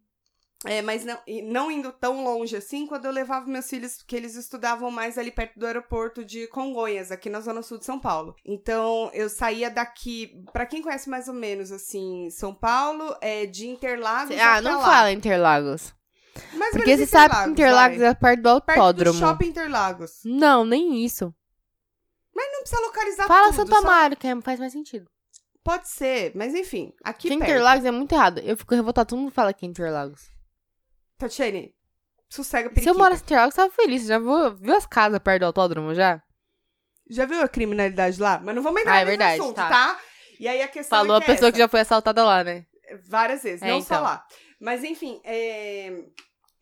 Speaker 2: é, mas não, e não indo tão longe assim, quando eu levava meus filhos, que eles estudavam mais ali perto do aeroporto de Congonhas, aqui na zona sul de São Paulo. Então, eu saía daqui, pra quem conhece mais ou menos, assim, São Paulo, é de Interlagos
Speaker 1: Ah,
Speaker 2: até
Speaker 1: não
Speaker 2: lá.
Speaker 1: fala Interlagos.
Speaker 2: Mais ou
Speaker 1: Porque
Speaker 2: menos
Speaker 1: você sabe que
Speaker 2: Interlagos,
Speaker 1: Interlagos
Speaker 2: vai.
Speaker 1: é perto do
Speaker 2: Perto do
Speaker 1: autódromo.
Speaker 2: shopping Interlagos.
Speaker 1: Não, nem isso.
Speaker 2: Não precisa localizar
Speaker 1: Fala
Speaker 2: Tá tudo.
Speaker 1: Santo
Speaker 2: só-
Speaker 1: Amaro, que é- faz mais sentido.
Speaker 2: Pode ser, mas enfim, aqui
Speaker 1: Que
Speaker 2: perto.
Speaker 1: Interlagos é muito errado. Eu fico revoltada, todo mundo fala que é Interlagos.
Speaker 2: Tatiane, sossega,
Speaker 1: Se eu
Speaker 2: periquita.
Speaker 1: morasse em Interlagos, eu tava feliz. Já vou, viu as casas perto do autódromo já?
Speaker 2: Já viu a criminalidade lá? Mas não vamos entrar
Speaker 1: Ah, é
Speaker 2: nesse
Speaker 1: verdade,
Speaker 2: assunto,
Speaker 1: tá.
Speaker 2: tá. E aí a questão
Speaker 1: Falou
Speaker 2: é
Speaker 1: a
Speaker 2: que
Speaker 1: pessoa
Speaker 2: é
Speaker 1: que já foi assaltada lá, né?
Speaker 2: essa. Várias vezes,
Speaker 1: É,
Speaker 2: não só
Speaker 1: então.
Speaker 2: lá. Mas enfim, é,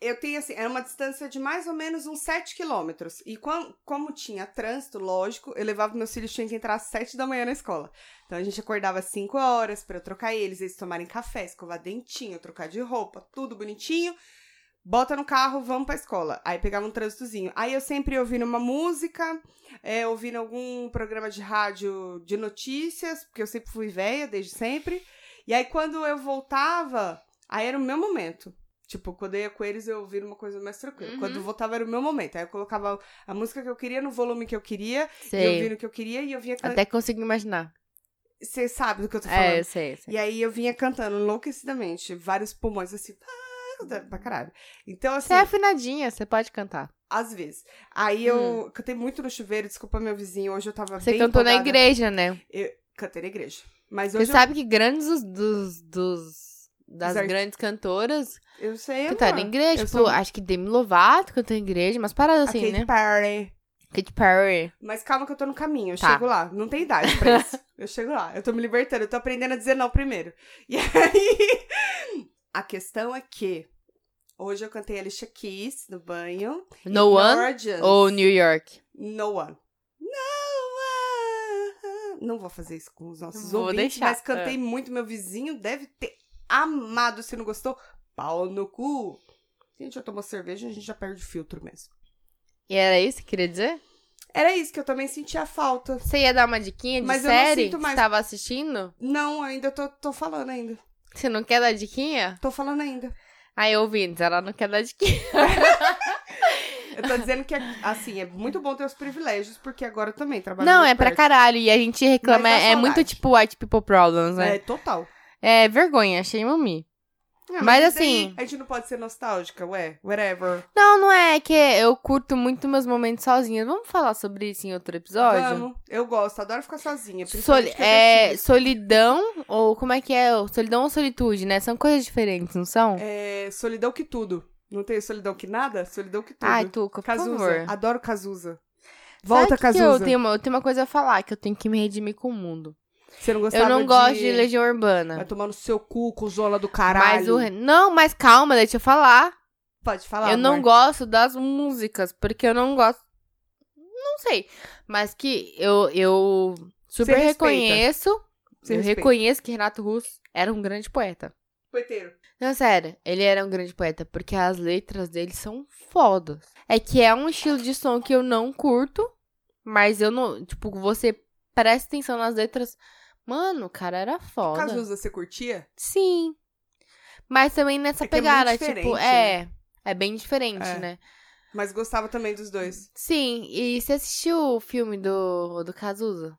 Speaker 2: eu tenho assim, era uma distância de mais ou menos uns 7 quilômetros. E quan- como tinha trânsito, lógico, eu levava meus filhos, tinha que entrar às 7 da manhã na escola. Então a gente acordava às 5 horas pra eu trocar eles, eles tomarem café, escovar dentinho, trocar de roupa, tudo bonitinho. Bota no carro, vamos pra escola. Aí pegava um trânsitozinho. Aí eu sempre ouvindo uma música, é, ouvindo algum programa de rádio de notícias, porque eu sempre fui velha, desde sempre. E aí quando eu voltava, aí era o meu momento. Tipo, quando eu ia com eles, eu ouvia uma coisa mais tranquila.
Speaker 1: Uhum.
Speaker 2: Quando eu voltava, era o meu momento. Aí eu colocava a música que eu queria, no volume que eu queria, e eu
Speaker 1: Sei.
Speaker 2: ouvindo o que eu queria, e eu vinha cantando.
Speaker 1: Até consigo imaginar.
Speaker 2: Você sabe do que eu tô falando.
Speaker 1: É, eu sei, eu sei.
Speaker 2: E aí eu vinha cantando enlouquecidamente, vários pulmões assim, ah, pra caralho. Então, assim,
Speaker 1: Você é afinadinha, você pode cantar.
Speaker 2: às vezes. Aí eu cantei muito no chuveiro, desculpa meu vizinho, hoje eu tava
Speaker 1: Hum. Você
Speaker 2: bem
Speaker 1: cantou na
Speaker 2: empolgada.
Speaker 1: igreja, né?
Speaker 2: Cantei na igreja. Mas
Speaker 1: Você
Speaker 2: hoje
Speaker 1: sabe que grandes dos. dos, dos- das
Speaker 2: Dos arti-
Speaker 1: grandes cantoras
Speaker 2: eu, eu sei,
Speaker 1: cantaram na
Speaker 2: amor.
Speaker 1: igreja.
Speaker 2: eu
Speaker 1: Tipo,
Speaker 2: sou-
Speaker 1: acho que Demi Lovato cantou na igreja, umas paradas
Speaker 2: A
Speaker 1: assim,
Speaker 2: Katy
Speaker 1: né?
Speaker 2: Perry.
Speaker 1: Katy Perry.
Speaker 2: Mas calma que eu tô no caminho, eu
Speaker 1: Tá.
Speaker 2: chego lá. Não tem idade pra isso. eu chego lá, eu tô me libertando, eu tô aprendendo a dizer não primeiro. E aí, a questão é que hoje eu cantei Alicia Keys no banho.
Speaker 1: No One
Speaker 2: Gorgeous.
Speaker 1: ou New York?
Speaker 2: No one. No one. Não vou fazer isso com os nossos
Speaker 1: Vou
Speaker 2: ouvintes,
Speaker 1: deixar. é.
Speaker 2: mas cantei muito. Meu vizinho deve ter amado. Se não gostou, pau no cu. Gente, eu tomo cerveja, a gente já perde o filtro mesmo.
Speaker 1: E era isso que queria dizer?
Speaker 2: Era isso que eu também sentia falta.
Speaker 1: Você ia dar uma diquinha de
Speaker 2: Mas eu não
Speaker 1: série
Speaker 2: sinto
Speaker 1: que
Speaker 2: mais.
Speaker 1: você tava assistindo?
Speaker 2: Não, ainda tô, tô falando ainda.
Speaker 1: Você não quer dar diquinha?
Speaker 2: Tô falando ainda.
Speaker 1: Aí, ouvintes, ela não quer dar diquinha.
Speaker 2: Eu tô dizendo que, assim, é muito bom ter os privilégios, porque agora eu também trabalho
Speaker 1: Não,
Speaker 2: muito
Speaker 1: é pra
Speaker 2: perto.
Speaker 1: caralho. E a gente reclama.
Speaker 2: Mas dá
Speaker 1: É, é muito
Speaker 2: saudade.
Speaker 1: tipo white people problems, né?
Speaker 2: É, total.
Speaker 1: É, vergonha, shame on me.
Speaker 2: Ah,
Speaker 1: Mas
Speaker 2: e daí?
Speaker 1: assim-
Speaker 2: A gente não pode ser nostálgica, ué. Whatever.
Speaker 1: Não, não é que eu curto muito meus momentos sozinha. Vamos falar sobre isso em outro episódio?
Speaker 2: Vamos. Eu gosto, adoro ficar sozinha.
Speaker 1: Soli-
Speaker 2: principalmente que eu
Speaker 1: é,
Speaker 2: decido.
Speaker 1: solidão, ou como é que é? Solidão ou solitude, né? São coisas diferentes, não são?
Speaker 2: É, solidão que tudo. Não tem solidão que nada? Solidão que tudo.
Speaker 1: Ai, Tuca, por
Speaker 2: Cazuza.
Speaker 1: favor.
Speaker 2: Adoro Cazuza. Volta,
Speaker 1: Sabe que que
Speaker 2: Cazuza.
Speaker 1: Eu tenho, uma, eu tenho uma coisa a falar, que eu tenho que me redimir com o mundo.
Speaker 2: Você não gostava
Speaker 1: Eu não
Speaker 2: de...
Speaker 1: gosto de Legião
Speaker 2: Vai
Speaker 1: Urbana.
Speaker 2: tomar no seu cu, cuzola do caralho.
Speaker 1: Mas o... re- Não, mas calma, deixa eu falar.
Speaker 2: Pode falar,
Speaker 1: eu não
Speaker 2: amor.
Speaker 1: gosto das músicas, porque eu não gosto... Não sei. Mas que eu, eu super
Speaker 2: Você respeita.
Speaker 1: reconheço...
Speaker 2: Você
Speaker 1: eu
Speaker 2: respeita.
Speaker 1: reconheço que Renato Russo era um grande poeta.
Speaker 2: Coiteiro.
Speaker 1: Não, sério, ele era um grande poeta, porque as letras dele são fodas. É que é um estilo de som que eu não curto, mas eu não. Tipo, você presta atenção nas letras. Mano, o cara era foda.
Speaker 2: Cazuza, você curtia?
Speaker 1: Sim. Mas também nessa
Speaker 2: É que é muito
Speaker 1: pegada,
Speaker 2: diferente, né?
Speaker 1: tipo, é. É bem diferente,
Speaker 2: É.
Speaker 1: né?
Speaker 2: Mas gostava também dos dois.
Speaker 1: Sim, e você assistiu o filme do, do Cazuza?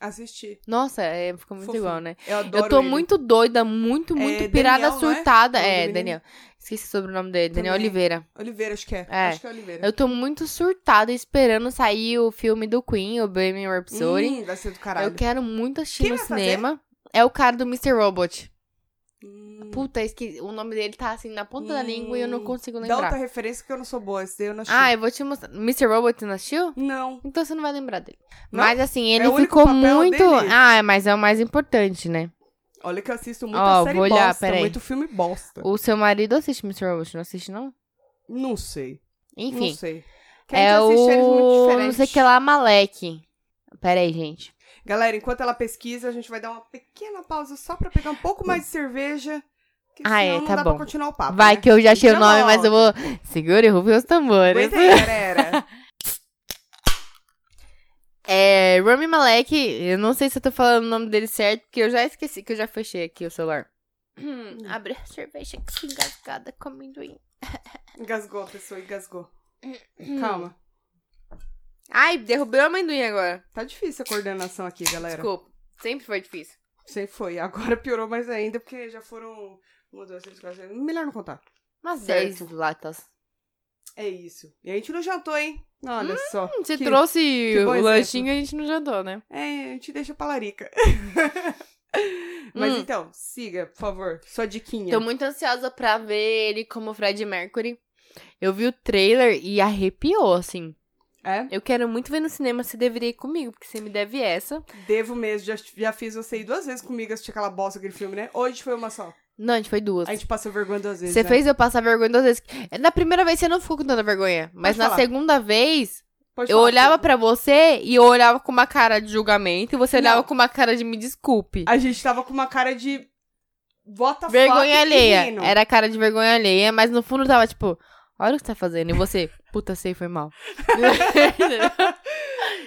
Speaker 2: Assisti.
Speaker 1: Nossa, é, ficou muito
Speaker 2: Fofinho.
Speaker 1: igual, né?
Speaker 2: Eu adoro
Speaker 1: Eu tô
Speaker 2: ele.
Speaker 1: muito doida, muito,
Speaker 2: É
Speaker 1: muito
Speaker 2: Daniel,
Speaker 1: pirada,
Speaker 2: não é?
Speaker 1: surtada.
Speaker 2: O nome do
Speaker 1: É,
Speaker 2: menino?
Speaker 1: Daniel. Esqueci sobre o nome dele, Daniel
Speaker 2: Também.
Speaker 1: Oliveira.
Speaker 2: Oliveira, acho que é.
Speaker 1: É.
Speaker 2: Acho que é Oliveira.
Speaker 1: Eu tô muito surtada esperando sair o filme do Queen, o Bohemian Rhapsody.
Speaker 2: Hum, vai ser do caralho.
Speaker 1: eu quero muito assistir
Speaker 2: Quem
Speaker 1: no
Speaker 2: vai fazer?
Speaker 1: cinema. É o cara do Mr. Robot.
Speaker 2: Hum.
Speaker 1: Puta, esque... o nome dele tá assim na ponta da
Speaker 2: Hum.
Speaker 1: língua e eu não consigo
Speaker 2: Dá outra
Speaker 1: lembrar.
Speaker 2: referência que eu não sou boa. Esse daí eu não achei.
Speaker 1: Ah, eu vou te mostrar. Mr. Robot você não assistiu?
Speaker 2: Não.
Speaker 1: Então você não vai lembrar dele.
Speaker 2: Não?
Speaker 1: Mas assim, ele
Speaker 2: É o único
Speaker 1: ficou
Speaker 2: papel
Speaker 1: muito.
Speaker 2: dele.
Speaker 1: Ah, mas é o mais importante, né?
Speaker 2: Olha que eu assisto muita
Speaker 1: Ó,
Speaker 2: série
Speaker 1: vou olhar,
Speaker 2: bosta,
Speaker 1: peraí.
Speaker 2: muito filme bosta.
Speaker 1: O seu marido assiste Mr. Robot, não assiste, não?
Speaker 2: Não sei.
Speaker 1: Enfim.
Speaker 2: Não sei. Que a gente
Speaker 1: É
Speaker 2: assiste eles muito
Speaker 1: o.
Speaker 2: diferente.
Speaker 1: Não sei o que lá, Malek. Pera aí, gente.
Speaker 2: Galera, enquanto ela pesquisa, a gente vai dar uma pequena pausa só pra pegar um pouco mais de cerveja. Que
Speaker 1: Ah, é,
Speaker 2: senão não
Speaker 1: tá
Speaker 2: dá
Speaker 1: bom.
Speaker 2: pra continuar o papo.
Speaker 1: Vai
Speaker 2: né?
Speaker 1: que eu já achei o
Speaker 2: Já
Speaker 1: nome, mas eu vou.
Speaker 2: volto.
Speaker 1: Segura e rufe os tambores.
Speaker 2: Aguenta aí, galera.
Speaker 1: É, Rami Malek, eu não sei se eu tô falando o nome dele certo, porque eu já esqueci que eu já fechei aqui o celular. Hum, abre a cerveja que se engasgada com amendoim.
Speaker 2: engasgou, pessoa, engasgou.
Speaker 1: Hum.
Speaker 2: Calma.
Speaker 1: Ai, derrubei o amendoim agora.
Speaker 2: Tá difícil a coordenação aqui, galera.
Speaker 1: Desculpa. Sempre foi difícil.
Speaker 2: Sempre foi. Agora piorou mais ainda, porque já foram. Uma, duas, três, quatro, cinco. Melhor não contar.
Speaker 1: Umas
Speaker 2: Certo.
Speaker 1: 10 latas.
Speaker 2: É isso. E a gente não jantou, hein? Olha só.
Speaker 1: Hum, Você
Speaker 2: Que-
Speaker 1: trouxe
Speaker 2: bom
Speaker 1: o
Speaker 2: exemplo.
Speaker 1: lanchinho e a gente não jantou, né?
Speaker 2: É, a gente deixa pra larica. Mas
Speaker 1: Hum.
Speaker 2: então, siga, por favor. Sua diquinha.
Speaker 1: Tô muito ansiosa pra ver ele como Fred Mercury. Eu vi o trailer e arrepiou, assim.
Speaker 2: É?
Speaker 1: Eu quero muito ver no cinema, você deveria ir comigo, porque você me deve essa.
Speaker 2: Devo mesmo. Já, já fiz você ir duas vezes comigo assistir aquela bosta, aquele filme, né? Hoje foi uma só.
Speaker 1: Não, a gente foi duas.
Speaker 2: A gente passou vergonha duas vezes.
Speaker 1: Você
Speaker 2: né?
Speaker 1: fez eu passar vergonha duas vezes. É, Na primeira vez você não ficou com tanta vergonha, mas
Speaker 2: Pode
Speaker 1: na
Speaker 2: falar.
Speaker 1: segunda vez
Speaker 2: Pode
Speaker 1: eu
Speaker 2: falar,
Speaker 1: olhava
Speaker 2: Pedro.
Speaker 1: pra você e eu olhava com uma cara de julgamento e você
Speaker 2: Não.
Speaker 1: olhava com uma cara de me desculpe.
Speaker 2: A gente tava com uma cara de. Bota
Speaker 1: Vergonha alheia. É.
Speaker 2: Menino.
Speaker 1: Era cara de vergonha alheia, mas no fundo tava tipo, olha o que você tá fazendo. E você, puta, sei, foi mal.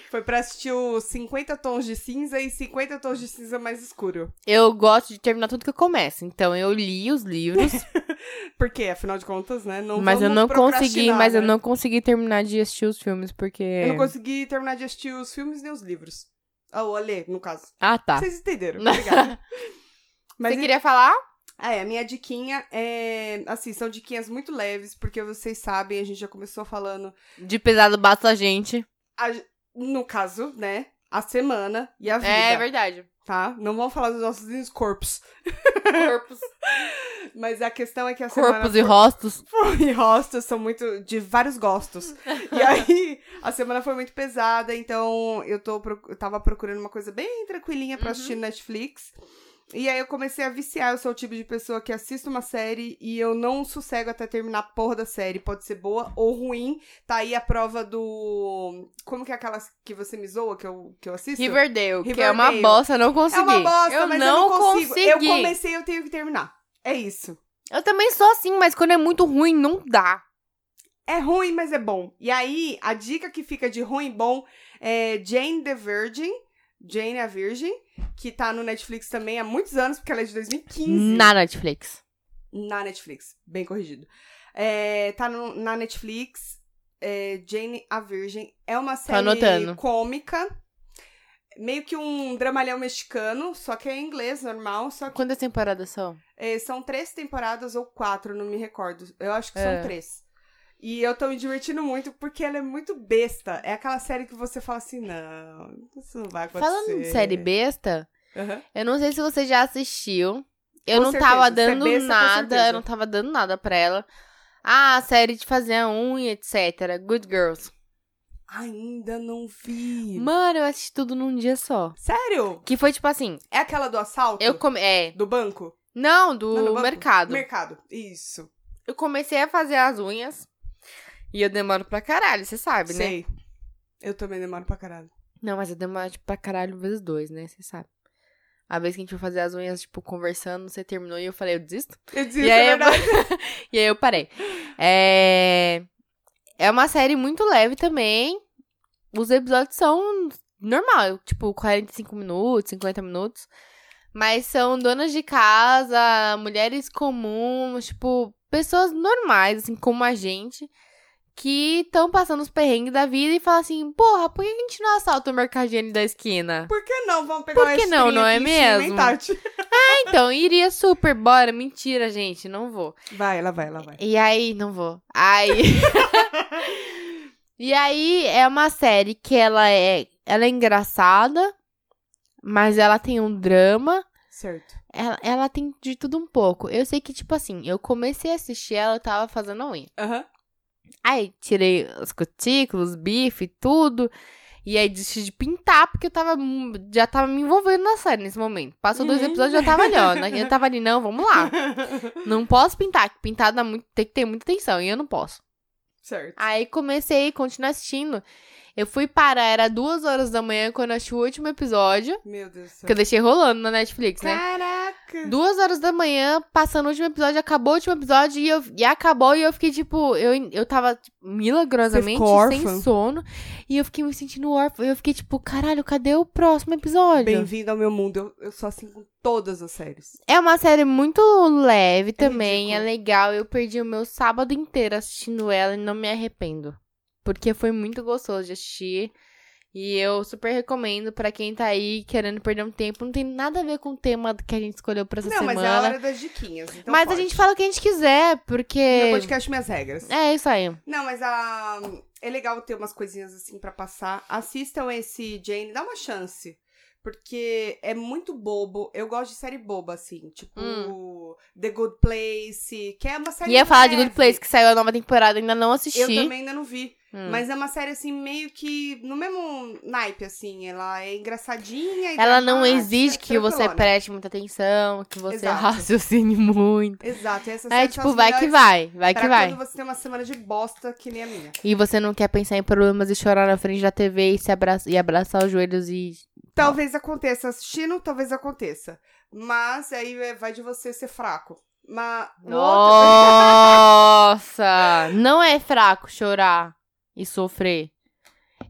Speaker 2: Foi pra assistir o 50 tons de cinza e 50 tons de cinza mais escuro.
Speaker 1: eu gosto de terminar tudo que eu começo. Então eu li os livros,
Speaker 2: Porque, afinal de contas, né? Não
Speaker 1: mas eu
Speaker 2: vamos
Speaker 1: não consegui,
Speaker 2: procrastinar,
Speaker 1: mas eu
Speaker 2: né?
Speaker 1: não consegui terminar de assistir os filmes porque
Speaker 2: Eu não consegui terminar de assistir os filmes nem os livros. Ah, Ou a ler, no caso.
Speaker 1: Ah, tá.
Speaker 2: Vocês entenderam. Obrigada. Mas
Speaker 1: Você queria falar?
Speaker 2: Ah, é, a minha diquinha é. Assim, são diquinhas muito leves, porque vocês sabem, a gente já começou falando.
Speaker 1: De pesado basta a gente.
Speaker 2: a- no caso, né? A semana e a vida.
Speaker 1: É verdade.
Speaker 2: Tá? Não vamos falar dos nossos corpos.
Speaker 1: Corpos,
Speaker 2: Mas a questão é que a
Speaker 1: corpos
Speaker 2: semana.
Speaker 1: e rostos.
Speaker 2: e rostos são muito de vários gostos. E aí, a semana foi muito pesada, então eu, tô, pro- eu tava procurando uma coisa bem tranquilinha pra
Speaker 1: Uhum.
Speaker 2: assistir Netflix. E aí eu comecei a viciar, eu sou o tipo de pessoa que assiste uma série e eu não sossego até terminar a porra da série. Pode ser boa ou ruim. Tá aí a prova do. Como que é aquela que você me zoa que eu, que eu assisto?
Speaker 1: Riverdale, que é
Speaker 2: Riverdale.
Speaker 1: uma bosta, não consegui.
Speaker 2: É uma bosta,
Speaker 1: eu
Speaker 2: mas
Speaker 1: não
Speaker 2: eu não consigo. Eu
Speaker 1: consegui.
Speaker 2: comecei, eu tenho que terminar. É isso.
Speaker 1: Eu também sou assim, mas quando é muito ruim, não dá.
Speaker 2: É ruim, mas é bom. E aí, a dica que fica de ruim e bom é Jane the Virgin. Jane a Virgem, que tá no Netflix também há muitos anos, porque ela é de 2015.
Speaker 1: Na Netflix.
Speaker 2: Na Netflix, bem corrigido. É, tá no- na Netflix, é, Jane a Virgem. É uma série
Speaker 1: anotando.
Speaker 2: cômica, meio que um dramalhão mexicano, só que é em inglês, normal. Só que
Speaker 1: Quantas temporadas são?
Speaker 2: é, são três temporadas ou quatro, não me recordo. Eu acho que
Speaker 1: É.
Speaker 2: são três. E eu tô me divertindo muito porque ela é muito besta. É aquela série que você fala assim: não, isso não vai acontecer.
Speaker 1: Falando de série besta,
Speaker 2: Aham.
Speaker 1: eu não sei se você já assistiu. Eu
Speaker 2: Com
Speaker 1: não
Speaker 2: certeza,
Speaker 1: tava
Speaker 2: se é
Speaker 1: dando
Speaker 2: besta, com
Speaker 1: nada,
Speaker 2: certeza.
Speaker 1: eu não tava dando nada pra ela. Ah, a série de fazer a unha, etc. Good Girls.
Speaker 2: Ainda não vi.
Speaker 1: Mano, eu assisti tudo num dia só.
Speaker 2: Sério?
Speaker 1: Que foi tipo assim,
Speaker 2: É aquela do assalto?
Speaker 1: eu come... É.
Speaker 2: Do banco?
Speaker 1: Não, do
Speaker 2: Não, no banco?
Speaker 1: mercado.
Speaker 2: Mercado. Isso.
Speaker 1: Eu comecei a fazer as unhas. E eu demoro pra caralho, você sabe, né?
Speaker 2: Sei. Eu também demoro pra caralho.
Speaker 1: Não, mas eu demoro, tipo, pra caralho vezes dois, né? Você sabe. A vez que a gente foi fazer as unhas, tipo, conversando, você terminou e eu falei, eu desisto.
Speaker 2: Eu desisto,
Speaker 1: E aí,
Speaker 2: é
Speaker 1: eu...
Speaker 2: verdade.
Speaker 1: e aí eu parei. É... é uma série muito leve também. Os episódios são normal, tipo, 45 minutos, 50 minutos. Mas são donas de casa, mulheres comuns, tipo, pessoas normais, assim, como a gente, que estão passando os perrengues da vida e falam assim, porra, por que a gente não assalta o mercadinho ali da esquina?
Speaker 2: Por que não? Vamos pegar
Speaker 1: Por
Speaker 2: uma
Speaker 1: que não,
Speaker 2: estrinha
Speaker 1: não é
Speaker 2: aqui em cima, hein,
Speaker 1: mesmo?
Speaker 2: Tati?
Speaker 1: Então, iria super, bora. Mentira, gente, não vou.
Speaker 2: Vai, ela vai, ela vai.
Speaker 1: E aí, não vou. Aí. e aí, é uma série que ela é. Ela é engraçada, mas ela tem um drama.
Speaker 2: Certo.
Speaker 1: Ela, ela tem de tudo um pouco. Eu sei que, tipo assim, eu comecei a assistir ela, eu tava fazendo a unha.
Speaker 2: Aham.
Speaker 1: Aí tirei os cutículos, bife, tudo. E aí desisti de pintar, porque eu tava. mu- Já tava me envolvendo na série nesse momento. Passou dois
Speaker 2: Uhum.
Speaker 1: episódios, eu tava ali, ó. né? Eu tava ali, não, vamos lá. Não posso pintar, que pintar dá muito, tem que ter muita atenção, e eu não posso.
Speaker 2: certo.
Speaker 1: Aí comecei, continuo assistindo. Eu fui parar, era duas horas da manhã quando eu assisti o último episódio,
Speaker 2: Meu Deus do céu.
Speaker 1: que eu deixei rolando na Netflix, né?
Speaker 2: Caraca.
Speaker 1: Duas horas da manhã, passando o último episódio, acabou o último episódio e, eu- e acabou e eu fiquei tipo, eu, eu tava tipo, milagrosamente
Speaker 2: Você ficou
Speaker 1: sem
Speaker 2: órfã?
Speaker 1: sono e eu fiquei me sentindo órfã. Eu fiquei tipo, caralho, cadê o próximo episódio?
Speaker 2: Bem-vindo ao meu mundo. Eu, eu sou assim com todas as séries.
Speaker 1: É uma série muito leve também,
Speaker 2: ridículo.
Speaker 1: é legal. Eu perdi o meu sábado inteiro assistindo ela e não me arrependo. Porque foi muito gostoso de assistir. E eu super recomendo pra quem tá aí querendo perder um tempo. Não tem nada a ver com o tema que a gente escolheu pra essa
Speaker 2: não,
Speaker 1: semana.
Speaker 2: mas é a hora das diquinhas. Então
Speaker 1: Mas
Speaker 2: pode.
Speaker 1: a gente fala o que a gente quiser,
Speaker 2: Meu
Speaker 1: porque.
Speaker 2: podcast Minhas Regras.
Speaker 1: É isso aí.
Speaker 2: Não, mas a... é legal ter umas coisinhas assim pra passar. Assistam esse Jane, dá uma chance. Porque é muito bobo. Eu gosto de série boba, assim. Tipo, The Good Place, que é uma série.
Speaker 1: Hum. Ia falar de
Speaker 2: leve.
Speaker 1: Good Place, que saiu a nova temporada, ainda não assisti.
Speaker 2: Eu também ainda não vi.
Speaker 1: Hum.
Speaker 2: Mas é uma série, assim, meio que no mesmo naipe, assim. Ela é engraçadinha. e
Speaker 1: Ela não
Speaker 2: dramática,
Speaker 1: exige que você
Speaker 2: tranquilona.
Speaker 1: preste muita atenção, que você
Speaker 2: Exato.
Speaker 1: raciocine muito.
Speaker 2: Exato. e Essa série
Speaker 1: É
Speaker 2: são
Speaker 1: tipo,
Speaker 2: as
Speaker 1: vai que
Speaker 2: melhores
Speaker 1: vai, vai que
Speaker 2: pra
Speaker 1: vai.
Speaker 2: quando você tem uma semana de bosta que nem a minha.
Speaker 1: E você não quer pensar em problemas e chorar na frente da TV e, se abraça, e abraçar os joelhos e.
Speaker 2: Talvez aconteça assistindo, talvez aconteça. Mas aí é, vai de você ser fraco. Mas o outro-
Speaker 1: Nossa! não é fraco chorar e sofrer.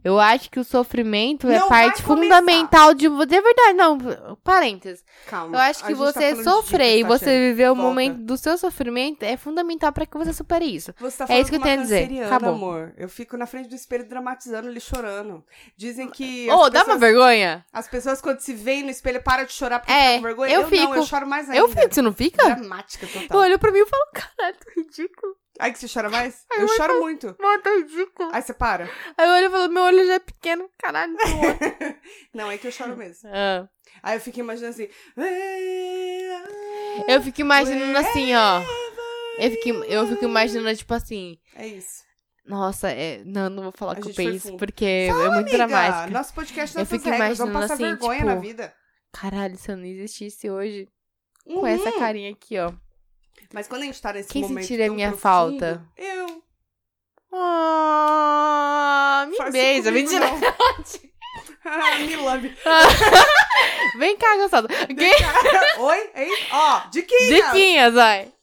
Speaker 1: Eu acho que o sofrimento é
Speaker 2: Não vai
Speaker 1: parte
Speaker 2: começar.
Speaker 1: fundamental de. vo- De verdade, não, parênteses.
Speaker 2: Calma.
Speaker 1: Eu acho
Speaker 2: a
Speaker 1: que
Speaker 2: gente tá
Speaker 1: você
Speaker 2: falando de
Speaker 1: sofrer e
Speaker 2: dicas,
Speaker 1: você
Speaker 2: Tatiana.
Speaker 1: viver o
Speaker 2: tá Volta.
Speaker 1: momento do seu sofrimento é fundamental pra que você supere isso.
Speaker 2: Você tá
Speaker 1: É
Speaker 2: falando
Speaker 1: isso que eu
Speaker 2: com uma
Speaker 1: tenho a dizer.
Speaker 2: canceriana,
Speaker 1: Acabou.
Speaker 2: amor. Eu fico na frente do espelho dramatizando ele chorando. Dizem que.
Speaker 1: Ô,
Speaker 2: as,
Speaker 1: dá uma
Speaker 2: pessoas,
Speaker 1: vergonha?
Speaker 2: as pessoas, quando se veem no espelho, param de chorar porque
Speaker 1: É,
Speaker 2: ficam com vergonha.
Speaker 1: eu
Speaker 2: não,
Speaker 1: fico.
Speaker 2: eu choro mais ainda. tá.
Speaker 1: Eu fico, você não fica?
Speaker 2: Dramática
Speaker 1: Eu
Speaker 2: total.
Speaker 1: olho pra mim e falo, caralho, tô ridículo.
Speaker 2: Ai, que você chora mais? Eu choro muito.
Speaker 1: Mano, tô ridículo.
Speaker 2: Aí você para.
Speaker 1: Aí eu olho e falo, meu olho já é pequeno, caralho. tô louca.
Speaker 2: Não, é que eu choro mesmo.
Speaker 1: Ah,
Speaker 2: Aí eu fico imaginando assim.
Speaker 1: eu fico imaginando assim, ó. Eu fico, eu fico imaginando, tipo assim.
Speaker 2: É isso.
Speaker 1: Nossa, é, não, não vou falar
Speaker 2: A
Speaker 1: o que eu
Speaker 2: gente foi
Speaker 1: penso,
Speaker 2: fundo.
Speaker 1: porque é muito
Speaker 2: Amiga,
Speaker 1: dramático.
Speaker 2: Nosso podcast
Speaker 1: Eu
Speaker 2: não
Speaker 1: fico
Speaker 2: regras, vamos
Speaker 1: imaginando
Speaker 2: passar
Speaker 1: assim,
Speaker 2: vergonha
Speaker 1: tipo,
Speaker 2: na vida.
Speaker 1: Caralho, se eu não existisse hoje com
Speaker 2: Uhum.
Speaker 1: essa carinha aqui, ó.
Speaker 2: Mas quando a gente tá nesse
Speaker 1: Quem
Speaker 2: momento
Speaker 1: sentiria
Speaker 2: tão
Speaker 1: minha
Speaker 2: profundo,
Speaker 1: falta?
Speaker 2: Eu.
Speaker 1: Ah, me
Speaker 2: Faz isso
Speaker 1: beija,
Speaker 2: comigo,
Speaker 1: mentira.
Speaker 2: não. Ah, me lambe.
Speaker 1: Vem cá, gostado.
Speaker 2: Oi, hein? Ó, diquinha.
Speaker 1: Diquinhas, vai.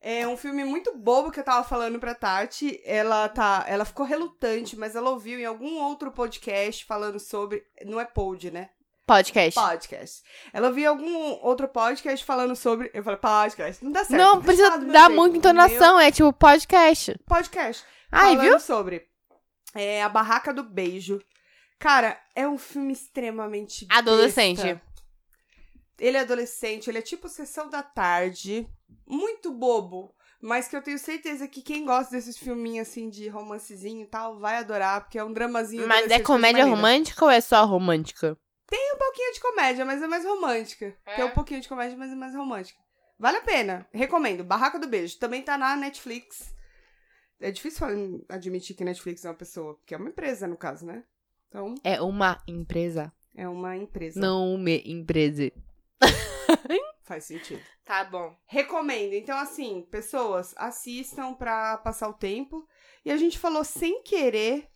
Speaker 2: É um filme muito bobo que eu tava falando pra Tati. Ela tá, ela ficou relutante, mas ela ouviu em algum outro podcast falando sobre, não é pod, né?
Speaker 1: Podcast.
Speaker 2: Podcast. Ela ouviu em algum outro podcast falando sobre, eu falei podcast, não dá certo.
Speaker 1: Não,
Speaker 2: deixa
Speaker 1: precisa
Speaker 2: lá do meu
Speaker 1: dar
Speaker 2: jeito,
Speaker 1: muita
Speaker 2: do meu
Speaker 1: entonação, é tipo podcast.
Speaker 2: Podcast.
Speaker 1: Ai,
Speaker 2: falando
Speaker 1: viu?
Speaker 2: sobre é, a barraca do beijo. Cara, é um filme extremamente besta.
Speaker 1: Adolescente.
Speaker 2: Ele é adolescente, ele é tipo sessão da tarde, muito bobo, mas que eu tenho certeza que quem gosta desses filminhos assim de romancezinho e tal vai adorar, porque é um dramazinho
Speaker 1: Mas é
Speaker 2: adolescente
Speaker 1: comédia
Speaker 2: maneiro.
Speaker 1: romântica ou é só romântica?
Speaker 2: Tem um pouquinho de comédia, mas é mais romântica.
Speaker 1: É.
Speaker 2: Tem um pouquinho de comédia, mas é mais romântica. Vale a pena. Recomendo. Barraca do Beijo. Também tá na Netflix. É difícil falar- admitir que Netflix é uma pessoa, porque é uma empresa, no caso, né? Então,
Speaker 1: É uma empresa.
Speaker 2: é uma empresa.
Speaker 1: Não uma empresa.
Speaker 2: Faz sentido.
Speaker 1: Tá bom.
Speaker 2: Recomendo. Então, assim, pessoas, assistam pra passar o tempo. E a gente falou sem querer.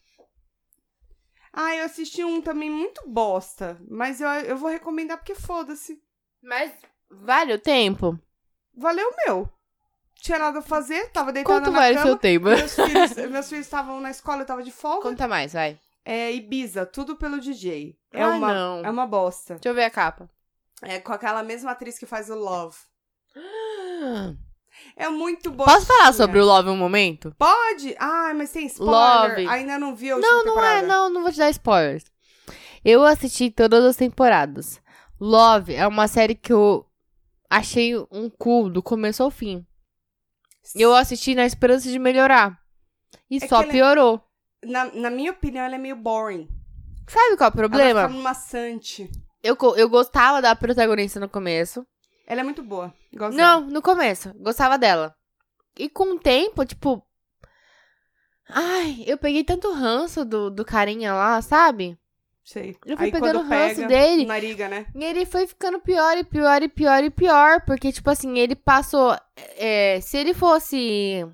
Speaker 2: Ah, eu assisti um também muito bosta, mas eu, eu vou recomendar porque foda-se.
Speaker 1: Mas vale o tempo?
Speaker 2: Valeu o meu. Tinha nada a fazer, tava deitada
Speaker 1: Quanto
Speaker 2: na
Speaker 1: vale o
Speaker 2: tá cama.
Speaker 1: seu tempo?
Speaker 2: Meus filhos meus filhos estavam na escola, eu tava de folga.
Speaker 1: Conta mais, vai.
Speaker 2: É Ibiza, tudo pelo DJ. É
Speaker 1: Ah,
Speaker 2: uma
Speaker 1: não.
Speaker 2: é uma bosta.
Speaker 1: Deixa eu ver a capa.
Speaker 2: É com aquela mesma atriz que faz o Love. É muito bom.
Speaker 1: Posso falar sobre o Love um momento?
Speaker 2: Pode? Ah, mas tem spoiler.
Speaker 1: Love.
Speaker 2: Ainda não vi a última
Speaker 1: Não, não é,
Speaker 2: temporada.
Speaker 1: não, não vou te dar spoilers. Eu assisti todas as temporadas. Love é uma série que eu achei um cu do começo ao fim. Eu assisti na esperança de melhorar. E só
Speaker 2: É que ela é-
Speaker 1: piorou.
Speaker 2: Na, na minha opinião, ela é meio boring.
Speaker 1: Sabe qual é o
Speaker 2: Ela
Speaker 1: problema?
Speaker 2: fica maçante.
Speaker 1: Eu, co- eu gostava da protagonista no começo.
Speaker 2: Ela é muito boa. Gosto dela.
Speaker 1: Não, no começo. Gostava dela. E com o tempo, tipo. Ai, eu peguei tanto ranço do, do carinha lá, sabe?
Speaker 2: Sei.
Speaker 1: Eu fui
Speaker 2: Aí
Speaker 1: pegando
Speaker 2: quando
Speaker 1: o ranço
Speaker 2: pega,
Speaker 1: dele.
Speaker 2: Nariga, né?
Speaker 1: E ele foi ficando pior e pior e pior e pior. Porque, tipo assim, ele passou. é, se ele fosse.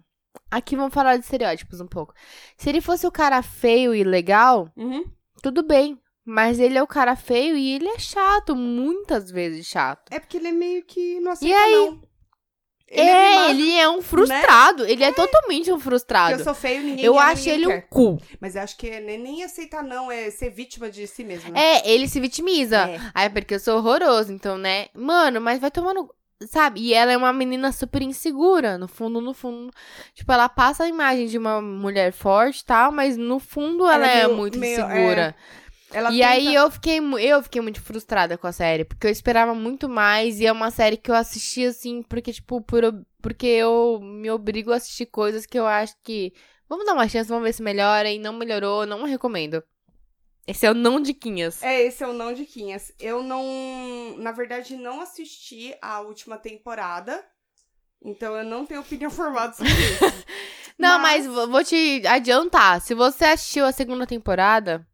Speaker 1: Aqui vamos falar de estereótipos um pouco. Se ele fosse o cara feio e legal,
Speaker 2: Uhum.
Speaker 1: tudo bem. Mas ele é o cara feio e ele é chato, muitas vezes chato.
Speaker 2: É porque ele é meio que não aceita,
Speaker 1: aí?
Speaker 2: não.
Speaker 1: é,
Speaker 2: mimado, né?
Speaker 1: ele é um frustrado. Ele é, totalmente um
Speaker 2: porque
Speaker 1: frustrado.
Speaker 2: Eu sou feio, ninguém
Speaker 1: Eu
Speaker 2: ama,
Speaker 1: acho
Speaker 2: ninguém
Speaker 1: ele um
Speaker 2: quer.
Speaker 1: cu.
Speaker 2: Mas eu acho que é nem, nem aceitar não, é ser vítima de si mesmo. né?
Speaker 1: É, ele se vitimiza.
Speaker 2: É.
Speaker 1: Ah, é porque eu sou horroroso, então, né? Mano, mas vai tomando. Sabe? E ela é uma menina super insegura. No fundo, no fundo. Tipo, ela passa a imagem de uma mulher forte e tal, mas no fundo ela,
Speaker 2: Ela é
Speaker 1: é,
Speaker 2: meio-
Speaker 1: muito
Speaker 2: meio-
Speaker 1: insegura.
Speaker 2: É. Ela
Speaker 1: e
Speaker 2: tenta-
Speaker 1: aí eu fiquei, mu- eu fiquei muito frustrada com a série, porque eu esperava muito mais. E é uma série que eu assisti, assim, porque, tipo, por, ob- porque eu me obrigo a assistir coisas que eu acho que. Vamos dar uma chance, vamos ver se melhora. E não melhorou, não recomendo. Esse é o não diquinhas.
Speaker 2: É, esse é o não de Quinhas. Eu não... Na verdade, não assisti a última temporada. Então eu não tenho opinião formada sobre isso.
Speaker 1: Não, mas... vou vou te adiantar. Se você assistiu a segunda temporada.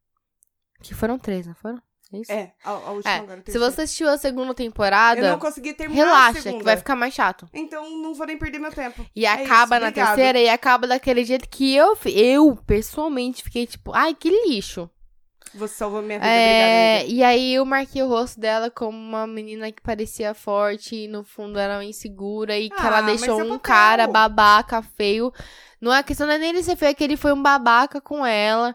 Speaker 1: Que foram três, não foram? É isso?
Speaker 2: É, a, a última
Speaker 1: É,
Speaker 2: agora. a
Speaker 1: Se
Speaker 2: terceira.
Speaker 1: você assistiu a segunda
Speaker 2: Eu não
Speaker 1: temporada,
Speaker 2: consegui terminar a
Speaker 1: relaxa,
Speaker 2: segunda.
Speaker 1: que vai ficar mais chato.
Speaker 2: Então não vou nem perder meu tempo.
Speaker 1: E
Speaker 2: É
Speaker 1: acaba
Speaker 2: isso,
Speaker 1: na
Speaker 2: obrigado.
Speaker 1: terceira e acaba daquele jeito que eu, fi- eu pessoalmente, fiquei tipo, ai, que lixo.
Speaker 2: Você salvou minha vida,
Speaker 1: É,
Speaker 2: obrigada. amiga.
Speaker 1: e aí eu marquei o rosto dela como uma menina que parecia forte e no fundo era uma insegura e que
Speaker 2: Ah,
Speaker 1: ela
Speaker 2: mas
Speaker 1: deixou
Speaker 2: é
Speaker 1: um
Speaker 2: papel.
Speaker 1: cara babaca feio. Não é a questão não é nem ele ser feio, é que ele foi um babaca com ela.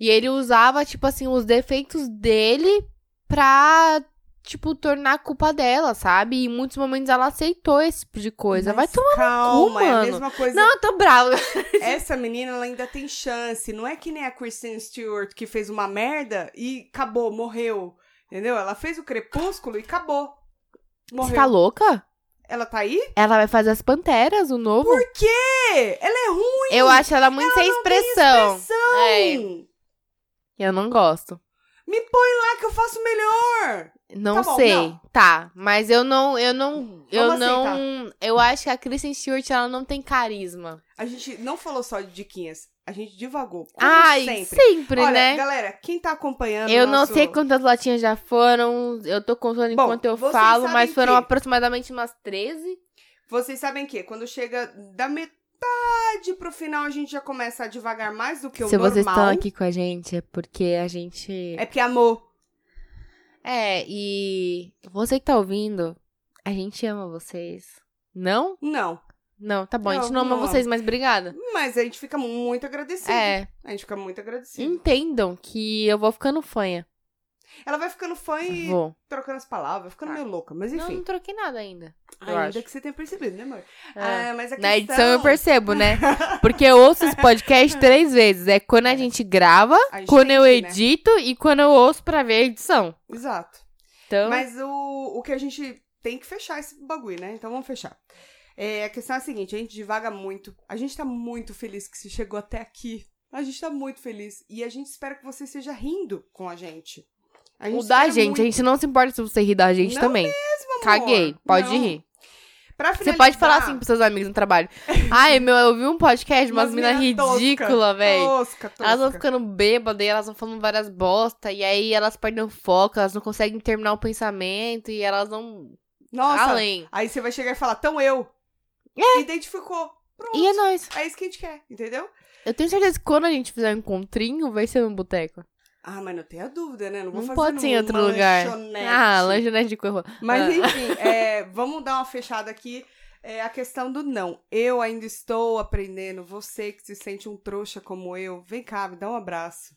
Speaker 1: E ele usava, tipo assim, os defeitos dele pra, tipo, tornar a culpa dela, sabe? E em muitos momentos ela aceitou esse tipo de coisa. Vai
Speaker 2: Mas
Speaker 1: tomar.
Speaker 2: Calma, é a
Speaker 1: mano.
Speaker 2: mesma coisa
Speaker 1: Não, eu tô brava.
Speaker 2: Essa menina ela ainda tem chance. Não é que nem a Kristen Stewart que fez uma merda e acabou, morreu. Entendeu? Ela fez o crepúsculo e acabou. Morreu.
Speaker 1: Você tá louca?
Speaker 2: Ela tá aí?
Speaker 1: Ela vai fazer as panteras, o novo.
Speaker 2: Por quê? Ela é ruim.
Speaker 1: Eu acho ela muito sem
Speaker 2: não tem
Speaker 1: expressão.
Speaker 2: expressão.
Speaker 1: É, eu não gosto.
Speaker 2: Me põe lá que eu faço melhor.
Speaker 1: Não
Speaker 2: Tá bom,
Speaker 1: sei.
Speaker 2: não.
Speaker 1: Tá, mas eu não, eu não, eu
Speaker 2: Vamos
Speaker 1: não, eu acho que a Kristen Stewart ela não tem carisma.
Speaker 2: A gente não falou só de diquinhas. A gente divagou. Como
Speaker 1: Ai, sempre,
Speaker 2: sempre. Olha,
Speaker 1: né?
Speaker 2: galera, quem tá acompanhando.
Speaker 1: Eu
Speaker 2: o
Speaker 1: não
Speaker 2: nosso-
Speaker 1: sei quantas latinhas já foram, eu tô contando
Speaker 2: Bom,
Speaker 1: enquanto eu
Speaker 2: vocês
Speaker 1: falo,
Speaker 2: sabem
Speaker 1: mas foram
Speaker 2: que-
Speaker 1: aproximadamente umas 13.
Speaker 2: Vocês sabem que quando chega da metade pro final, a gente já começa a devagar mais do que o
Speaker 1: Se
Speaker 2: normal.
Speaker 1: vocês estão aqui com a gente, é porque a gente.
Speaker 2: É porque amor.
Speaker 1: É, e você que tá ouvindo, a gente ama vocês. Não?
Speaker 2: Não.
Speaker 1: Não, tá bom, a gente
Speaker 2: Não,
Speaker 1: não ama
Speaker 2: não.
Speaker 1: vocês, mas obrigada.
Speaker 2: Mas a gente fica muito agradecido.
Speaker 1: É, Hum.
Speaker 2: A gente fica muito agradecido.
Speaker 1: entendam que eu vou ficando fanha.
Speaker 2: Ela vai ficando fã e
Speaker 1: Vou.
Speaker 2: trocando as palavras, vai ficando
Speaker 1: Tá.
Speaker 2: meio louca. Mas
Speaker 1: Não,
Speaker 2: enfim.
Speaker 1: não troquei nada ainda. eu
Speaker 2: ainda
Speaker 1: acho.
Speaker 2: que você tenha percebido, né, amor?
Speaker 1: É.
Speaker 2: Ah, mas a
Speaker 1: Na
Speaker 2: questão-
Speaker 1: edição eu percebo, né? Porque eu ouço esse podcast três vezes. É quando a gente grava,
Speaker 2: A gente
Speaker 1: quando
Speaker 2: tem
Speaker 1: eu
Speaker 2: que, né?
Speaker 1: edito e quando eu ouço pra ver a edição.
Speaker 2: Exato.
Speaker 1: Então,
Speaker 2: Mas o, o que a gente tem que fechar esse bagulho, né? Então vamos fechar. É, a questão é a seguinte, a gente divaga muito. A gente tá muito feliz que você chegou até aqui. A gente tá muito feliz. E a gente espera que você esteja rindo com a gente. A
Speaker 1: o da
Speaker 2: espera
Speaker 1: gente,
Speaker 2: muito-
Speaker 1: a gente não se importa se você rir da gente
Speaker 2: Não
Speaker 1: também.
Speaker 2: amor.
Speaker 1: Caguei, pode
Speaker 2: Não.
Speaker 1: rir.
Speaker 2: Pra
Speaker 1: Você pode
Speaker 2: finalizar-
Speaker 1: falar assim pros seus amigos no trabalho. Ai, meu, eu vi um podcast de umas
Speaker 2: Umas
Speaker 1: minas
Speaker 2: mina tosca,
Speaker 1: ridículas, velho.
Speaker 2: Tosca, tosca.
Speaker 1: Elas vão ficando bêbadas e elas vão falando várias bosta. E aí elas perdem o foco, elas não conseguem terminar o pensamento e elas vão
Speaker 2: Nossa,
Speaker 1: além. É.
Speaker 2: aí você vai chegar e falar, tão eu. Identificou. Pronto.
Speaker 1: E é nóis.
Speaker 2: É isso que a gente quer, entendeu?
Speaker 1: Eu tenho certeza que quando a gente fizer um encontrinho, vai ser num boteco.
Speaker 2: Ah, mas não tenha dúvida, né? Não, vou
Speaker 1: Não
Speaker 2: fazer
Speaker 1: pode ser em
Speaker 2: num
Speaker 1: outro lugar.
Speaker 2: lanchonete.
Speaker 1: Ah, lanchonete de corro.
Speaker 2: Mas
Speaker 1: Ah.
Speaker 2: enfim, é, vamos dar uma fechada aqui. É, a questão do não. Eu ainda estou aprendendo. Você que se sente um trouxa como eu, vem cá, me dá um abraço.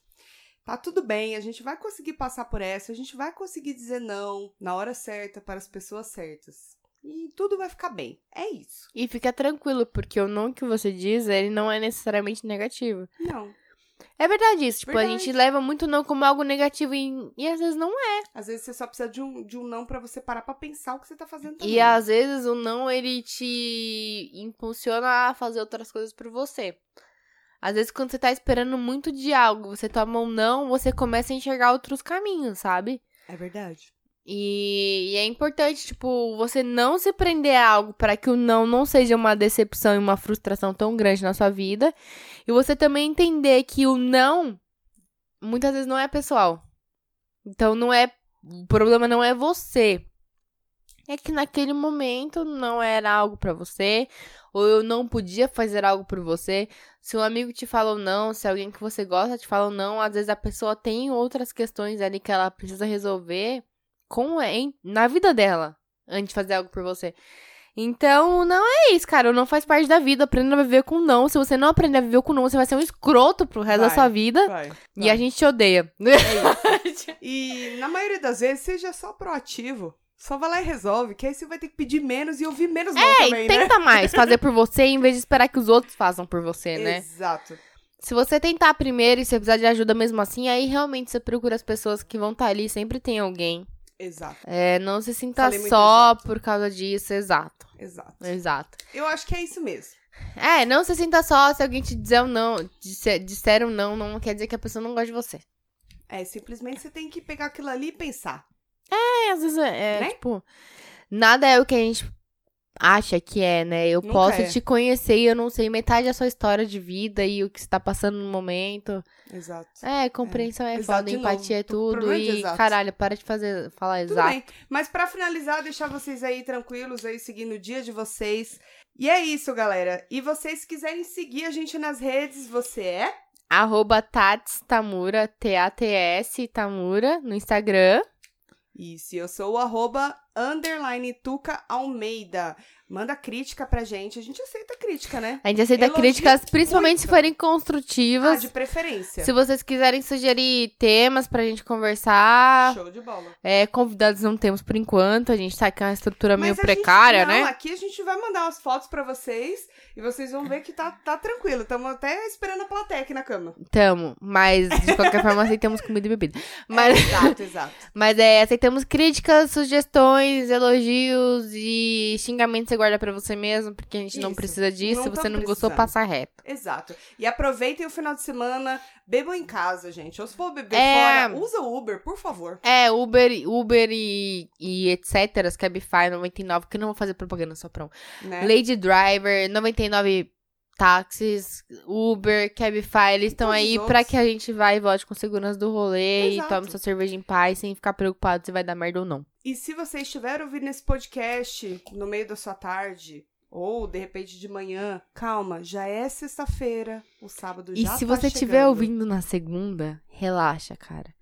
Speaker 2: Tá tudo bem, a gente vai conseguir passar por essa, a gente vai conseguir dizer não na hora certa para as pessoas certas. E tudo vai ficar bem. É isso.
Speaker 1: E fica tranquilo, porque o não que você diz, ele não é necessariamente negativo.
Speaker 2: Não.
Speaker 1: É verdade isso. Tipo, a
Speaker 2: Verdade.
Speaker 1: gente leva muito não como algo negativo e, e às vezes não é.
Speaker 2: Às vezes você só precisa de um, de um não para você parar para pensar o que você tá fazendo também.
Speaker 1: E às vezes o não, ele te impulsiona a fazer outras coisas por você. Às vezes quando você tá esperando muito de algo, você toma um não, você começa a enxergar outros caminhos, sabe?
Speaker 2: É verdade.
Speaker 1: E, e é importante, tipo, você não se prender a algo para que o não não seja uma decepção e uma frustração tão grande na sua vida. E você também entender que o não muitas vezes não é pessoal. Então não é o problema não é você. É que naquele momento não era algo pra você, ou eu não podia fazer algo por você. Se um amigo te falou não, se alguém que você gosta te falou não, às vezes a pessoa tem outras questões ali que ela precisa resolver com em, na vida dela antes de fazer algo por você. Então, não é isso, cara. O não faz parte da vida. Aprenda a viver com o não. Se você não aprender a viver com o não, você vai ser um escroto pro resto da
Speaker 2: Vai,
Speaker 1: sua vida.
Speaker 2: Vai.
Speaker 1: E a gente te odeia.
Speaker 2: E na maioria das vezes, seja só proativo. Só vai lá e resolve, que aí você vai ter que pedir menos e ouvir menos não
Speaker 1: É,
Speaker 2: também,
Speaker 1: e
Speaker 2: né?
Speaker 1: tenta mais fazer por você em vez de esperar que os outros façam por você, né?
Speaker 2: Exato.
Speaker 1: Se você tentar primeiro e você precisar de ajuda mesmo assim, aí realmente você procura as pessoas que vão estar ali, sempre tem alguém.
Speaker 2: Exato,
Speaker 1: É, não se sinta
Speaker 2: Falei muito
Speaker 1: só
Speaker 2: exato.
Speaker 1: por causa disso, exato.
Speaker 2: exato.
Speaker 1: Exato.
Speaker 2: Eu acho que é isso mesmo.
Speaker 1: É, não se sinta só se alguém te dizer um não, disse- disser um não, não quer dizer que a pessoa não gosta de você.
Speaker 2: É, simplesmente você tem que pegar aquilo ali e pensar.
Speaker 1: É, às vezes é, é,
Speaker 2: Né?
Speaker 1: tipo, nada é o que a gente acha que é, né? Eu
Speaker 2: Nunca
Speaker 1: posso
Speaker 2: é.
Speaker 1: te conhecer e eu não sei metade da sua história de vida e o que você tá passando no momento.
Speaker 2: Exato.
Speaker 1: É, compreensão é,
Speaker 2: Exato,
Speaker 1: foda,
Speaker 2: de
Speaker 1: empatia é
Speaker 2: novo.
Speaker 1: tudo
Speaker 2: O problema é de
Speaker 1: e
Speaker 2: exato.
Speaker 1: caralho, para de fazer falar
Speaker 2: Tudo
Speaker 1: exato.
Speaker 2: bem. Mas pra finalizar, deixar vocês aí tranquilos, aí seguindo o dia de vocês. E é isso, galera. E vocês quiserem seguir a gente nas redes, você é?
Speaker 1: Arroba Tats Tamura, T-A-T-S Tamura, no Instagram.
Speaker 2: Isso, eu sou o arroba underline Tuca Almeida. Manda crítica pra gente. A gente aceita crítica, né?
Speaker 1: A gente aceita
Speaker 2: Elogio
Speaker 1: críticas, principalmente se
Speaker 2: muito.
Speaker 1: forem construtivas.
Speaker 2: Ah, de preferência.
Speaker 1: Se vocês quiserem sugerir temas pra gente conversar,
Speaker 2: Show de bola.
Speaker 1: é, convidados não temos por enquanto, a gente tá aqui uma estrutura meio
Speaker 2: Mas a
Speaker 1: precária,
Speaker 2: gente, não,
Speaker 1: né?
Speaker 2: aqui a gente vai mandar umas fotos pra vocês e vocês vão ver que tá, tá tranquilo. Estamos até esperando a plateia aqui na cama.
Speaker 1: Tamo, mas de qualquer forma aceitamos comida e bebida.
Speaker 2: É.
Speaker 1: Mas,
Speaker 2: Exato, exato.
Speaker 1: mas é, aceitamos críticas, sugestões, elogios e xingamentos você guarda pra você mesmo, porque a gente não
Speaker 2: Isso,
Speaker 1: precisa disso.
Speaker 2: não
Speaker 1: Se você
Speaker 2: tamo
Speaker 1: não gostou,
Speaker 2: precisando.
Speaker 1: passa reto.
Speaker 2: Exato. E aproveitem o final de semana, bebam em casa, gente. Ou se for beber
Speaker 1: É.
Speaker 2: fora, usa o Uber, por favor.
Speaker 1: É, Uber, Uber e, e etc, Cabify 99, que eu não vou fazer propaganda só pra um.
Speaker 2: Né?
Speaker 1: Lady Driver, 99 táxis, Uber, Cabify, eles estão
Speaker 2: todos
Speaker 1: aí
Speaker 2: os
Speaker 1: pra
Speaker 2: outros.
Speaker 1: que a gente vá e volte com segurança do rolê
Speaker 2: Exato.
Speaker 1: e tome sua cerveja em paz sem ficar preocupado se vai dar merda ou não.
Speaker 2: E se você estiver ouvindo esse podcast no meio da sua tarde. Ou, de repente, de manhã. Calma, já é sexta-feira. O sábado
Speaker 1: E
Speaker 2: já
Speaker 1: se
Speaker 2: tá
Speaker 1: você estiver
Speaker 2: chegando.
Speaker 1: ouvindo na segunda, relaxa, cara.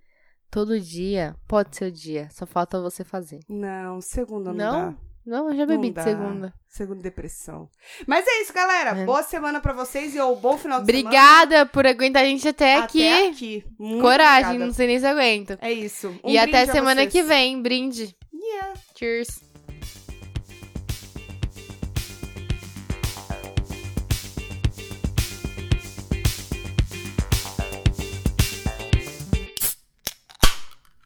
Speaker 1: Todo dia pode ser o dia, só falta você fazer.
Speaker 2: Não, segunda não,
Speaker 1: Não?
Speaker 2: dá.
Speaker 1: Não, eu já
Speaker 2: Não
Speaker 1: bebi de
Speaker 2: dá.
Speaker 1: segunda.
Speaker 2: Segundo depressão. Mas é isso, galera.
Speaker 1: É.
Speaker 2: Boa semana pra vocês e ou bom final de semana.
Speaker 1: Obrigada por aguentar a gente até,
Speaker 2: Até
Speaker 1: aqui.
Speaker 2: aqui. Muito
Speaker 1: Coragem,
Speaker 2: obrigada.
Speaker 1: não sei nem se aguento.
Speaker 2: É isso. Um
Speaker 1: e até
Speaker 2: brinde a
Speaker 1: semana
Speaker 2: vocês.
Speaker 1: que vem. Brinde.
Speaker 2: Yeah.
Speaker 1: Cheers.